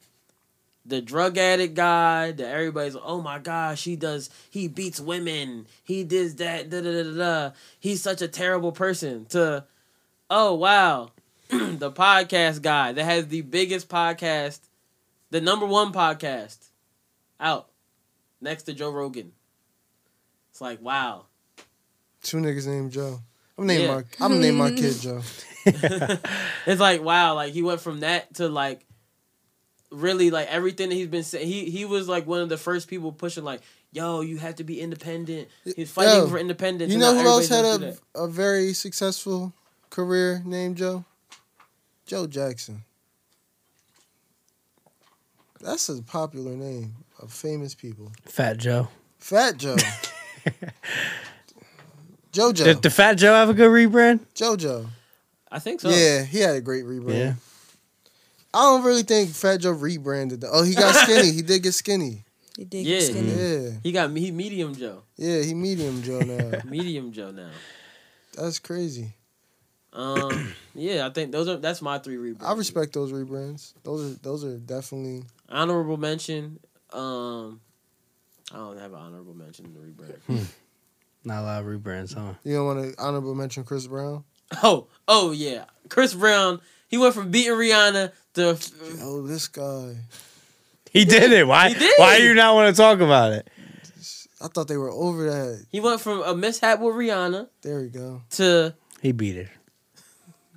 the drug addict guy that everybody's oh my gosh he does he beats women he does that da da da da da he's such a terrible person to oh wow the podcast guy that has the biggest podcast the number one podcast out next to joe rogan it's like wow Two niggas named Joe. I'm naming Yeah. my I'm gonna name my kid Joe. it's like wow like he went from that to like really like everything that he's been saying he he was like one of the first people pushing like yo you have to be independent he's fighting Yo, for independence You and know now who else had everybody's gonna a do a very successful career named Joe? Joe Jackson. That's a popular name of famous people. Fat Joe. Fat Joe. Jojo. Did, did Fat Joe have a good rebrand? Jojo. that. i think so yeah, he had a great rebrand. Yeah. I don't really think Fat Joe rebranded. though. Oh, he got skinny. he did get skinny. It did Yeah. get skinny. Yeah, he got me he medium joe yeah, he medium Joe now. medium joe now That's crazy. Um, yeah, I think those are that's my three rebrands. I respect those rebrands. Those are those are definitely honorable mention. Um, I don't have an honorable mention in the rebrand. Not a lot of rebrands, huh? you don't want to honorable mention Chris Brown. oh, oh yeah, Chris Brown. He went from beating Rihanna to Oh, this guy. He did it. Why? He did. Why do you not want to talk about it? I thought they were over that. he went from a mishap with Rihanna There we go, to He beat it.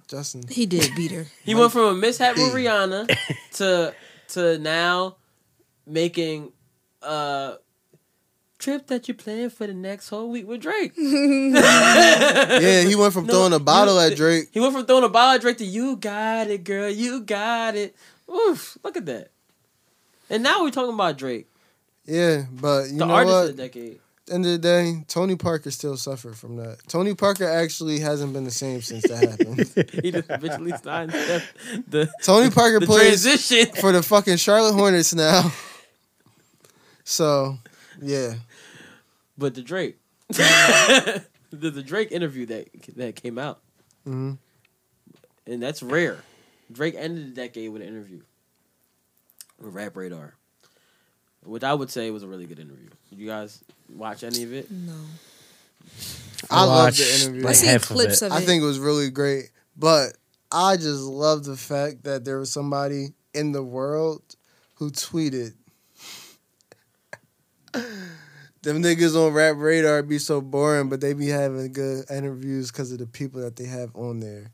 Justin. He did beat her. he went from a mishap with Hey. Rihanna to to now making a trip that you're playing for the next whole week with Drake. Yeah, he went from No, throwing a bottle you- at Drake. He went from throwing a ball at Drake to you got it, girl, you got it. Oof, look at that. And now we're talking about Drake, Yeah, but you the know artist what? of the decade. end of the day, Tony Parker still suffered from that. Tony Parker actually hasn't been the same since that happened. he just eventually sidestepped the, Tony Parker the plays transition. for the fucking Charlotte Hornets now. So, yeah. But the Drake, the, the Drake interview that that came out, hmm and that's rare. Drake ended the decade with an interview with Rap Radar, which I would say was a really good interview. Did you guys watch any of it? No. I love the watched, interview. I Like see half of clips it. of it. I think it was really great, but I just love the fact that there was somebody in the world who tweeted, "Them niggas on Rap Radar be so boring, but they be having good interviews because of the people that they have on there."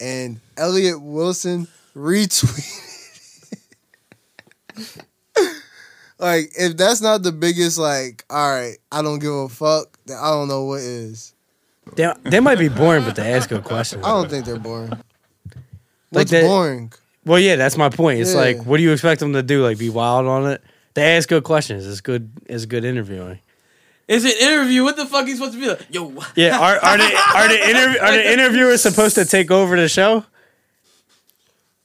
And Elliot Wilson retweeted. like, if that's not the biggest, like, all right, I don't give a fuck. Then I don't know what is. They, they might be boring, but they ask good questions. I don't think they're boring. Like What's that- boring? Well, yeah, that's my point. It's Yeah. like, what do you expect them to do? Like, be wild on it? They ask good questions. It's good. It's good interviewing. It's an interview. What the fuck are you supposed to be like? Yo, what? Yeah are are they are the interview are the interviewers supposed to take over the show?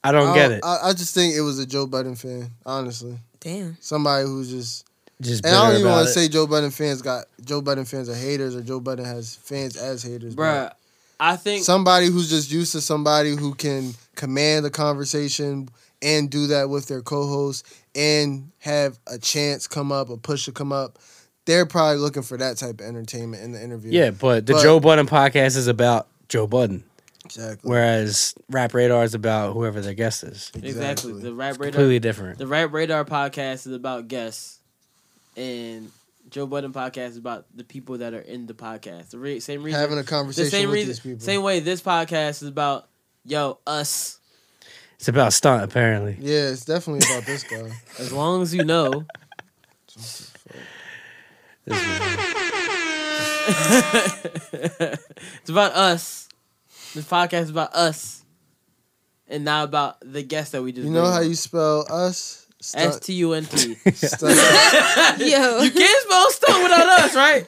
I don't get it. I, I just think it was a Joe Budden fan, honestly. Damn. Somebody who just Just and I bitter don't even about want it. to say Joe Budden fans got Joe Budden fans are haters or Joe Budden has fans as haters, bruh. but I think Somebody who's just used to somebody who can command a conversation and do that with their co-host and have a chance come up, a push to come up. They're probably looking for that type of entertainment in the interview. Yeah, but the But- Joe Budden podcast is about Joe Budden, exactly. whereas Rap Radar is about whoever their guest is. exactly the Rap Radar Completely different. The Rap Radar podcast is about guests, and Joe Budden podcast is about the people that are in the podcast. The re- same reason, having a the conversation same with reason, these people. same way. This podcast is about yo us. It's about stunt, apparently. Yeah, it's definitely about this guy. As long as you know, This is- it's about us. This podcast is about us, and not about the guest that we just. You know bring how on. you spell us? S T U N T. stunt, Yo. Can't spell stunt without us, right?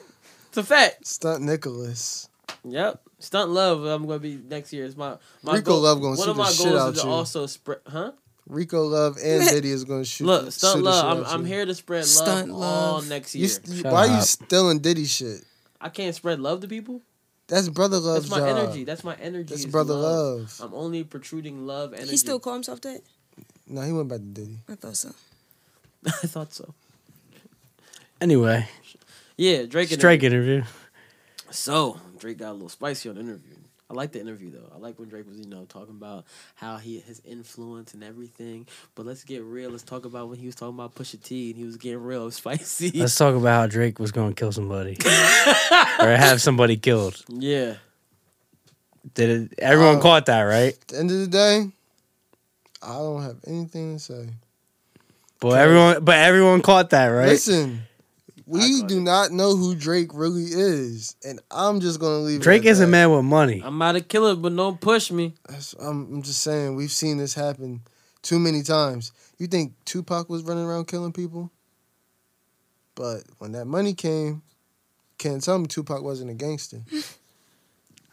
It's a fact. stunt Nicholas. Yep. Stunt love. I'm gonna be next year. It's my my Rico goal. Love gonna One sue of my the shit goals out is to you. also spread, huh? Rico Love and Diddy is gonna shoot. Look, the- stunt sue the shit love. I'm, out I'm you. here to spread love Stunt all love. next You, year. st- Shut why you up. stealing Diddy shit? I can't spread love to people. That's brother That's love's my job. energy. That's my energy. uh, That's is brother love. I'm only protruding love energy. He still call himself that? No, he went back to Diddy. I thought so. I thought so. anyway, Yeah, Drake. and Drake interview. So Drake got a little spicy on the interview. I like the interview though. I like when Drake was, you know, talking about how he his influence and everything. But let's get real. Let's talk about when he was talking about Pusha T and he was getting real spicy. Let's talk about how Drake was going to kill somebody or have somebody killed. yeah, Did it, everyone Oh. caught that right? At the end of the day, I don't have anything to say. But everyone, but everyone caught that right. Listen, we do not know who Drake really is, and I'm just gonna leave. Drake it at is a that. man with money. I'm not a killer, but don't push me. That's- I'm, I'm just saying, we've seen this happen too many times. You think Tupac was running around killing people? But when that money came, can't tell me Tupac wasn't a gangster.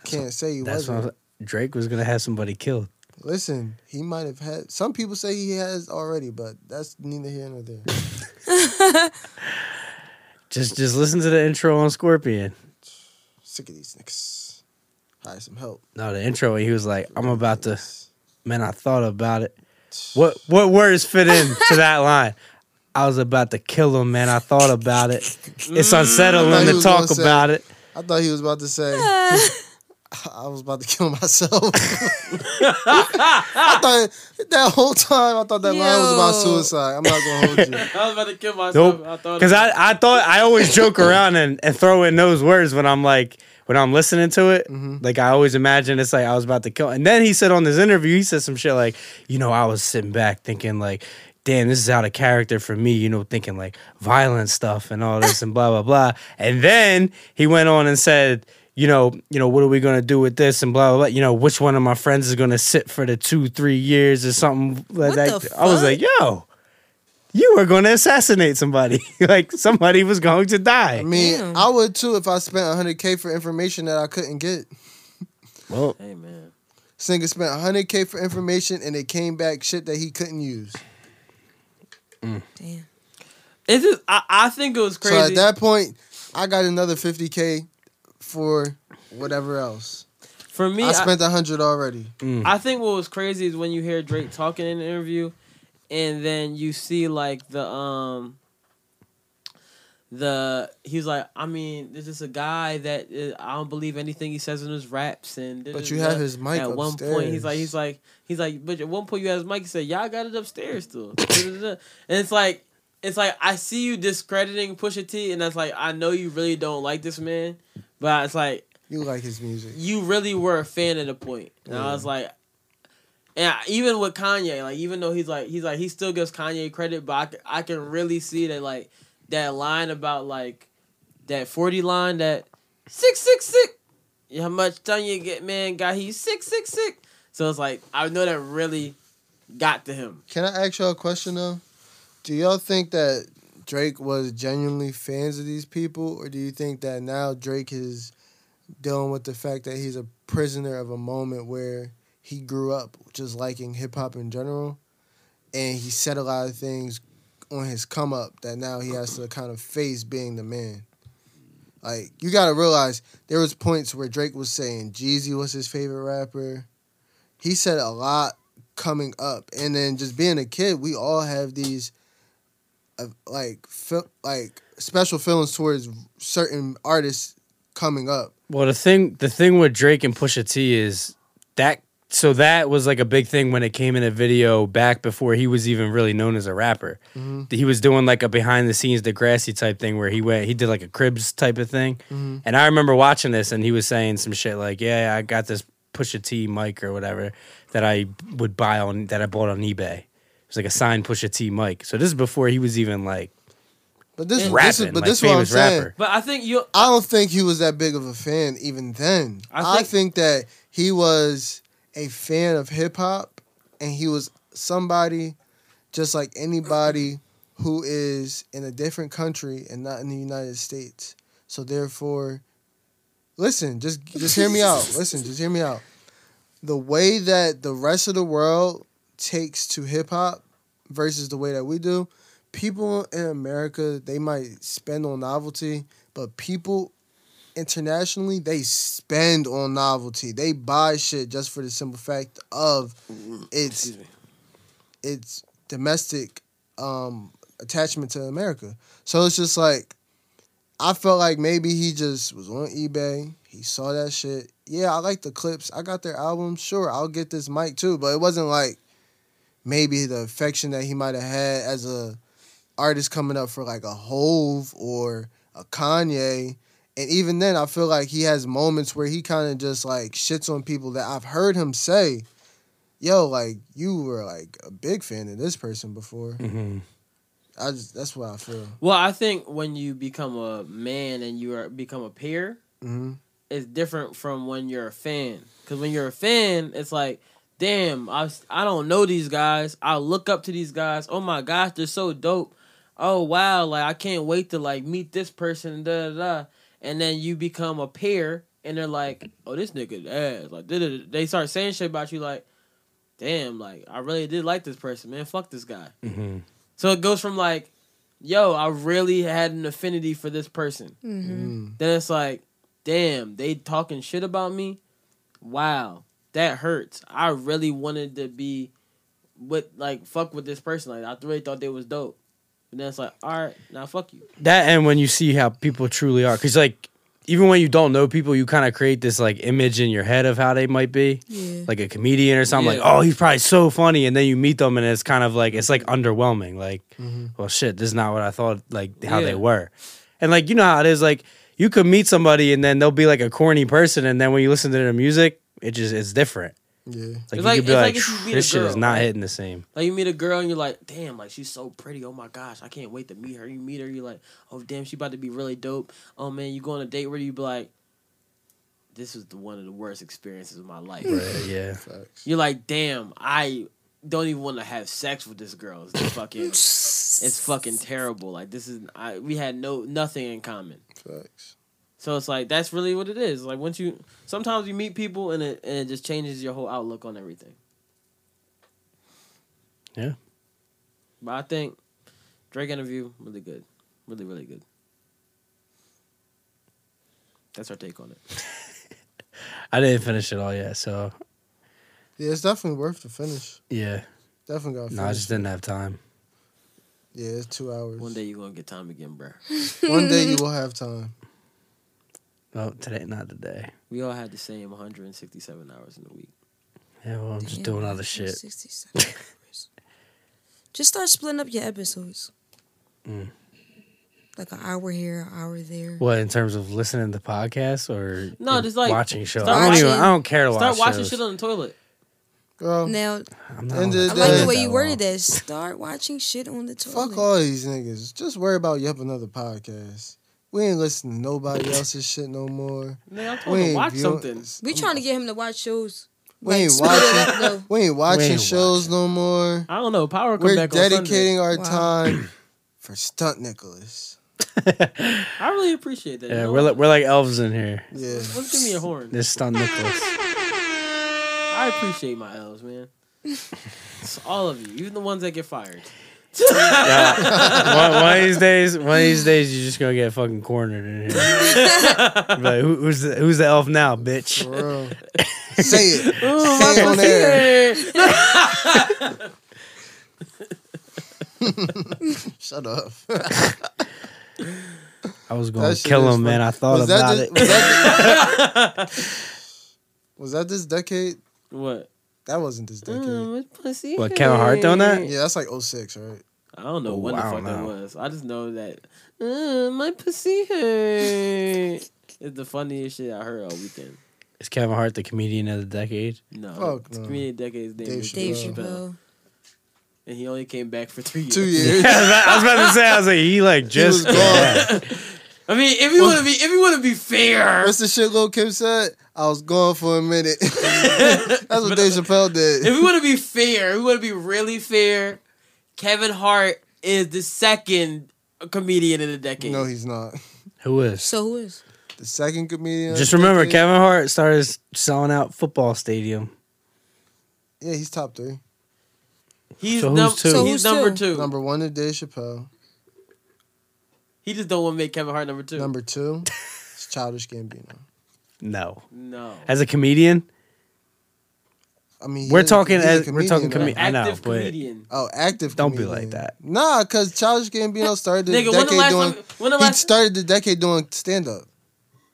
Can't say he That's what wasn't. I'm- Drake was going to have somebody killed. Listen, he might have had. Some people say he has already, but that's neither here nor there. Just, just listen to the intro on Scorpion. Sick of these niggas. Hire some help. No, the intro where he was like, "I'm about to." Man, I thought about it. What what words fit in to that line? I was about to kill him, man. I thought about it. It's Mm, I thought unsettling he to was talk gonna say- about it. I thought he was about to say, Ah. I was about to kill myself. I thought that whole time, I thought that line was about Yo. suicide. I'm not going to hold you. I was about to kill myself. Nope. I thought Because I, I thought I always joke around and, and throw in those words when I'm like when I'm listening to it. Like I always imagine it's like I was about to kill. And then he said on this interview, he said some shit like, you know, I was sitting back thinking like, damn, this is out of character for me, you know, thinking like violent stuff and all this and blah blah blah. And then he went on and said. You know, you know, what are we gonna do with this and blah blah blah. You know, which one of my friends is gonna sit for the two, three years or something What like that. the I was fuck? like, yo, you were going to assassinate somebody. like somebody was going to die. I mean, Damn. I would too if I spent 100k for information that I couldn't get. well, Hey man, This nigga spent 100k for information and it came back shit that he couldn't use. Damn. is it? I, I think it was crazy. So at that point, I got another 50k for whatever else. For me, I I, spent 100 already. I think what was crazy is when you hear Drake talking in an interview, and then you see like the um the he's like, I mean, this is a guy that uh, I don't believe anything he says in his raps, and this But is you have the- his mic At one point, he's like, he's like, he's like, but at one point you had his mic. He said, y'all got it upstairs still, and it's like. It's like I see you discrediting Pusha T, and that's like I know you really don't like this man, but it's like You like his music. you really were a fan at the point. And I was like, and I- even with Kanye, like even though he's like he's like he still gives Kanye credit, but I, c- I can really see that like that line about like that forty line that six six six. Yeah, How much time you get, man? Got he six six six. So it's like I know that really got to him. Can I ask y'all a question though? Do y'all think that Drake was genuinely fans of these people, or do you think that now Drake is dealing with the fact that he's a prisoner of a moment where he grew up just liking hip hop in general, and he said a lot of things on his come up that now he has to kind of face being the man. Like you gotta realize there was points where Drake was saying Jeezy was his favorite rapper. He said a lot coming up and then just being a kid we all have these uh, like feel, like special feelings towards certain artists coming up well, the thing, the thing with Drake and Pusha T is that. So that was like a big thing when it came in a video back before he was even really known as a rapper. He was doing like a behind the scenes Degrassi type thing where he went, he did like a cribs type of thing. And I remember watching this and he was saying some shit like, "Yeah, I got this Pusha T mic or whatever that I would buy on that I bought on eBay." It was like a signed Pusha T mic. So this is before he was even like but this, rapping, this is but like this is what I'm famous saying rapper. But I think you I don't think he was that big of a fan even then I I think, think- that he was a fan of hip hop and he was somebody just like anybody who is in a different country and not in the United States so therefore listen, just just hear me out. Listen, just hear me out. The way that the rest of the world takes to hip hop versus the way that we do, people in America they might spend on novelty, but people internationally they spend on novelty. They buy shit just for the simple fact of its its domestic um attachment to America. So it's just like I felt like maybe he just was on eBay. He saw that shit. Yeah, I like the clips. I got their album. Sure, I'll get this mic too. But it wasn't like maybe the affection that he might have had as a artist coming up for like a Hove or a Kanye. And even then, I feel like he has moments where he kind of just like shits on people that I've heard him say, "Yo, like you were like a big fan of this person before." Mm-hmm, I just that's what I feel. Well, I think when you become a man and you are become a peer, Mhm. it's different from when you're a fan. Because when you're a fan, it's like, damn, I s- I don't know these guys. I look up to these guys. Oh my gosh, they're so dope. Oh wow, like I can't wait to like meet this person. Da da da. And then you become a peer, and they're like, oh this nigga ass. Like da, da, da. they start saying shit about you. Like, damn, like I really did like this person, man. Fuck this guy. mm-hmm. So it goes from like yo, I really had an affinity for this person. Mm-hmm. Mm-hmm. Then it's like, damn, they talking shit about me. Wow, that hurts. I really wanted to be with like fuck with this person. Like I really thought they was dope. And then it's like, all right, now fuck you. that and when you see how people truly are because like even when you don't know people you kind of create this like image in your head of how they might be Yeah. like a comedian or something like Yeah. oh he's probably so funny and then you meet them and it's kind of like it's like underwhelming like well shit this is not what i thought like how Yeah. they were and like you know how it is like you could meet somebody and then they'll be like a corny person and then when you listen to their music it just it's different Yeah. like It's you like- could be it's like, like if you meet a this shit is girl, not right? hitting the same Like you meet a girl and you're like, damn, like she's so pretty. Oh my gosh, I can't wait to meet her. You meet her, you're like, oh damn, she about to be really dope. Oh man, you go on a date where you be like, this was the one of the worst experiences of my life. yeah You're like, damn, I don't even want to have sex with this girl. It's the fucking it's fucking terrible. Like this is I, we had no nothing in common. Facts. So it's like that's really what it is. Like once you sometimes you meet people and it and it just changes your whole outlook on everything. Yeah. But I think Drake interview really good, really really good. That's our take on it. I didn't finish it all yet, so Yeah, it's definitely worth the finish. yeah. Definitely got. No, I just didn't have time. Yeah, it's two hours. One day you're gonna get time again, bruh. One day you will have time. Oh, today, not today. We all had the same 167 hours in a week. Yeah, well, I'm just Damn, doing other shit. 67 hours. Just start splitting up your episodes. Mm. Like an hour here, an hour there. What in terms of listening to podcasts or No, in- just, like, watching shows. start I don't even. watching- I don't care to Start watch watching shows. shit on the toilet. Girl, Now, I'm not on End of I that the like day. the way that you worded long. that. Start watching shit on the toilet. fuck all these niggas. Just worry about yep another podcast. We ain't listening to nobody else's shit no more. Man, I'm told We to ain't watch viewing- something. We trying to get him to watch shows. We ain't split it watching. up, though. We ain't watching We ain't shows no more. I don't know. Power come We're back on Sunday. dedicating our Wow. time for stunt Nicholas. I really appreciate that. you Yeah, know? we're like, we're like elves in here. Yeah. Let's give me a horn. This stunt Nicholas. I appreciate my elves, man. It's all of you, even the ones that get fired. Yeah. one, one of these days, one of these days, you're just gonna get fucking cornered in here. Be like, who, who's the, who's the elf now, bitch? For real. Say it. Say it on air. Shut up. I was gonna That shit kill is him, man. funny. I thought was about that it. this, Was that, was that this decade? What? That wasn't this decade. Mm, it's pussy. What Kevin Hart done that? Yeah, that's like 06, right? I don't know Oh, when I the fuck don't that know. was. I just know that uh, my pussy hurt. It's the funniest shit I heard all weekend. Is Kevin Hart the comedian of the decade? No, Fuck it's no. comedian decades name Dave is Dave Chappelle. Chappelle. and he only came back for three years. Two I was years. about- I was about to say, I was like, he like He was just. gone. I mean, if you want to be, if you want to be fair, What's the shit Lil Kim said? I was gone for a minute. that's what Dave Chappelle if did. we want to be fair, if we want to be really fair, Kevin Hart is the second comedian in the decade. No, he's not. Who is? So who is? The second comedian. Just remember, Kevin. Kevin Hart started selling out football stadium. Yeah, he's top three. he's So who's num- two? So he's who's number two? two. Number one is Dave Chappelle. He just don't want to make Kevin Hart number two. Number two is Childish Gambino. No, no, as a comedian, I mean, he we're is- talking he's a as we're comedian, talking right? comedian. I know, active but comedian. Oh, active. Don't be comedian. like that. Nah, because Childish Gambino started the Nigga, when decade the last doing. time? When the he last? started the decade doing stand up.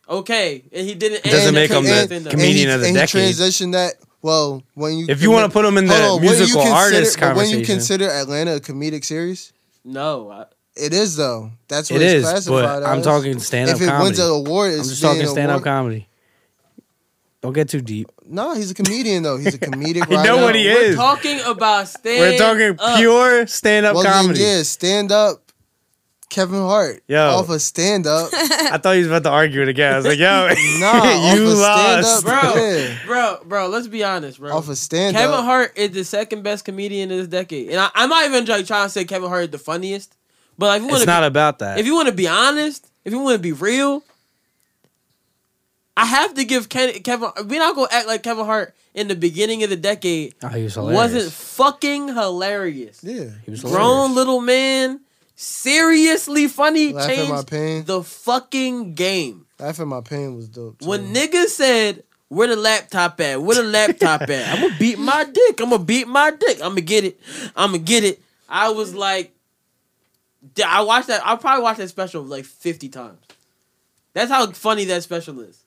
okay, and he didn't. Doesn't and- make him the and- comedian. of the and decade. He transitioned that. Well, when you If you wanna put him in Hold the on, when you musical consider- artist but when you conversation. consider Atlanta a comedic series, No, I, it is though. That's what it it's is. classified But I'm as. talking stand up If it wins comedy. an award, I'm it's just talking being stand up award- comedy. Don't get too deep. No, he's a comedian though. He's a comedic. You know writer. what he we're is. talking about stand. We're talking up. pure stand up Well, comedy. then, yeah, stand up. Kevin Hart Yo. off of stand up. I thought he was about to argue it again. I was like, yo, Nah, you off of lost. stand up, Bro. yeah. bro, bro. Let's be honest, bro. Off of stand Kevin uh, up. Hart is the second best comedian in this decade, and I, I'm not even like, trying to say Kevin Hart is the funniest, but like, if you want It's to not about that. if you want to be honest, if you want to be real, I have to give Ken, Kevin. We're not gonna act like Kevin Hart in the beginning of the decade oh, he was hilarious. wasn't fucking hilarious. Yeah. he was hilarious. Grown little man, seriously funny, Laugh at my changed pain. the fucking game. Laugh at my pain was dope. Too. When niggas said, "Where the laptop at? Where the laptop at? I'm gonna beat my dick. I'm gonna beat my dick. I'm gonna get it. I'm gonna get it." I was like, D- I watched that. I probably watched that special like 50 times. That's how funny that special is.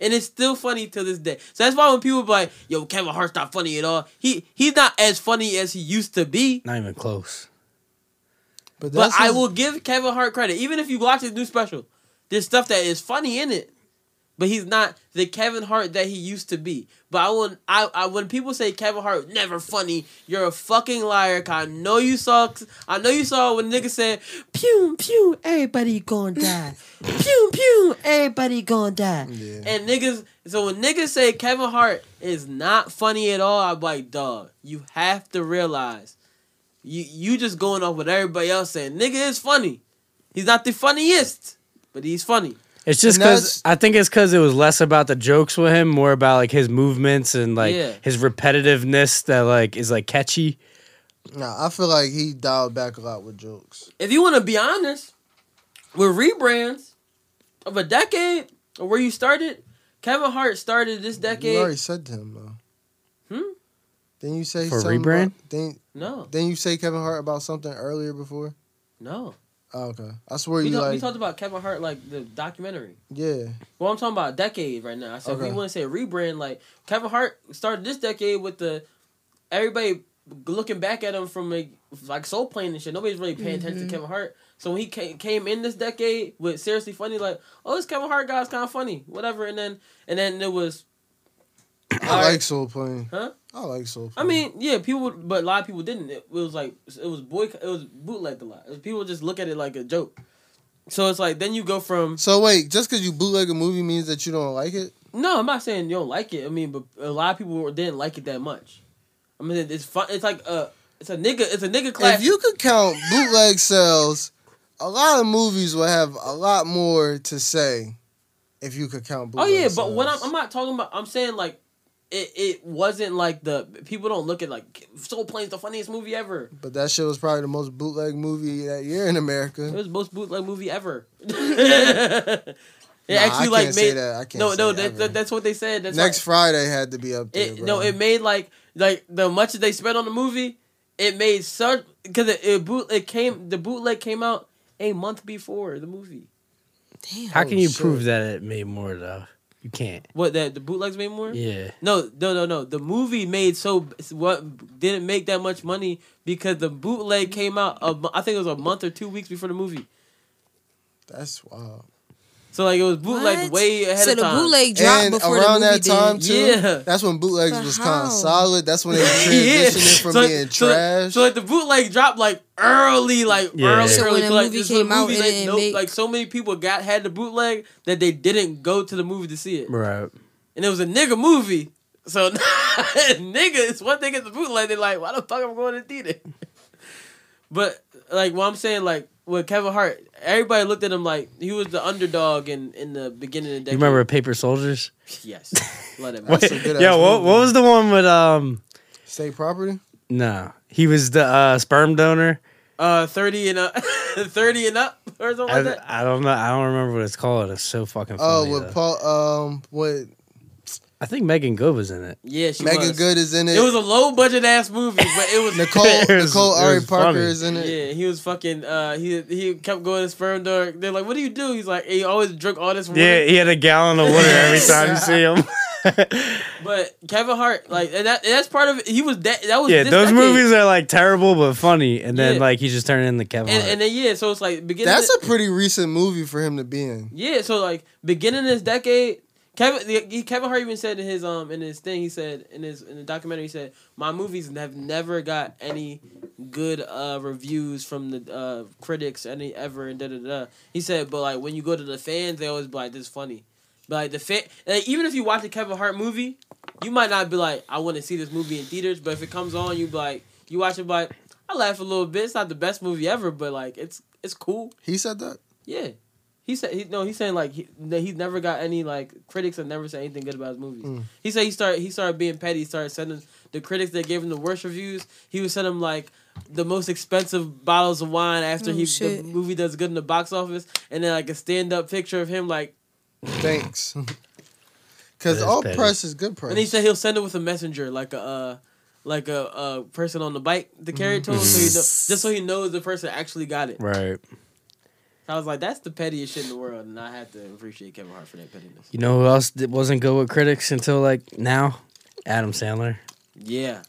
And it's still funny to this day. So that's why when people be like, "Yo, Kevin Hart's not funny at all. He he's not as funny as he used to be." Not even close. But that's I his- will give Kevin Hart credit. Even if you watch his new special, there's stuff that is funny in it. But he's not the Kevin Hart that he used to be. But I will I, I when people say Kevin Hart never funny, you're a fucking liar. 'cause I know you saw I know you saw when niggas said, Pew, pew, everybody gonna die. pew, pew, everybody gonna die. Yeah. And niggas so when niggas say Kevin Hart is not funny at all, I'm like, dog, you have to realize You you just going off with everybody else saying nigga is funny. He's not the funniest, but he's funny. It's just And because that's- I think it's because it was less about the jokes with him, more about like his movements and like Yeah. his repetitiveness that like is like catchy. Nah, I feel like he dialed back a lot with jokes. If you want to be honest, with rebrands of a decade or where you started, Kevin Hart started this You decade. already said to him though. Hmm? Then you say For something rebrand? about- then No, then you say Kevin Hart about something earlier before. no. Oh, okay, I swear We, you talk- we like talked about Kevin Hart like the documentary. yeah. Well, I'm talking about decade right now. I said we Okay. want to say rebrand. Like Kevin Hart started this decade with the everybody looking back at him from like, like Soul Plane and shit. Nobody's really paying attention to Kevin Hart. So when he came, came in this decade with seriously funny, like oh this Kevin Hart guy's kind of funny, whatever. And then and then it was. I Alright. like Soul Plane. Huh? I like Soul I Plane. mean, yeah, people, but a lot of people didn't. It, it was like it was boy, it was bootlegged a lot. It was- people just look at it like a joke. So it's like then you go from So wait, just because you bootleg a movie means that you don't like it? No, I'm not saying you don't like it. I mean, but a lot of people didn't like it that much. I mean, it's fun. It's like a, it's a nigga, it's a nigga class. If you could count bootleg sales, a lot of movies would have a lot more to say. If you could count oh bootleg. yeah, but what I'm, sales. I'm not talking about. I'm saying like, it, it wasn't like the people don't look at like Soul Plane's the funniest movie ever. But that shit was probably the most bootleg movie that year in America. It was the most bootleg movie ever. it actually I like can't made say that. I can't no say no ever. that, that- that's what they said. That's Next why- Friday had to be up there. It, bro. no, it made like like the much that they spent on the movie. It made such because it, it boot it came the bootleg came out a month before the movie. How Oh, can you shit. prove that it made more though? You can't. What that the bootlegs made more? Yeah. No, no, no, no. The movie made so what didn't make that much money because the bootleg came out. A, mo- I think it was a month or two weeks before the movie. That's wild. So like it was bootleg What? way ahead so of time. the bootleg dropped And before around the movie that time did. too, Yeah. that's when bootlegs But was how? kind of solid. That's when they transitioned it from being so, trash. So like the bootleg dropped like early, like Yeah. early, So early. when the like, movie this came out, it like, didn't no- make- like so many people got had the bootleg that they didn't go to the movie to see it, Right. and it was a nigga movie. So nigga, it's one thing at the bootleg. They're like, why the fuck I'm going to theater? But like what I'm saying, like with Kevin Hart, everybody looked at him like he was the underdog in in the beginning of the decade. You remember Paper Soldiers? Yes, let him. That's a Wait, good-ass yeah. What, movie. what was the one with um? State property. No, he was the uh, sperm donor. Uh, thirty and up, thirty and up, or something like I, that. I don't know. I don't remember what it's called. It's so fucking Oh, funny. with though. Paul. Um, with I think Megan Good was in it. Yeah, she Megan was. Good is in it. It was a low budget ass movie, but it was Nicole It was- Nicole it Ari was Parker funny. is in it. Yeah, he was fucking. Uh, he he kept going to sperm dog. They're like, "What do you do?" He's like, "He always drink all this." Water. Yeah, he had a gallon of water every time you see him. But Kevin Hart, like, and that and that's part of it. He was that. That was yeah, this those decade. movies are like terrible but funny, and then Yeah. like he just turned into Kevin. And, Hart. and then yeah, so it's like beginning. That's of- a pretty recent movie for him to be in. yeah. So like beginning of this decade, Kevin the- he, Kevin Hart even said in his um in his thing he said in his in the documentary he said my movies have never got any good uh reviews from the uh critics any ever and da da da. He said, but like when you go to the fans, they always be like this is funny. But like the fan, like, even if you watch a Kevin Hart movie, you might not be like, I want to see this movie in theaters. But if it comes on, you be like, you watch it, be like, I laugh a little bit. It's not the best movie ever, but like it's it's cool. He said that. Yeah. He said he, no. He's saying like he that he never got any like critics have never said anything good about his movies. He said he started he started being petty. He started sending the critics that gave him the worst reviews. He would send them like the most expensive bottles of wine after Oh, he the shit. movie does good in the box office, and then like a stand up picture of him like. Thanks. That Because is all petty. press is good press. And he said he'll send it with a messenger like a uh, like a uh, person on the bike to carry it to him, so he know, just so he knows the person actually got it. right. I was like, that's the pettiest shit in the world, and I had to appreciate Kevin Hart for that pettiness. You know who else that wasn't good with critics until like now? Adam Sandler. Yeah.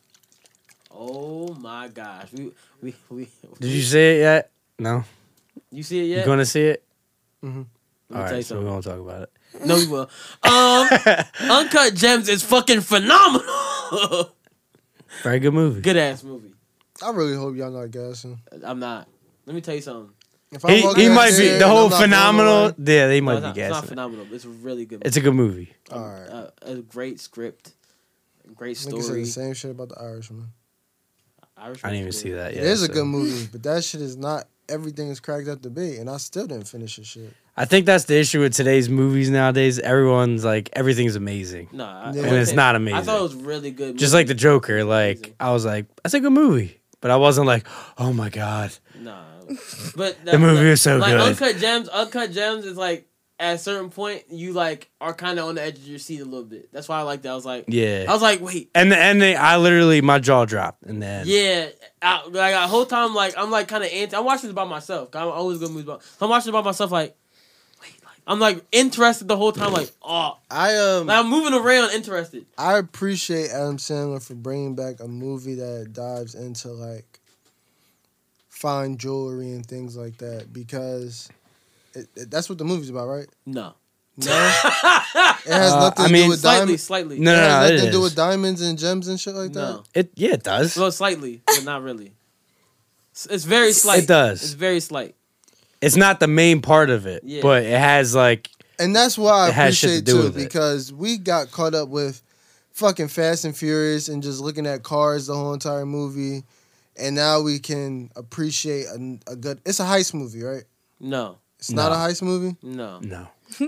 Oh my gosh. We we we. Did you see it yet? No. You see it You yet? going to see it? Mhm. Let me All tell you right, so we something. won't talk about it. No, we will. Um, Uncut Gems is fucking phenomenal. Very good movie. Good ass movie. I really hope y'all not gassing. I'm not. Let me tell you something. If He, walk he out might there be and the I'm whole not blown phenomenal. away- Yeah, they No, might it's, not, be it's not gassing. it. phenomenal. It's a really good. It's a good movie. All right. uh, a great script, great Nigga said story. the same shit about the Irishman. Irish I didn't even was see good. that It yet. is a Uh, so- good movie, but that shit is not everything is cracked up to be, and I still didn't finish this shit. I think that's the issue with today's movies nowadays. Everyone's like everything's amazing. Nah, I- And I it's think- I thought not amazing. it was really good. Just like the Joker, like I was like, that's a good movie. But I wasn't like, oh my god. nah, but The movie is so like good. Uncut Gems, Uncut Gems is like at a certain point you like are kind of on the edge of your seat a little bit. That's why I like that. I was like, Yeah. I was like, wait, Oh. and the ending, I literally my jaw dropped in the end. yeah. I, like the whole time, like I'm like kind of anti. I watch this by myself. 'cause I'm always good movies, by, so I'm watching it by myself. Like, wait, like I'm like interested the whole time. Like, oh, I um like I'm moving around, interested. I appreciate Adam Sandler for bringing back a movie that dives into like fine jewelry and things like that because it, it- that's what the movie's about, right? No, No, it has Uh, nothing I to mean- do with slightly, diamonds. slightly. No, it no, has no, nothing it to do with is. diamonds and gems and shit like No. It yeah, it does. Well, slightly, but not really. It's- It's very slight. It does. It's very slight. It's not the main part of it, Yeah. but it has like that. And that's why I It has shit to appreciate do too with it. because we got caught up with fucking Fast and Furious and just looking at cars the whole entire movie, and now we can appreciate a, a good. It's a heist movie, right? No, It's not a No. heist movie. no. no.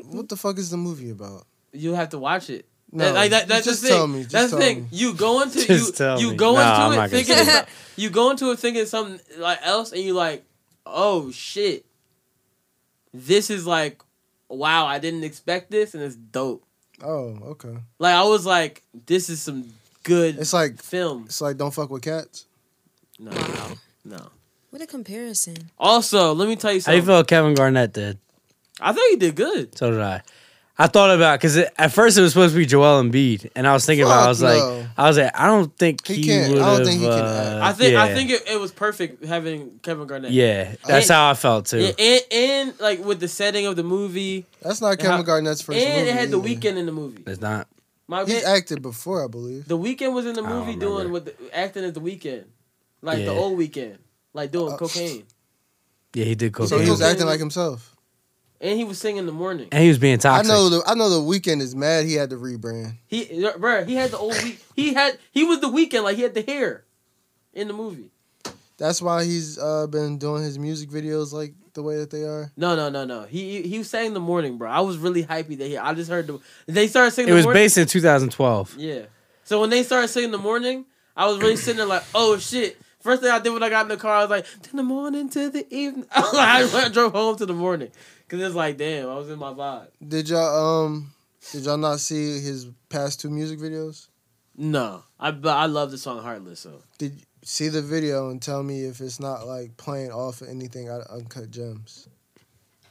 What the fuck is the movie about? You have to watch it. No, That- like, that- that's just the thing. tell me, just that's the tell thing. me. You go into Just you tell you me. go No, I'm into it not gonna thinking say it's- you go into it thinking something like else, and you like, oh shit, this is like, wow, I didn't expect this, and it's dope. Oh, okay. Like I was like, this is some good It's like film. it's like don't fuck with cats. No, no. What a comparison. Also, let me tell you How you something. feel Kevin Garnett did? I think you did good. So did I. I thought about because at first it was supposed to be Joel Embiid, and I was thinking about it, I Fuck was no. like, I was like, I don't think He he, can't- I would don't have. think he can uh, I think I yeah. think it, it was perfect having Kevin Garnett. Yeah, that's And- how I felt too. Yeah, and, and like with the setting of the movie, That's not Kevin how- Garnett's first movie. and it had the either. weekend in the movie. it's not. My He's man- acted before, I believe. the weekend was in the I don't movie doing remember. with the, acting as the weekend, like the Yeah. old weekend, like doing Uh, cocaine, Yeah, he did cocaine, So he was Okay. acting like himself. and he was singing in the morning. and he was being I toxic. know. The, I know the weekend is mad. He had to rebrand. He, bruh, he had the old week. He had he was the weekend, like he had the hair in the movie. That's why he's uh, been doing his music videos like the way that they are. No, no, no, no. He he was sang the morning, bro. I was really hypy that he. I just heard the they started singing. it the was morning, based in 2012. Yeah. So when they started singing the morning, I was really sitting there like, oh shit. First thing I did when I got in the car, I was like, to the morning, to the evening. I drove home to the morning. Cause it's like, damn, I was in my vibe. Did y'all um? Did y'all not see his past two music videos? No. I but I love the song Heartless, so Did see the video and tell me if it's not like playing off of anything out of Uncut Gems.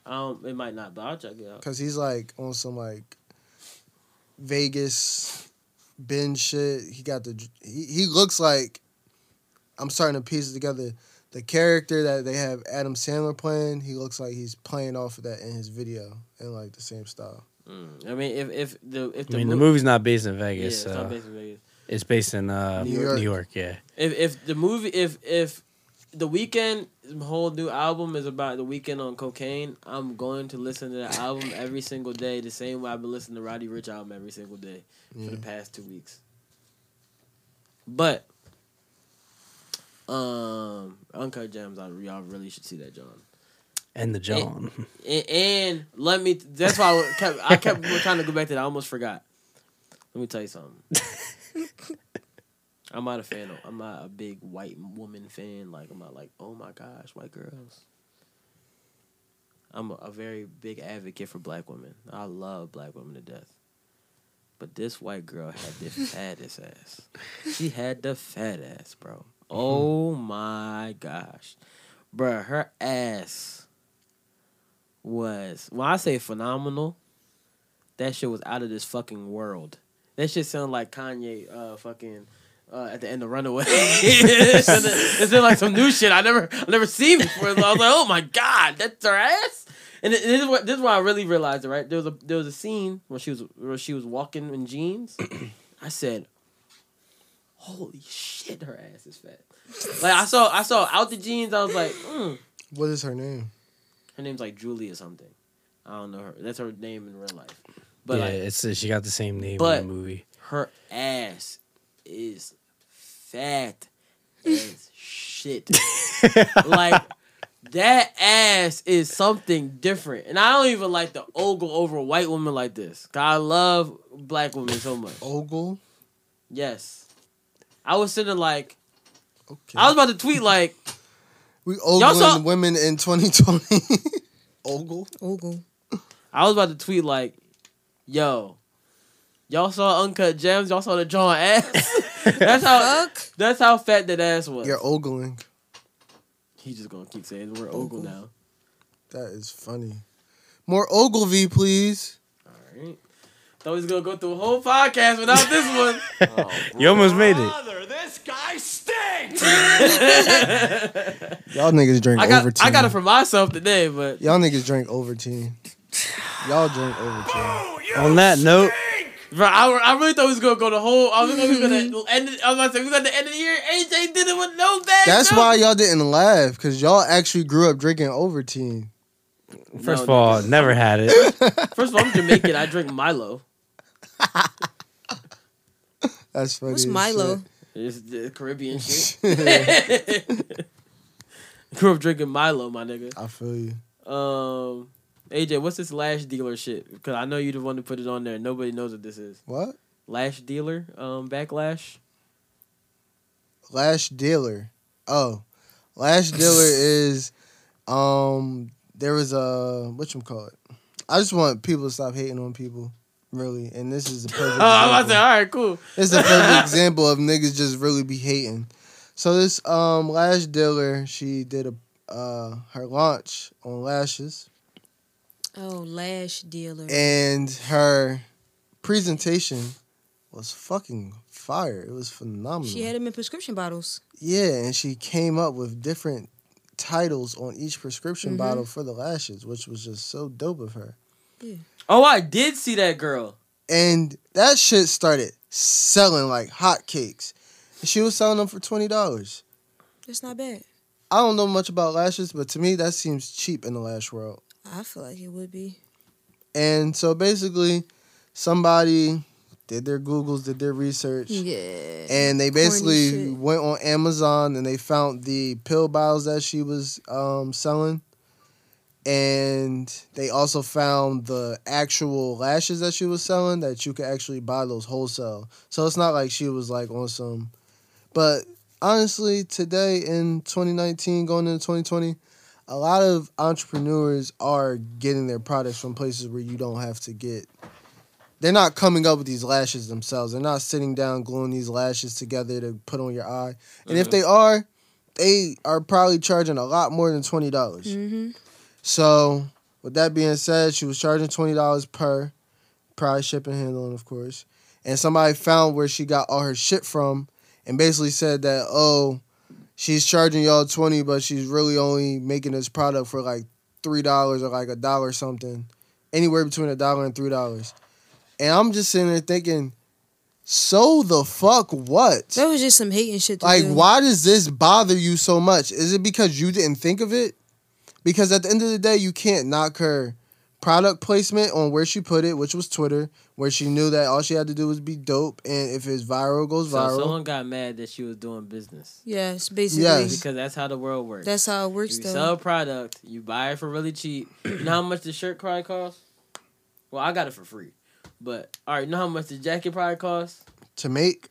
um it might not, but I'll check it out. Cause he's like on some like Vegas binge shit. He got the he, he looks like I'm starting to piece together the character that they have Adam Sandler playing. He looks like he's playing off of that in his video in like the same style. Mm. I mean if if the if I the, mean, mo- the movie's not based in yeah, Vegas, it's not so based in Vegas. it's based in uh, New New, York. York. Yeah, If if the movie if if the weekend whole new album is about the weekend on cocaine, I'm going to listen to that album every single day the same way I've been listening to Roddy Rich album every single day for the past two weeks. But um Uncut Gems, I, y'all really should see that, John. and the John. And, and let me. That's why I kept. I kept trying to go back to that. I almost forgot. Let me tell you something. I'm not a fan. Of, I'm not a big white woman fan. Like I'm not like, oh my gosh, white girls. I'm a, a very big advocate for black women. I love black women to death. But this white girl had this fattest ass. She had the fat ass, bro. Oh my gosh, bro, her ass was when I say phenomenal, that shit was out of this fucking world. That shit sounded like Kanye uh fucking uh, at the end of Runaway. it sounded- it sounded like some new shit I never I never seen before. I was like, oh my god, that's her ass. And it- this is what this is what I really realized it. Right there was a there was a scene where she was where she was walking in jeans. I said, holy shit, her ass is fat. Like I saw I saw out the jeans. I was like, mm. What is her name? Her name's like Julie or something. I don't know her. That's her name in real life. But yeah, like it's she got the same name but- in the movie. her ass is fat as shit. like that ass is something different, and I don't even like the ogle over a white woman like this. 'Cause I love black women so much. Oh. Ogle. Yes, I was sitting like Okay. I was about to tweet like we Y'all ogling saw- women in 2020. Ogle. Ogle. I was about to tweet like, yo, y'all saw uncut gems, y'all saw the drawn ass. that's how Fuck. that's how fat that ass was. You're ogling. He just gonna keep saying we're ogle now. That is funny. More Ogilvy, please. Alright. Thought we was gonna go through a whole podcast without this one. You almost made it. Y'all niggas drink I got Ovaltine. I got it for myself today, but Y'all niggas drink Ovaltine. Y'all drink Ovaltine. On that note, bro, I, I really thought we was gonna go the whole I was gonna, we was gonna end it, I was about to say we got the end of the year. AJ did it with no bad. That's joke. why y'all didn't laugh, because y'all actually grew up drinking Ovaltine. first of No, all, never had it. First of all, I'm Jamaican, I drink Milo. That's funny. What's as Milo? shit. It's the Caribbean shit. Grew up drinking Milo, my nigga. I feel you. Um, AJ, what's this lash dealer shit? Because I know you the one to put it on there. Nobody knows what this is. What? Lash dealer, um, backlash. Lash Dealer. Oh, Lash Dealer is um there was a what you call it. I just want people to stop hating on people, really. And this is the perfect. Oh, I'm about to example. say, all right, cool. It's a perfect example of niggas just really be hating. So this um lash dealer, she did a uh her launch on lashes Oh, lash dealer. and her presentation was fucking fire. It was phenomenal. She had them in prescription bottles. yeah, and she came up with different titles on each prescription Mm-hmm. bottle for the lashes, which was just so dope of her. Oh, I did see that girl. And that shit started selling like hotcakes. And she was selling them for twenty dollars. That's not bad. I don't know much about lashes, but to me that seems cheap in the lash world. I feel like it would be. And so basically, somebody did their Googles, did their research, Yeah. and they Corny basically shit. went on Amazon and they found the pill bottles that she was um, selling. And they also found the actual lashes that she was selling that you could actually buy those wholesale. So it's not like she was like on some. But honestly, today in 2019, going into 2020, a lot of entrepreneurs are getting their products from places where you don't have to get they're not coming up with these lashes themselves. They're not sitting down gluing these lashes together to put on your eye. And if they are, they are probably charging a lot more than twenty dollars. Mm-hmm. So, with that being said, she was charging twenty dollars per, probably shipping handling, of course. And somebody found where she got all her shit from, and basically said that oh, she's charging y'all twenty, but she's really only making this product for like three dollars or like a dollar something, anywhere between a dollar and three dollars. And I'm just sitting there thinking, so the fuck what? That was just some hating shit. To Like, do. why does this bother you so much? Is it because you didn't think of it? Because at the end of the day, you can't knock her product placement on where she put it, which was Twitter, where she knew that all she had to do was be dope, and if it's viral, it goes So viral. someone got mad that she was doing business Yes, basically. Yes. because that's how the world works. That's how it works, you though. sell a product, you buy it for really cheap. you know how much the shirt probably cost? Well, I got it for free, but all right. You know how much the jacket probably cost? to make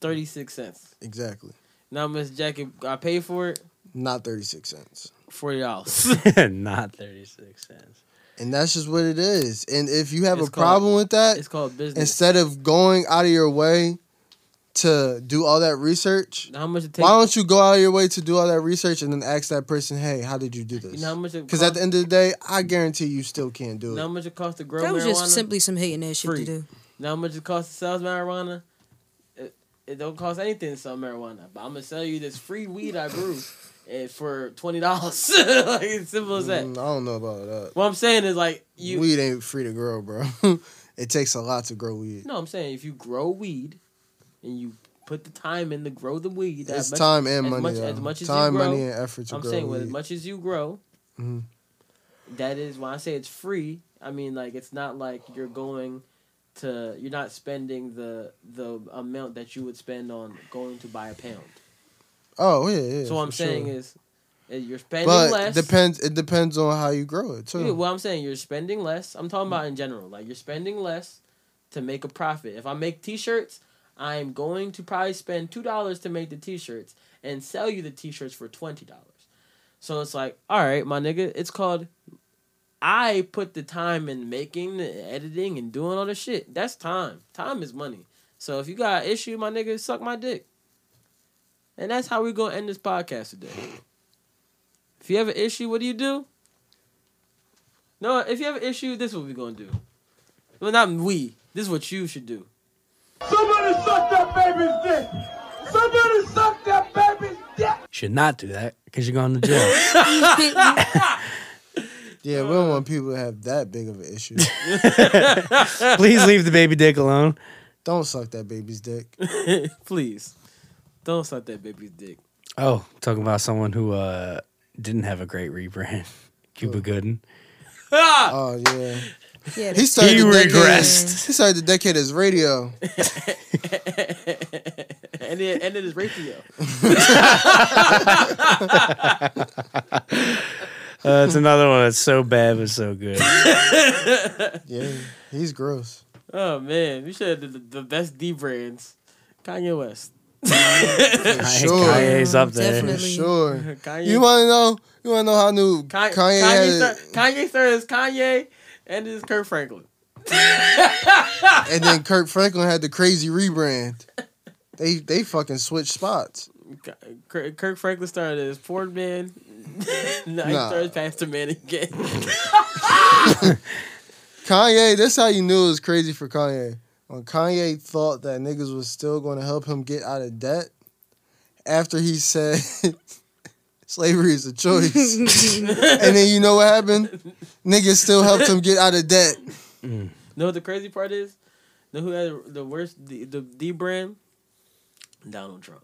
Thirty six cents. exactly You know how much the jacket I paid for it? not thirty six cents, Forty dollars. Not 36 cents. and that's just what it is. And if you have It's a problem with that, it's called business. instead of going out of your way to do all that research, How much it takes? why don't you go out of your way to do all that research and then ask that person, hey, how did you do You know how much this? it Because at cost- the end of the day, I guarantee you still can't you do know how it. much it costs to grow that was marijuana? just simply some hating that shit Free. to do. Know how much it costs to sell marijuana? It, it don't cost anything to sell marijuana, but I'm gonna sell you this free weed I grew, and for twenty dollars. like it's simple as that. Mm, I don't know about that. What I'm saying is like you. weed ain't free to grow, bro. it takes a lot to grow weed. No, I'm saying if you grow weed, and you put the time in to grow the weed, that it's much- time and as money. much- though. as much as you time, grow, money, and effort to I'm grow saying weed. with as much as you grow, Mhm. that is when I say it's free. I mean, like it's not like you're going to you're not spending the the amount that you would spend on going to buy a pound. Oh yeah, yeah. so what I'm for saying sure. is, is you're spending but less. depends. It depends on how you grow it too. Yeah, well, I'm saying you're spending less. I'm talking about in general. Like you're spending less to make a profit. If I make t-shirts, I'm going to probably spend two dollars to make the t-shirts and sell you the t-shirts for twenty dollars. So it's like, all right, my nigga, it's called. I put the time in making, the editing, and doing all the shit. That's time. Time is money. So if you got an issue, my nigga, suck my dick. And that's how we're gonna end this podcast today. If you have an issue, what do you do? No, if you have an issue, this is what we're gonna do. Well, not we. This is what you should do. Should not do that because you're going to jail. yeah, we don't want people to have that big of an issue. Please leave the baby dick alone. don't suck that baby's dick. Please, don't suck that baby's dick. Oh, talking about someone who uh, didn't have a great rebrand, Cuba Gooden. Ah. Oh yeah. Yeah, He started He to dedicate- regressed. He started to dedicate his radio. And then ended his ratio. Uh, it's another one that's so bad but so good. Yeah, he's gross. Oh man, we should have did the, the best D brands. Kanye West. Sure. Kanye's up there. For Definitely. sure. Kanye. You want to know? You want to know how new Kanye. Kanye, Kanye, had? third- Kanye third is Kanye, and is Kurt Franklin. and then Kirk Franklin had the crazy rebrand. They they fucking switched spots. Kirk, Kirk Franklin started as Ford Man. now he Nah. started Pastor Man again. Kanye, that's how you knew it was crazy for Kanye. When Kanye thought that niggas was still going to help him get out of debt, after he said slavery is a choice, and then you know what happened? Niggas still helped him get out of debt. know what the crazy part is? Know who had the worst D, the D brand? Donald Trump.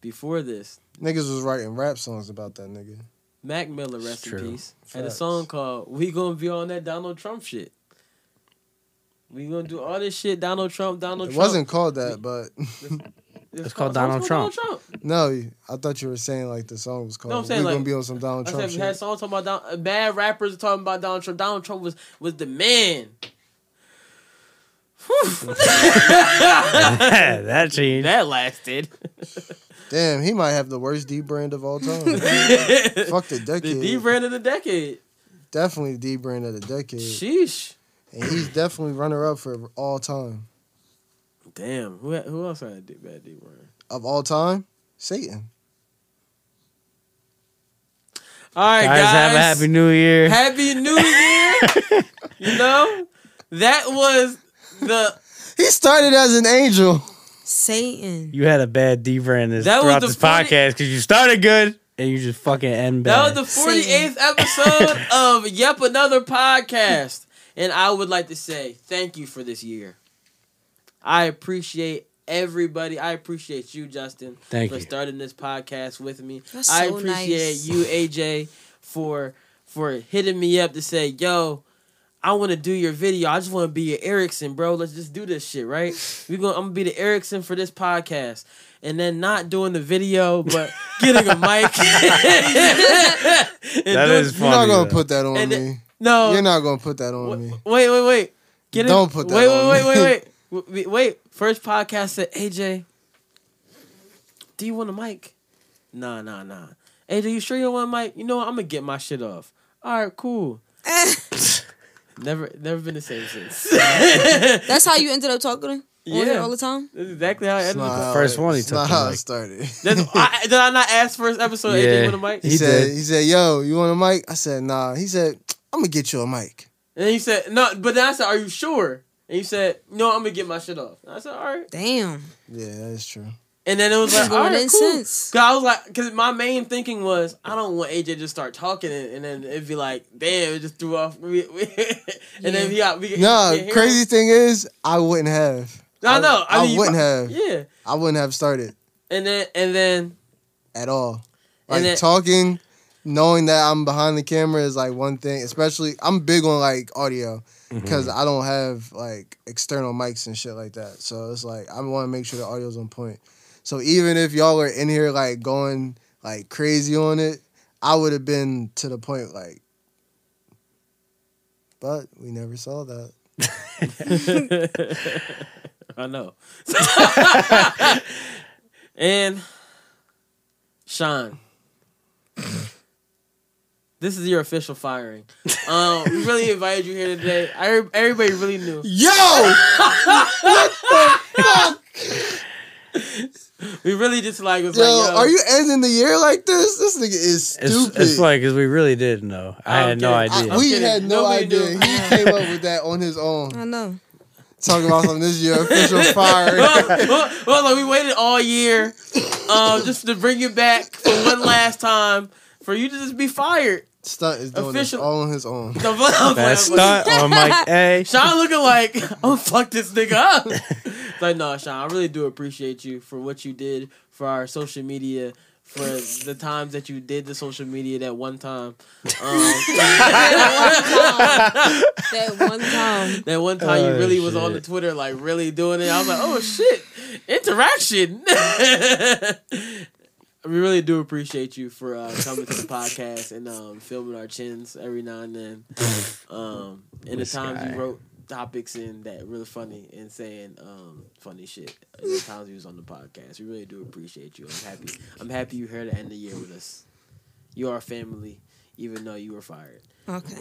Before this, Niggas was writing rap songs about that nigga. Mac Miller, rest It's in true. peace, had a Facts. song called "We Gonna Be on That Donald Trump Shit." We gonna do all this shit, Donald Trump, Donald It Trump. wasn't called that, but It's called songs Donald called Trump. no, I thought you were saying like the song was called. No, I'm saying, we like- gonna be on some Donald I Trump said we had shit. songs talking about Don, bad rappers talking about Donald Trump. Donald Trump was was the man. that changed. That lasted. Damn, he might have the worst D brand of all time. Fuck the The decade. D brand of the decade. definitely D brand of the decade. Sheesh. And he's definitely runner up for all time. Damn. Who who else had a D- bad D brand? Of all time, Satan. All right, guys. guys, have a happy new year. New Year. you know, that was the He started as an angel. Satan. you had a bad D brand this, That was throughout the this 40 podcast because you started good and you just fucking end bad. that was the forty eighth episode of Yep Another Podcast, and I would like to say thank you for this year. I appreciate everybody. I appreciate you, Justin, Thank for you. starting this podcast with me. That's I so appreciate nice. you, AJ, for for hitting me up to say, "Yo, I want to do your video. I just want to be your Erickson, bro. Let's just do this shit, right? We going to I'm gonna be the Erickson for this podcast." And then not doing the video, but getting a mic. And That doing- is You're not Funny, gonna though. put that on And uh, it- me. no. You're not gonna put that on Wait, me. wait, wait, wait. Get Don't it. put that wait, on wait, wait, me. wait, wait, wait, wait. First podcast said, AJ, do you want a mic? Nah, nah, nah. AJ, you sure you don't want a mic? You know what? I'm gonna get my shit off. All right, cool. never, never been the same since. That's how you ended up talking to him? On Yeah. here all the time? That's exactly how I It's ended. not up. how first it- one he it's took not the how it mic. started. That's, I, did I not ask first episode? AJ, you Yeah. want a He, mic? He said, did. he said, yo, you want a mic? I said, nah. He said, I'm gonna get you a mic. And he said, no. But then I said, are you sure? And he said, no. I'm gonna get my shit off. And I said, all right. Damn. Yeah, that is true. And then it was like, Going all right, in cool. sense. Cause I was like, cause my main thinking was, I don't want AJ to just start talking and, and then it'd be like, damn, it just threw off. We, we, and then we got, we No, we hear- crazy thing is, I wouldn't have. I know. I, I mean, you wouldn't prob- have. Yeah. I wouldn't have started And then, and then, at all. And Like then- talking, knowing that I'm behind the camera is like one thing. Especially, I'm big on like audio because I don't have like external mics and shit like that. So it's like I want to make sure the audio's on point. So even if y'all were in here like going like crazy on it, I would have been to the point like. But we never saw that. I know. and Sean, this is your official firing. Um, we really invited you here today. I, everybody really knew. Yo, what the fuck? We really just like was Yo, like, yo, are you ending the year like this? This nigga is It's, stupid. it's like, because we really didn't know. I had no Okay. idea. I, we kidding. had no Nobody idea. knew. He came up with that on his own. I know. Talking about some this year official fire. well, well, well, like, we waited all year um, just to bring you back for one last time for you to just be fired. Stunt is doing this Official- all on his own. The- I'm like, That what- stunt on Mike A. Sean looking like, oh fuck this nigga up. It's like, no, Sean, I really do appreciate you for what you did for our social media, for the times that you did the social media that one time. Um, That one time. that one time Oh, you really was shit. on the Twitter, like really doing it. I was like, oh shit, interaction. we really do appreciate you for uh, coming to the podcast and um, filming our chins every now and then. Um, and the This times guy. you wrote topics in that really funny and saying um, funny shit. And the times you was on the podcast, we really do appreciate you. I'm happy. I'm happy you're here to end the year with us. You are family, even though you were fired. Okay.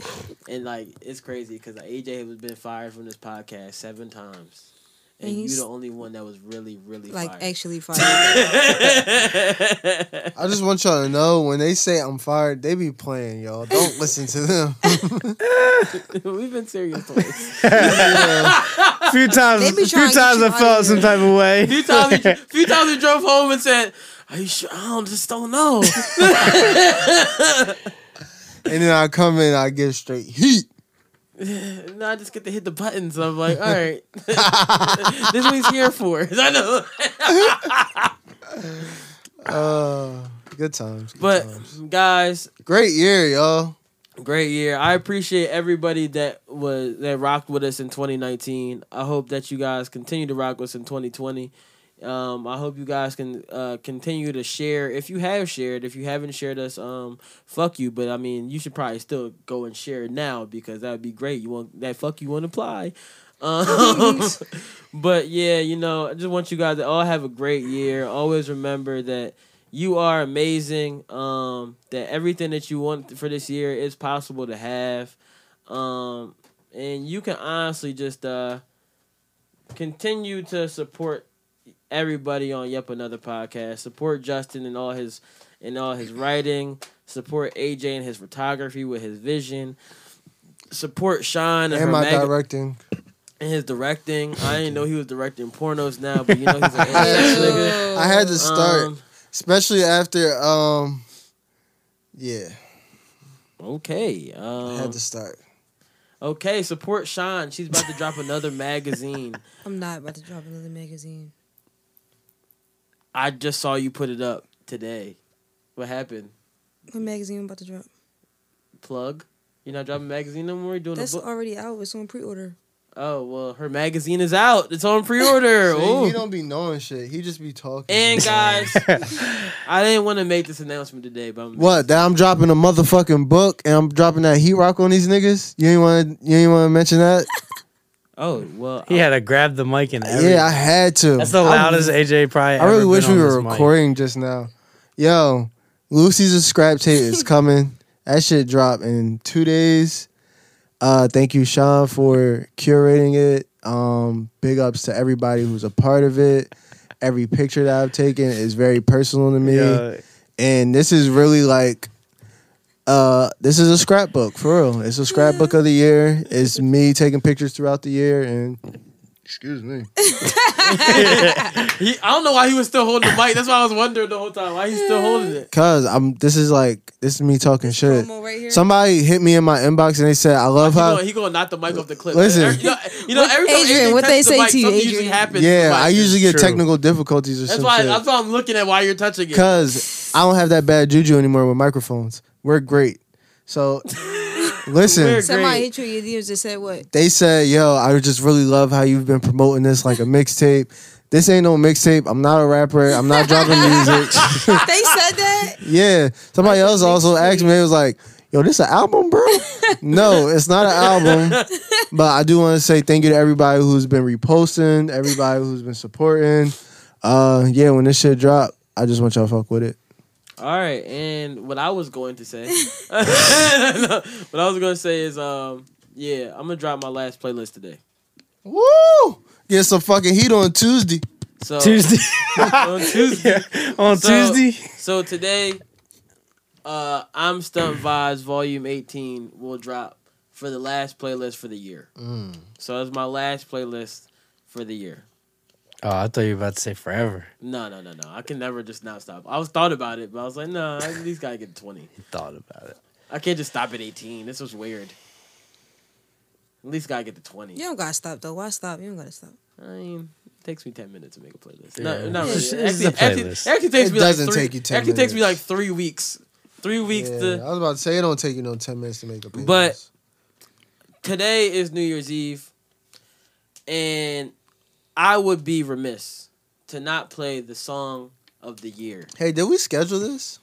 And like it's crazy because like, AJ has been fired from this podcast seven times, and, And you he's- the only one that was really really Like fired. actually fired. I just want y'all to know when they say I'm fired, they be playing, y'all. Don't listen to them. We've been serious twice. A few times, They be trying to a few get times you I out of felt some here. type of way. few times, we, few times we drove home and said, "Are you sure? I don't, just don't know." And then I come in, I give straight heat. and I just get to hit the buttons. I'm like, all right, this is what he's here for. I know, Uh, good times. Good but times. guys, great year, y'all. great year. I appreciate everybody that was that rocked with us in 2019. I hope that you guys continue to rock with us in 2020. Um, I hope you guys can uh, continue to share. If you have shared, if you haven't shared us, um, fuck you. But I mean, you should probably still go and share now because that would be great. You want that fuck you won't apply. Um, but yeah, you know, I just want you guys to all have a great year. Always remember that you are amazing. Um, that everything that you want for this year is possible to have. Um, and you can honestly just uh continue to support everybody on Yep Another Podcast. Support Justin and all his and all his writing. Support AJ and his photography with his vision. Support Sean and, And her my maga- directing. and his directing. I didn't know he was directing pornos now, but you know he's an ass nigga. I had to start, Um, especially after um, yeah, okay. I had Um, to start. okay, support Sean. She's about to drop another magazine. I'm not about to drop another magazine. I just saw you put it up today. What happened? What magazine I'm about to drop? Plug? You're not dropping a magazine no more? You're doing That's a book? already out. It's on pre-order. Oh, well, her magazine is out. It's on pre order. See, Oh. he don't be knowing shit. He just be talking. And guys, I didn't want to make this announcement today, but I'm What? That I'm dropping a motherfucking book and I'm dropping that heat rock on these niggas. You ain't want to. You ain't want to mention that. Oh, well, He had to grab the mic and everything. yeah, I had to. That's the loudest AJ probably. I really ever wish been we on were this mic. recording just now. Yo, Lucy's a scrap tape is coming. that shit drop in two days. Uh, thank you, Sean, for curating it. Um, big ups to everybody who's a part of it. Every picture that I've taken is very personal to me, Yeah. and this is really like, uh, this is a scrapbook for real. It's a scrapbook of the year. It's me taking pictures throughout the year, and excuse me. he, I don't know why he was still holding the mic. That's why I was wondering the whole time why he's still holding it. Cause I'm. This is like this is me talking shit. Promo right here. Somebody hit me in my inbox and they said, "I love He how." gonna, he gonna knock the mic off the clip. Listen. Every- you know, you know, every time Adrian, Adrian what they touches the say mic, to you, something usually Adrian? happens. yeah, Like, I usually get True. technical difficulties or That's some why shit. that's why I'm looking at why you're touching it. Cause I don't have that bad juju anymore with microphones. We're great. So listen, We're Somebody great. hit you in your DMs and said what? they said, "Yo, I just really love how you've been promoting this like a mixtape." This ain't no mixtape. I'm not a rapper. I'm not dropping music. they said that. Yeah. Somebody else also asked me, it was like, yo, this an album, bro? no, it's not an album. But I do want to say thank you to everybody who's been reposting, everybody who's been supporting. Uh yeah, when this shit drop, I just want y'all to fuck with it. All right, and what I was going to say, No, what I was going to say is, um, yeah, I'm gonna drop my last playlist today. Woo! Get some fucking heat on Tuesday. So Tuesday. on Tuesday. Yeah, On So- Tuesday. So today, uh, I'm Stunt Vibes Volume 18 will drop for the last playlist for the year. Mm. So it's my last playlist for the year. Oh, I thought you were about to say forever. No, no, no, no. I can never just not stop. I was thought about it, but I was like, no, I at least gotta get to 20. Thought about it. I can't just stop at 18. This was weird. At least gotta get to 20. You don't gotta stop though. Why stop? You don't gotta stop. I mean, it takes me 10 minutes to make a playlist. Yeah. No, not really. It's- Actually, it's a actually- playlist. actually takes It me like doesn't three- take you 10 Actually takes me like minutes. three weeks. Three weeks Yeah, to I was about to say it don't take you no ten minutes to make a playlist. But- today is New Year's Eve, and I would be remiss to not play the song of the year. hey, did we schedule this?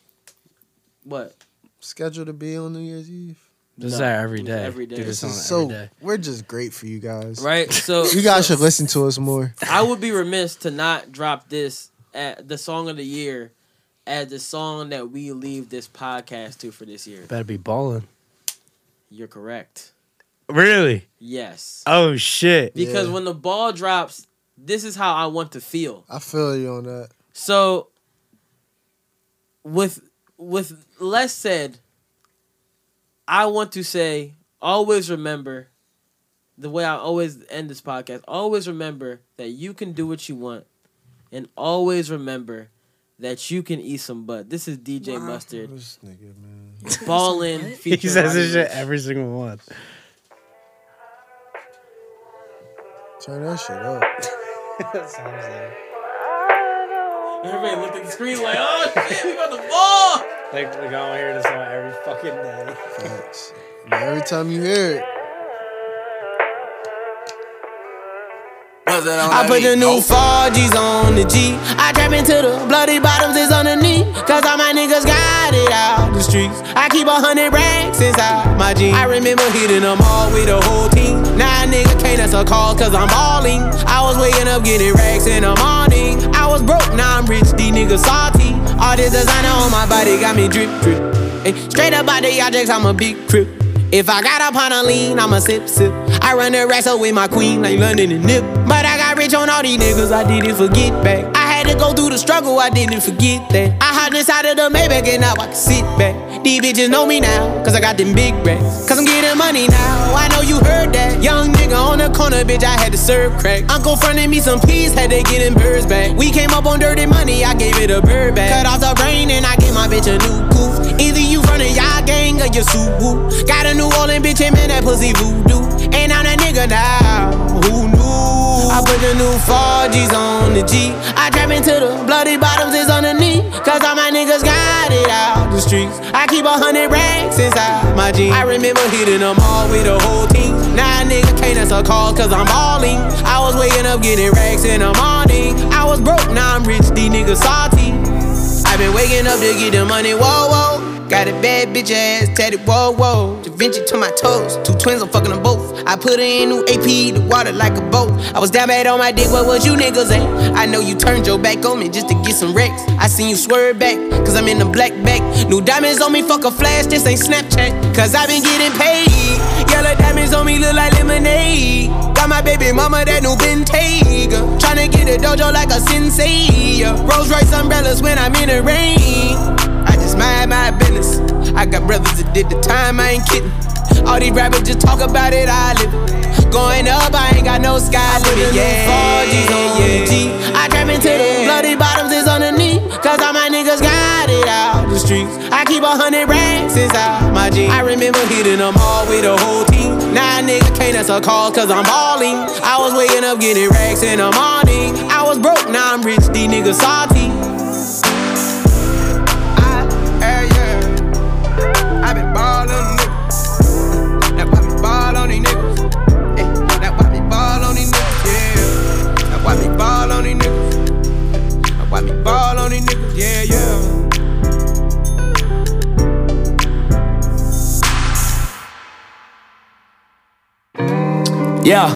What? Schedule to be on New Year's Eve? This is No, our every day. every day. Do this This on is every so day. we're just great for you guys. Right? So You guys should listen to us more. I would be remiss to not drop this at the song of the year as the song that we leave this podcast to for this year. Better be balling. You're correct. Really? Yes. Oh shit. Because Yeah. when the ball drops, this is how I want to feel. I feel you on that. So with with less said, I want to say always remember the way I always end this podcast. Always remember that you can do what you want and always remember that you can eat some butt. This is DJ Wow. Mustard This nigga, man. balling He featuring says this Roddy shit Ricch. every single one. Turn that shit up. Everybody looked at the screen like, "Oh shit, we got the ball!" Like, like I don't hear this on every fucking day. Facts. And Every time you hear it, I put the new 4Gs on the G. I trap into the bloody bottoms is underneath. Cause all my niggas got it out the streets. I keep a hundred racks inside my jeans. I remember hitting them all with the whole team. Now a nigga can't answer calls cause I'm balling. I was waking up getting racks in the morning. I was broke, now I'm rich, these niggas salty. All this designer on my body got me drip, drip. Ay, Straight up out the objects, I'm a big crip. If I got up on a lean, I'ma sip, sip. I run the racks up with my queen like London and Nip. But I got rich on all these niggas, I didn't forget back. I had to go through the struggle, I didn't forget that. I hopped inside of the Maybach and now I can sit back. These bitches know me now, cause I got them big racks. Cause I'm getting money now, I know you heard that. Young nigga on the corner, bitch, I had to serve crack. Uncle fronted me some peas, had to get them birds back. We came up on dirty money, I gave it a bird back. Cut off the brain and I gave my bitch a new goof. Either you front of y'all gang or your Subaru. Got a New Orleans bitch and man, that pussy voodoo. And I'm that nigga now. Who knew? I put the new 4Gs on the G. I trap into the bloody bottoms is underneath. Cause all my niggas got it out the streets. I keep a hundred racks inside my jeans. I remember hitting them all with the whole team. Now a nigga can't answer calls cause I'm balling. I was waking up getting racks in the morning. I was broke, now I'm rich, these niggas salty. I've been waking up to get the money, whoa, whoa. Got a bad bitch ass tatted, whoa, whoa. Da Vinci to my toes, two twins, I'm fucking them both. I put her in new AP, the water like a boat. I was down bad on my dick, what was you niggas at? I know you turned your back on me just to get some wrecks. I seen you swerve back, cause I'm in the black back. New diamonds on me, fuck a flash, this ain't Snapchat. Cause I've been getting paid. Yellow diamonds on me look like lemonade. Got my baby mama that new Bentayga. Tryna get a dojo like a sensei. yeah. Rolls Royce umbrellas when I'm in the rain. I just mind my business. I got brothers that did the time, I ain't kidding. All these rappers just talk about it, I live it. Going up, I ain't got no sky limit. Yeah, 4G's on yeah. G. I trap into the bloody bottoms is underneath. Cause all my niggas got it out the streets. I keep a hundred racks inside my jeans. I remember hitting them all with a whole team. Now a nigga can't answer calls cause I'm balling. I was waking up getting racks in the morning. I was broke, now I'm rich, these niggas salty. I, yeah, yeah. I been ballin' niggas. That why me ball on these niggas. Eh, That why me ball on these niggas, yeah. That why me ball on these niggas. yeah, yeah. Yeah.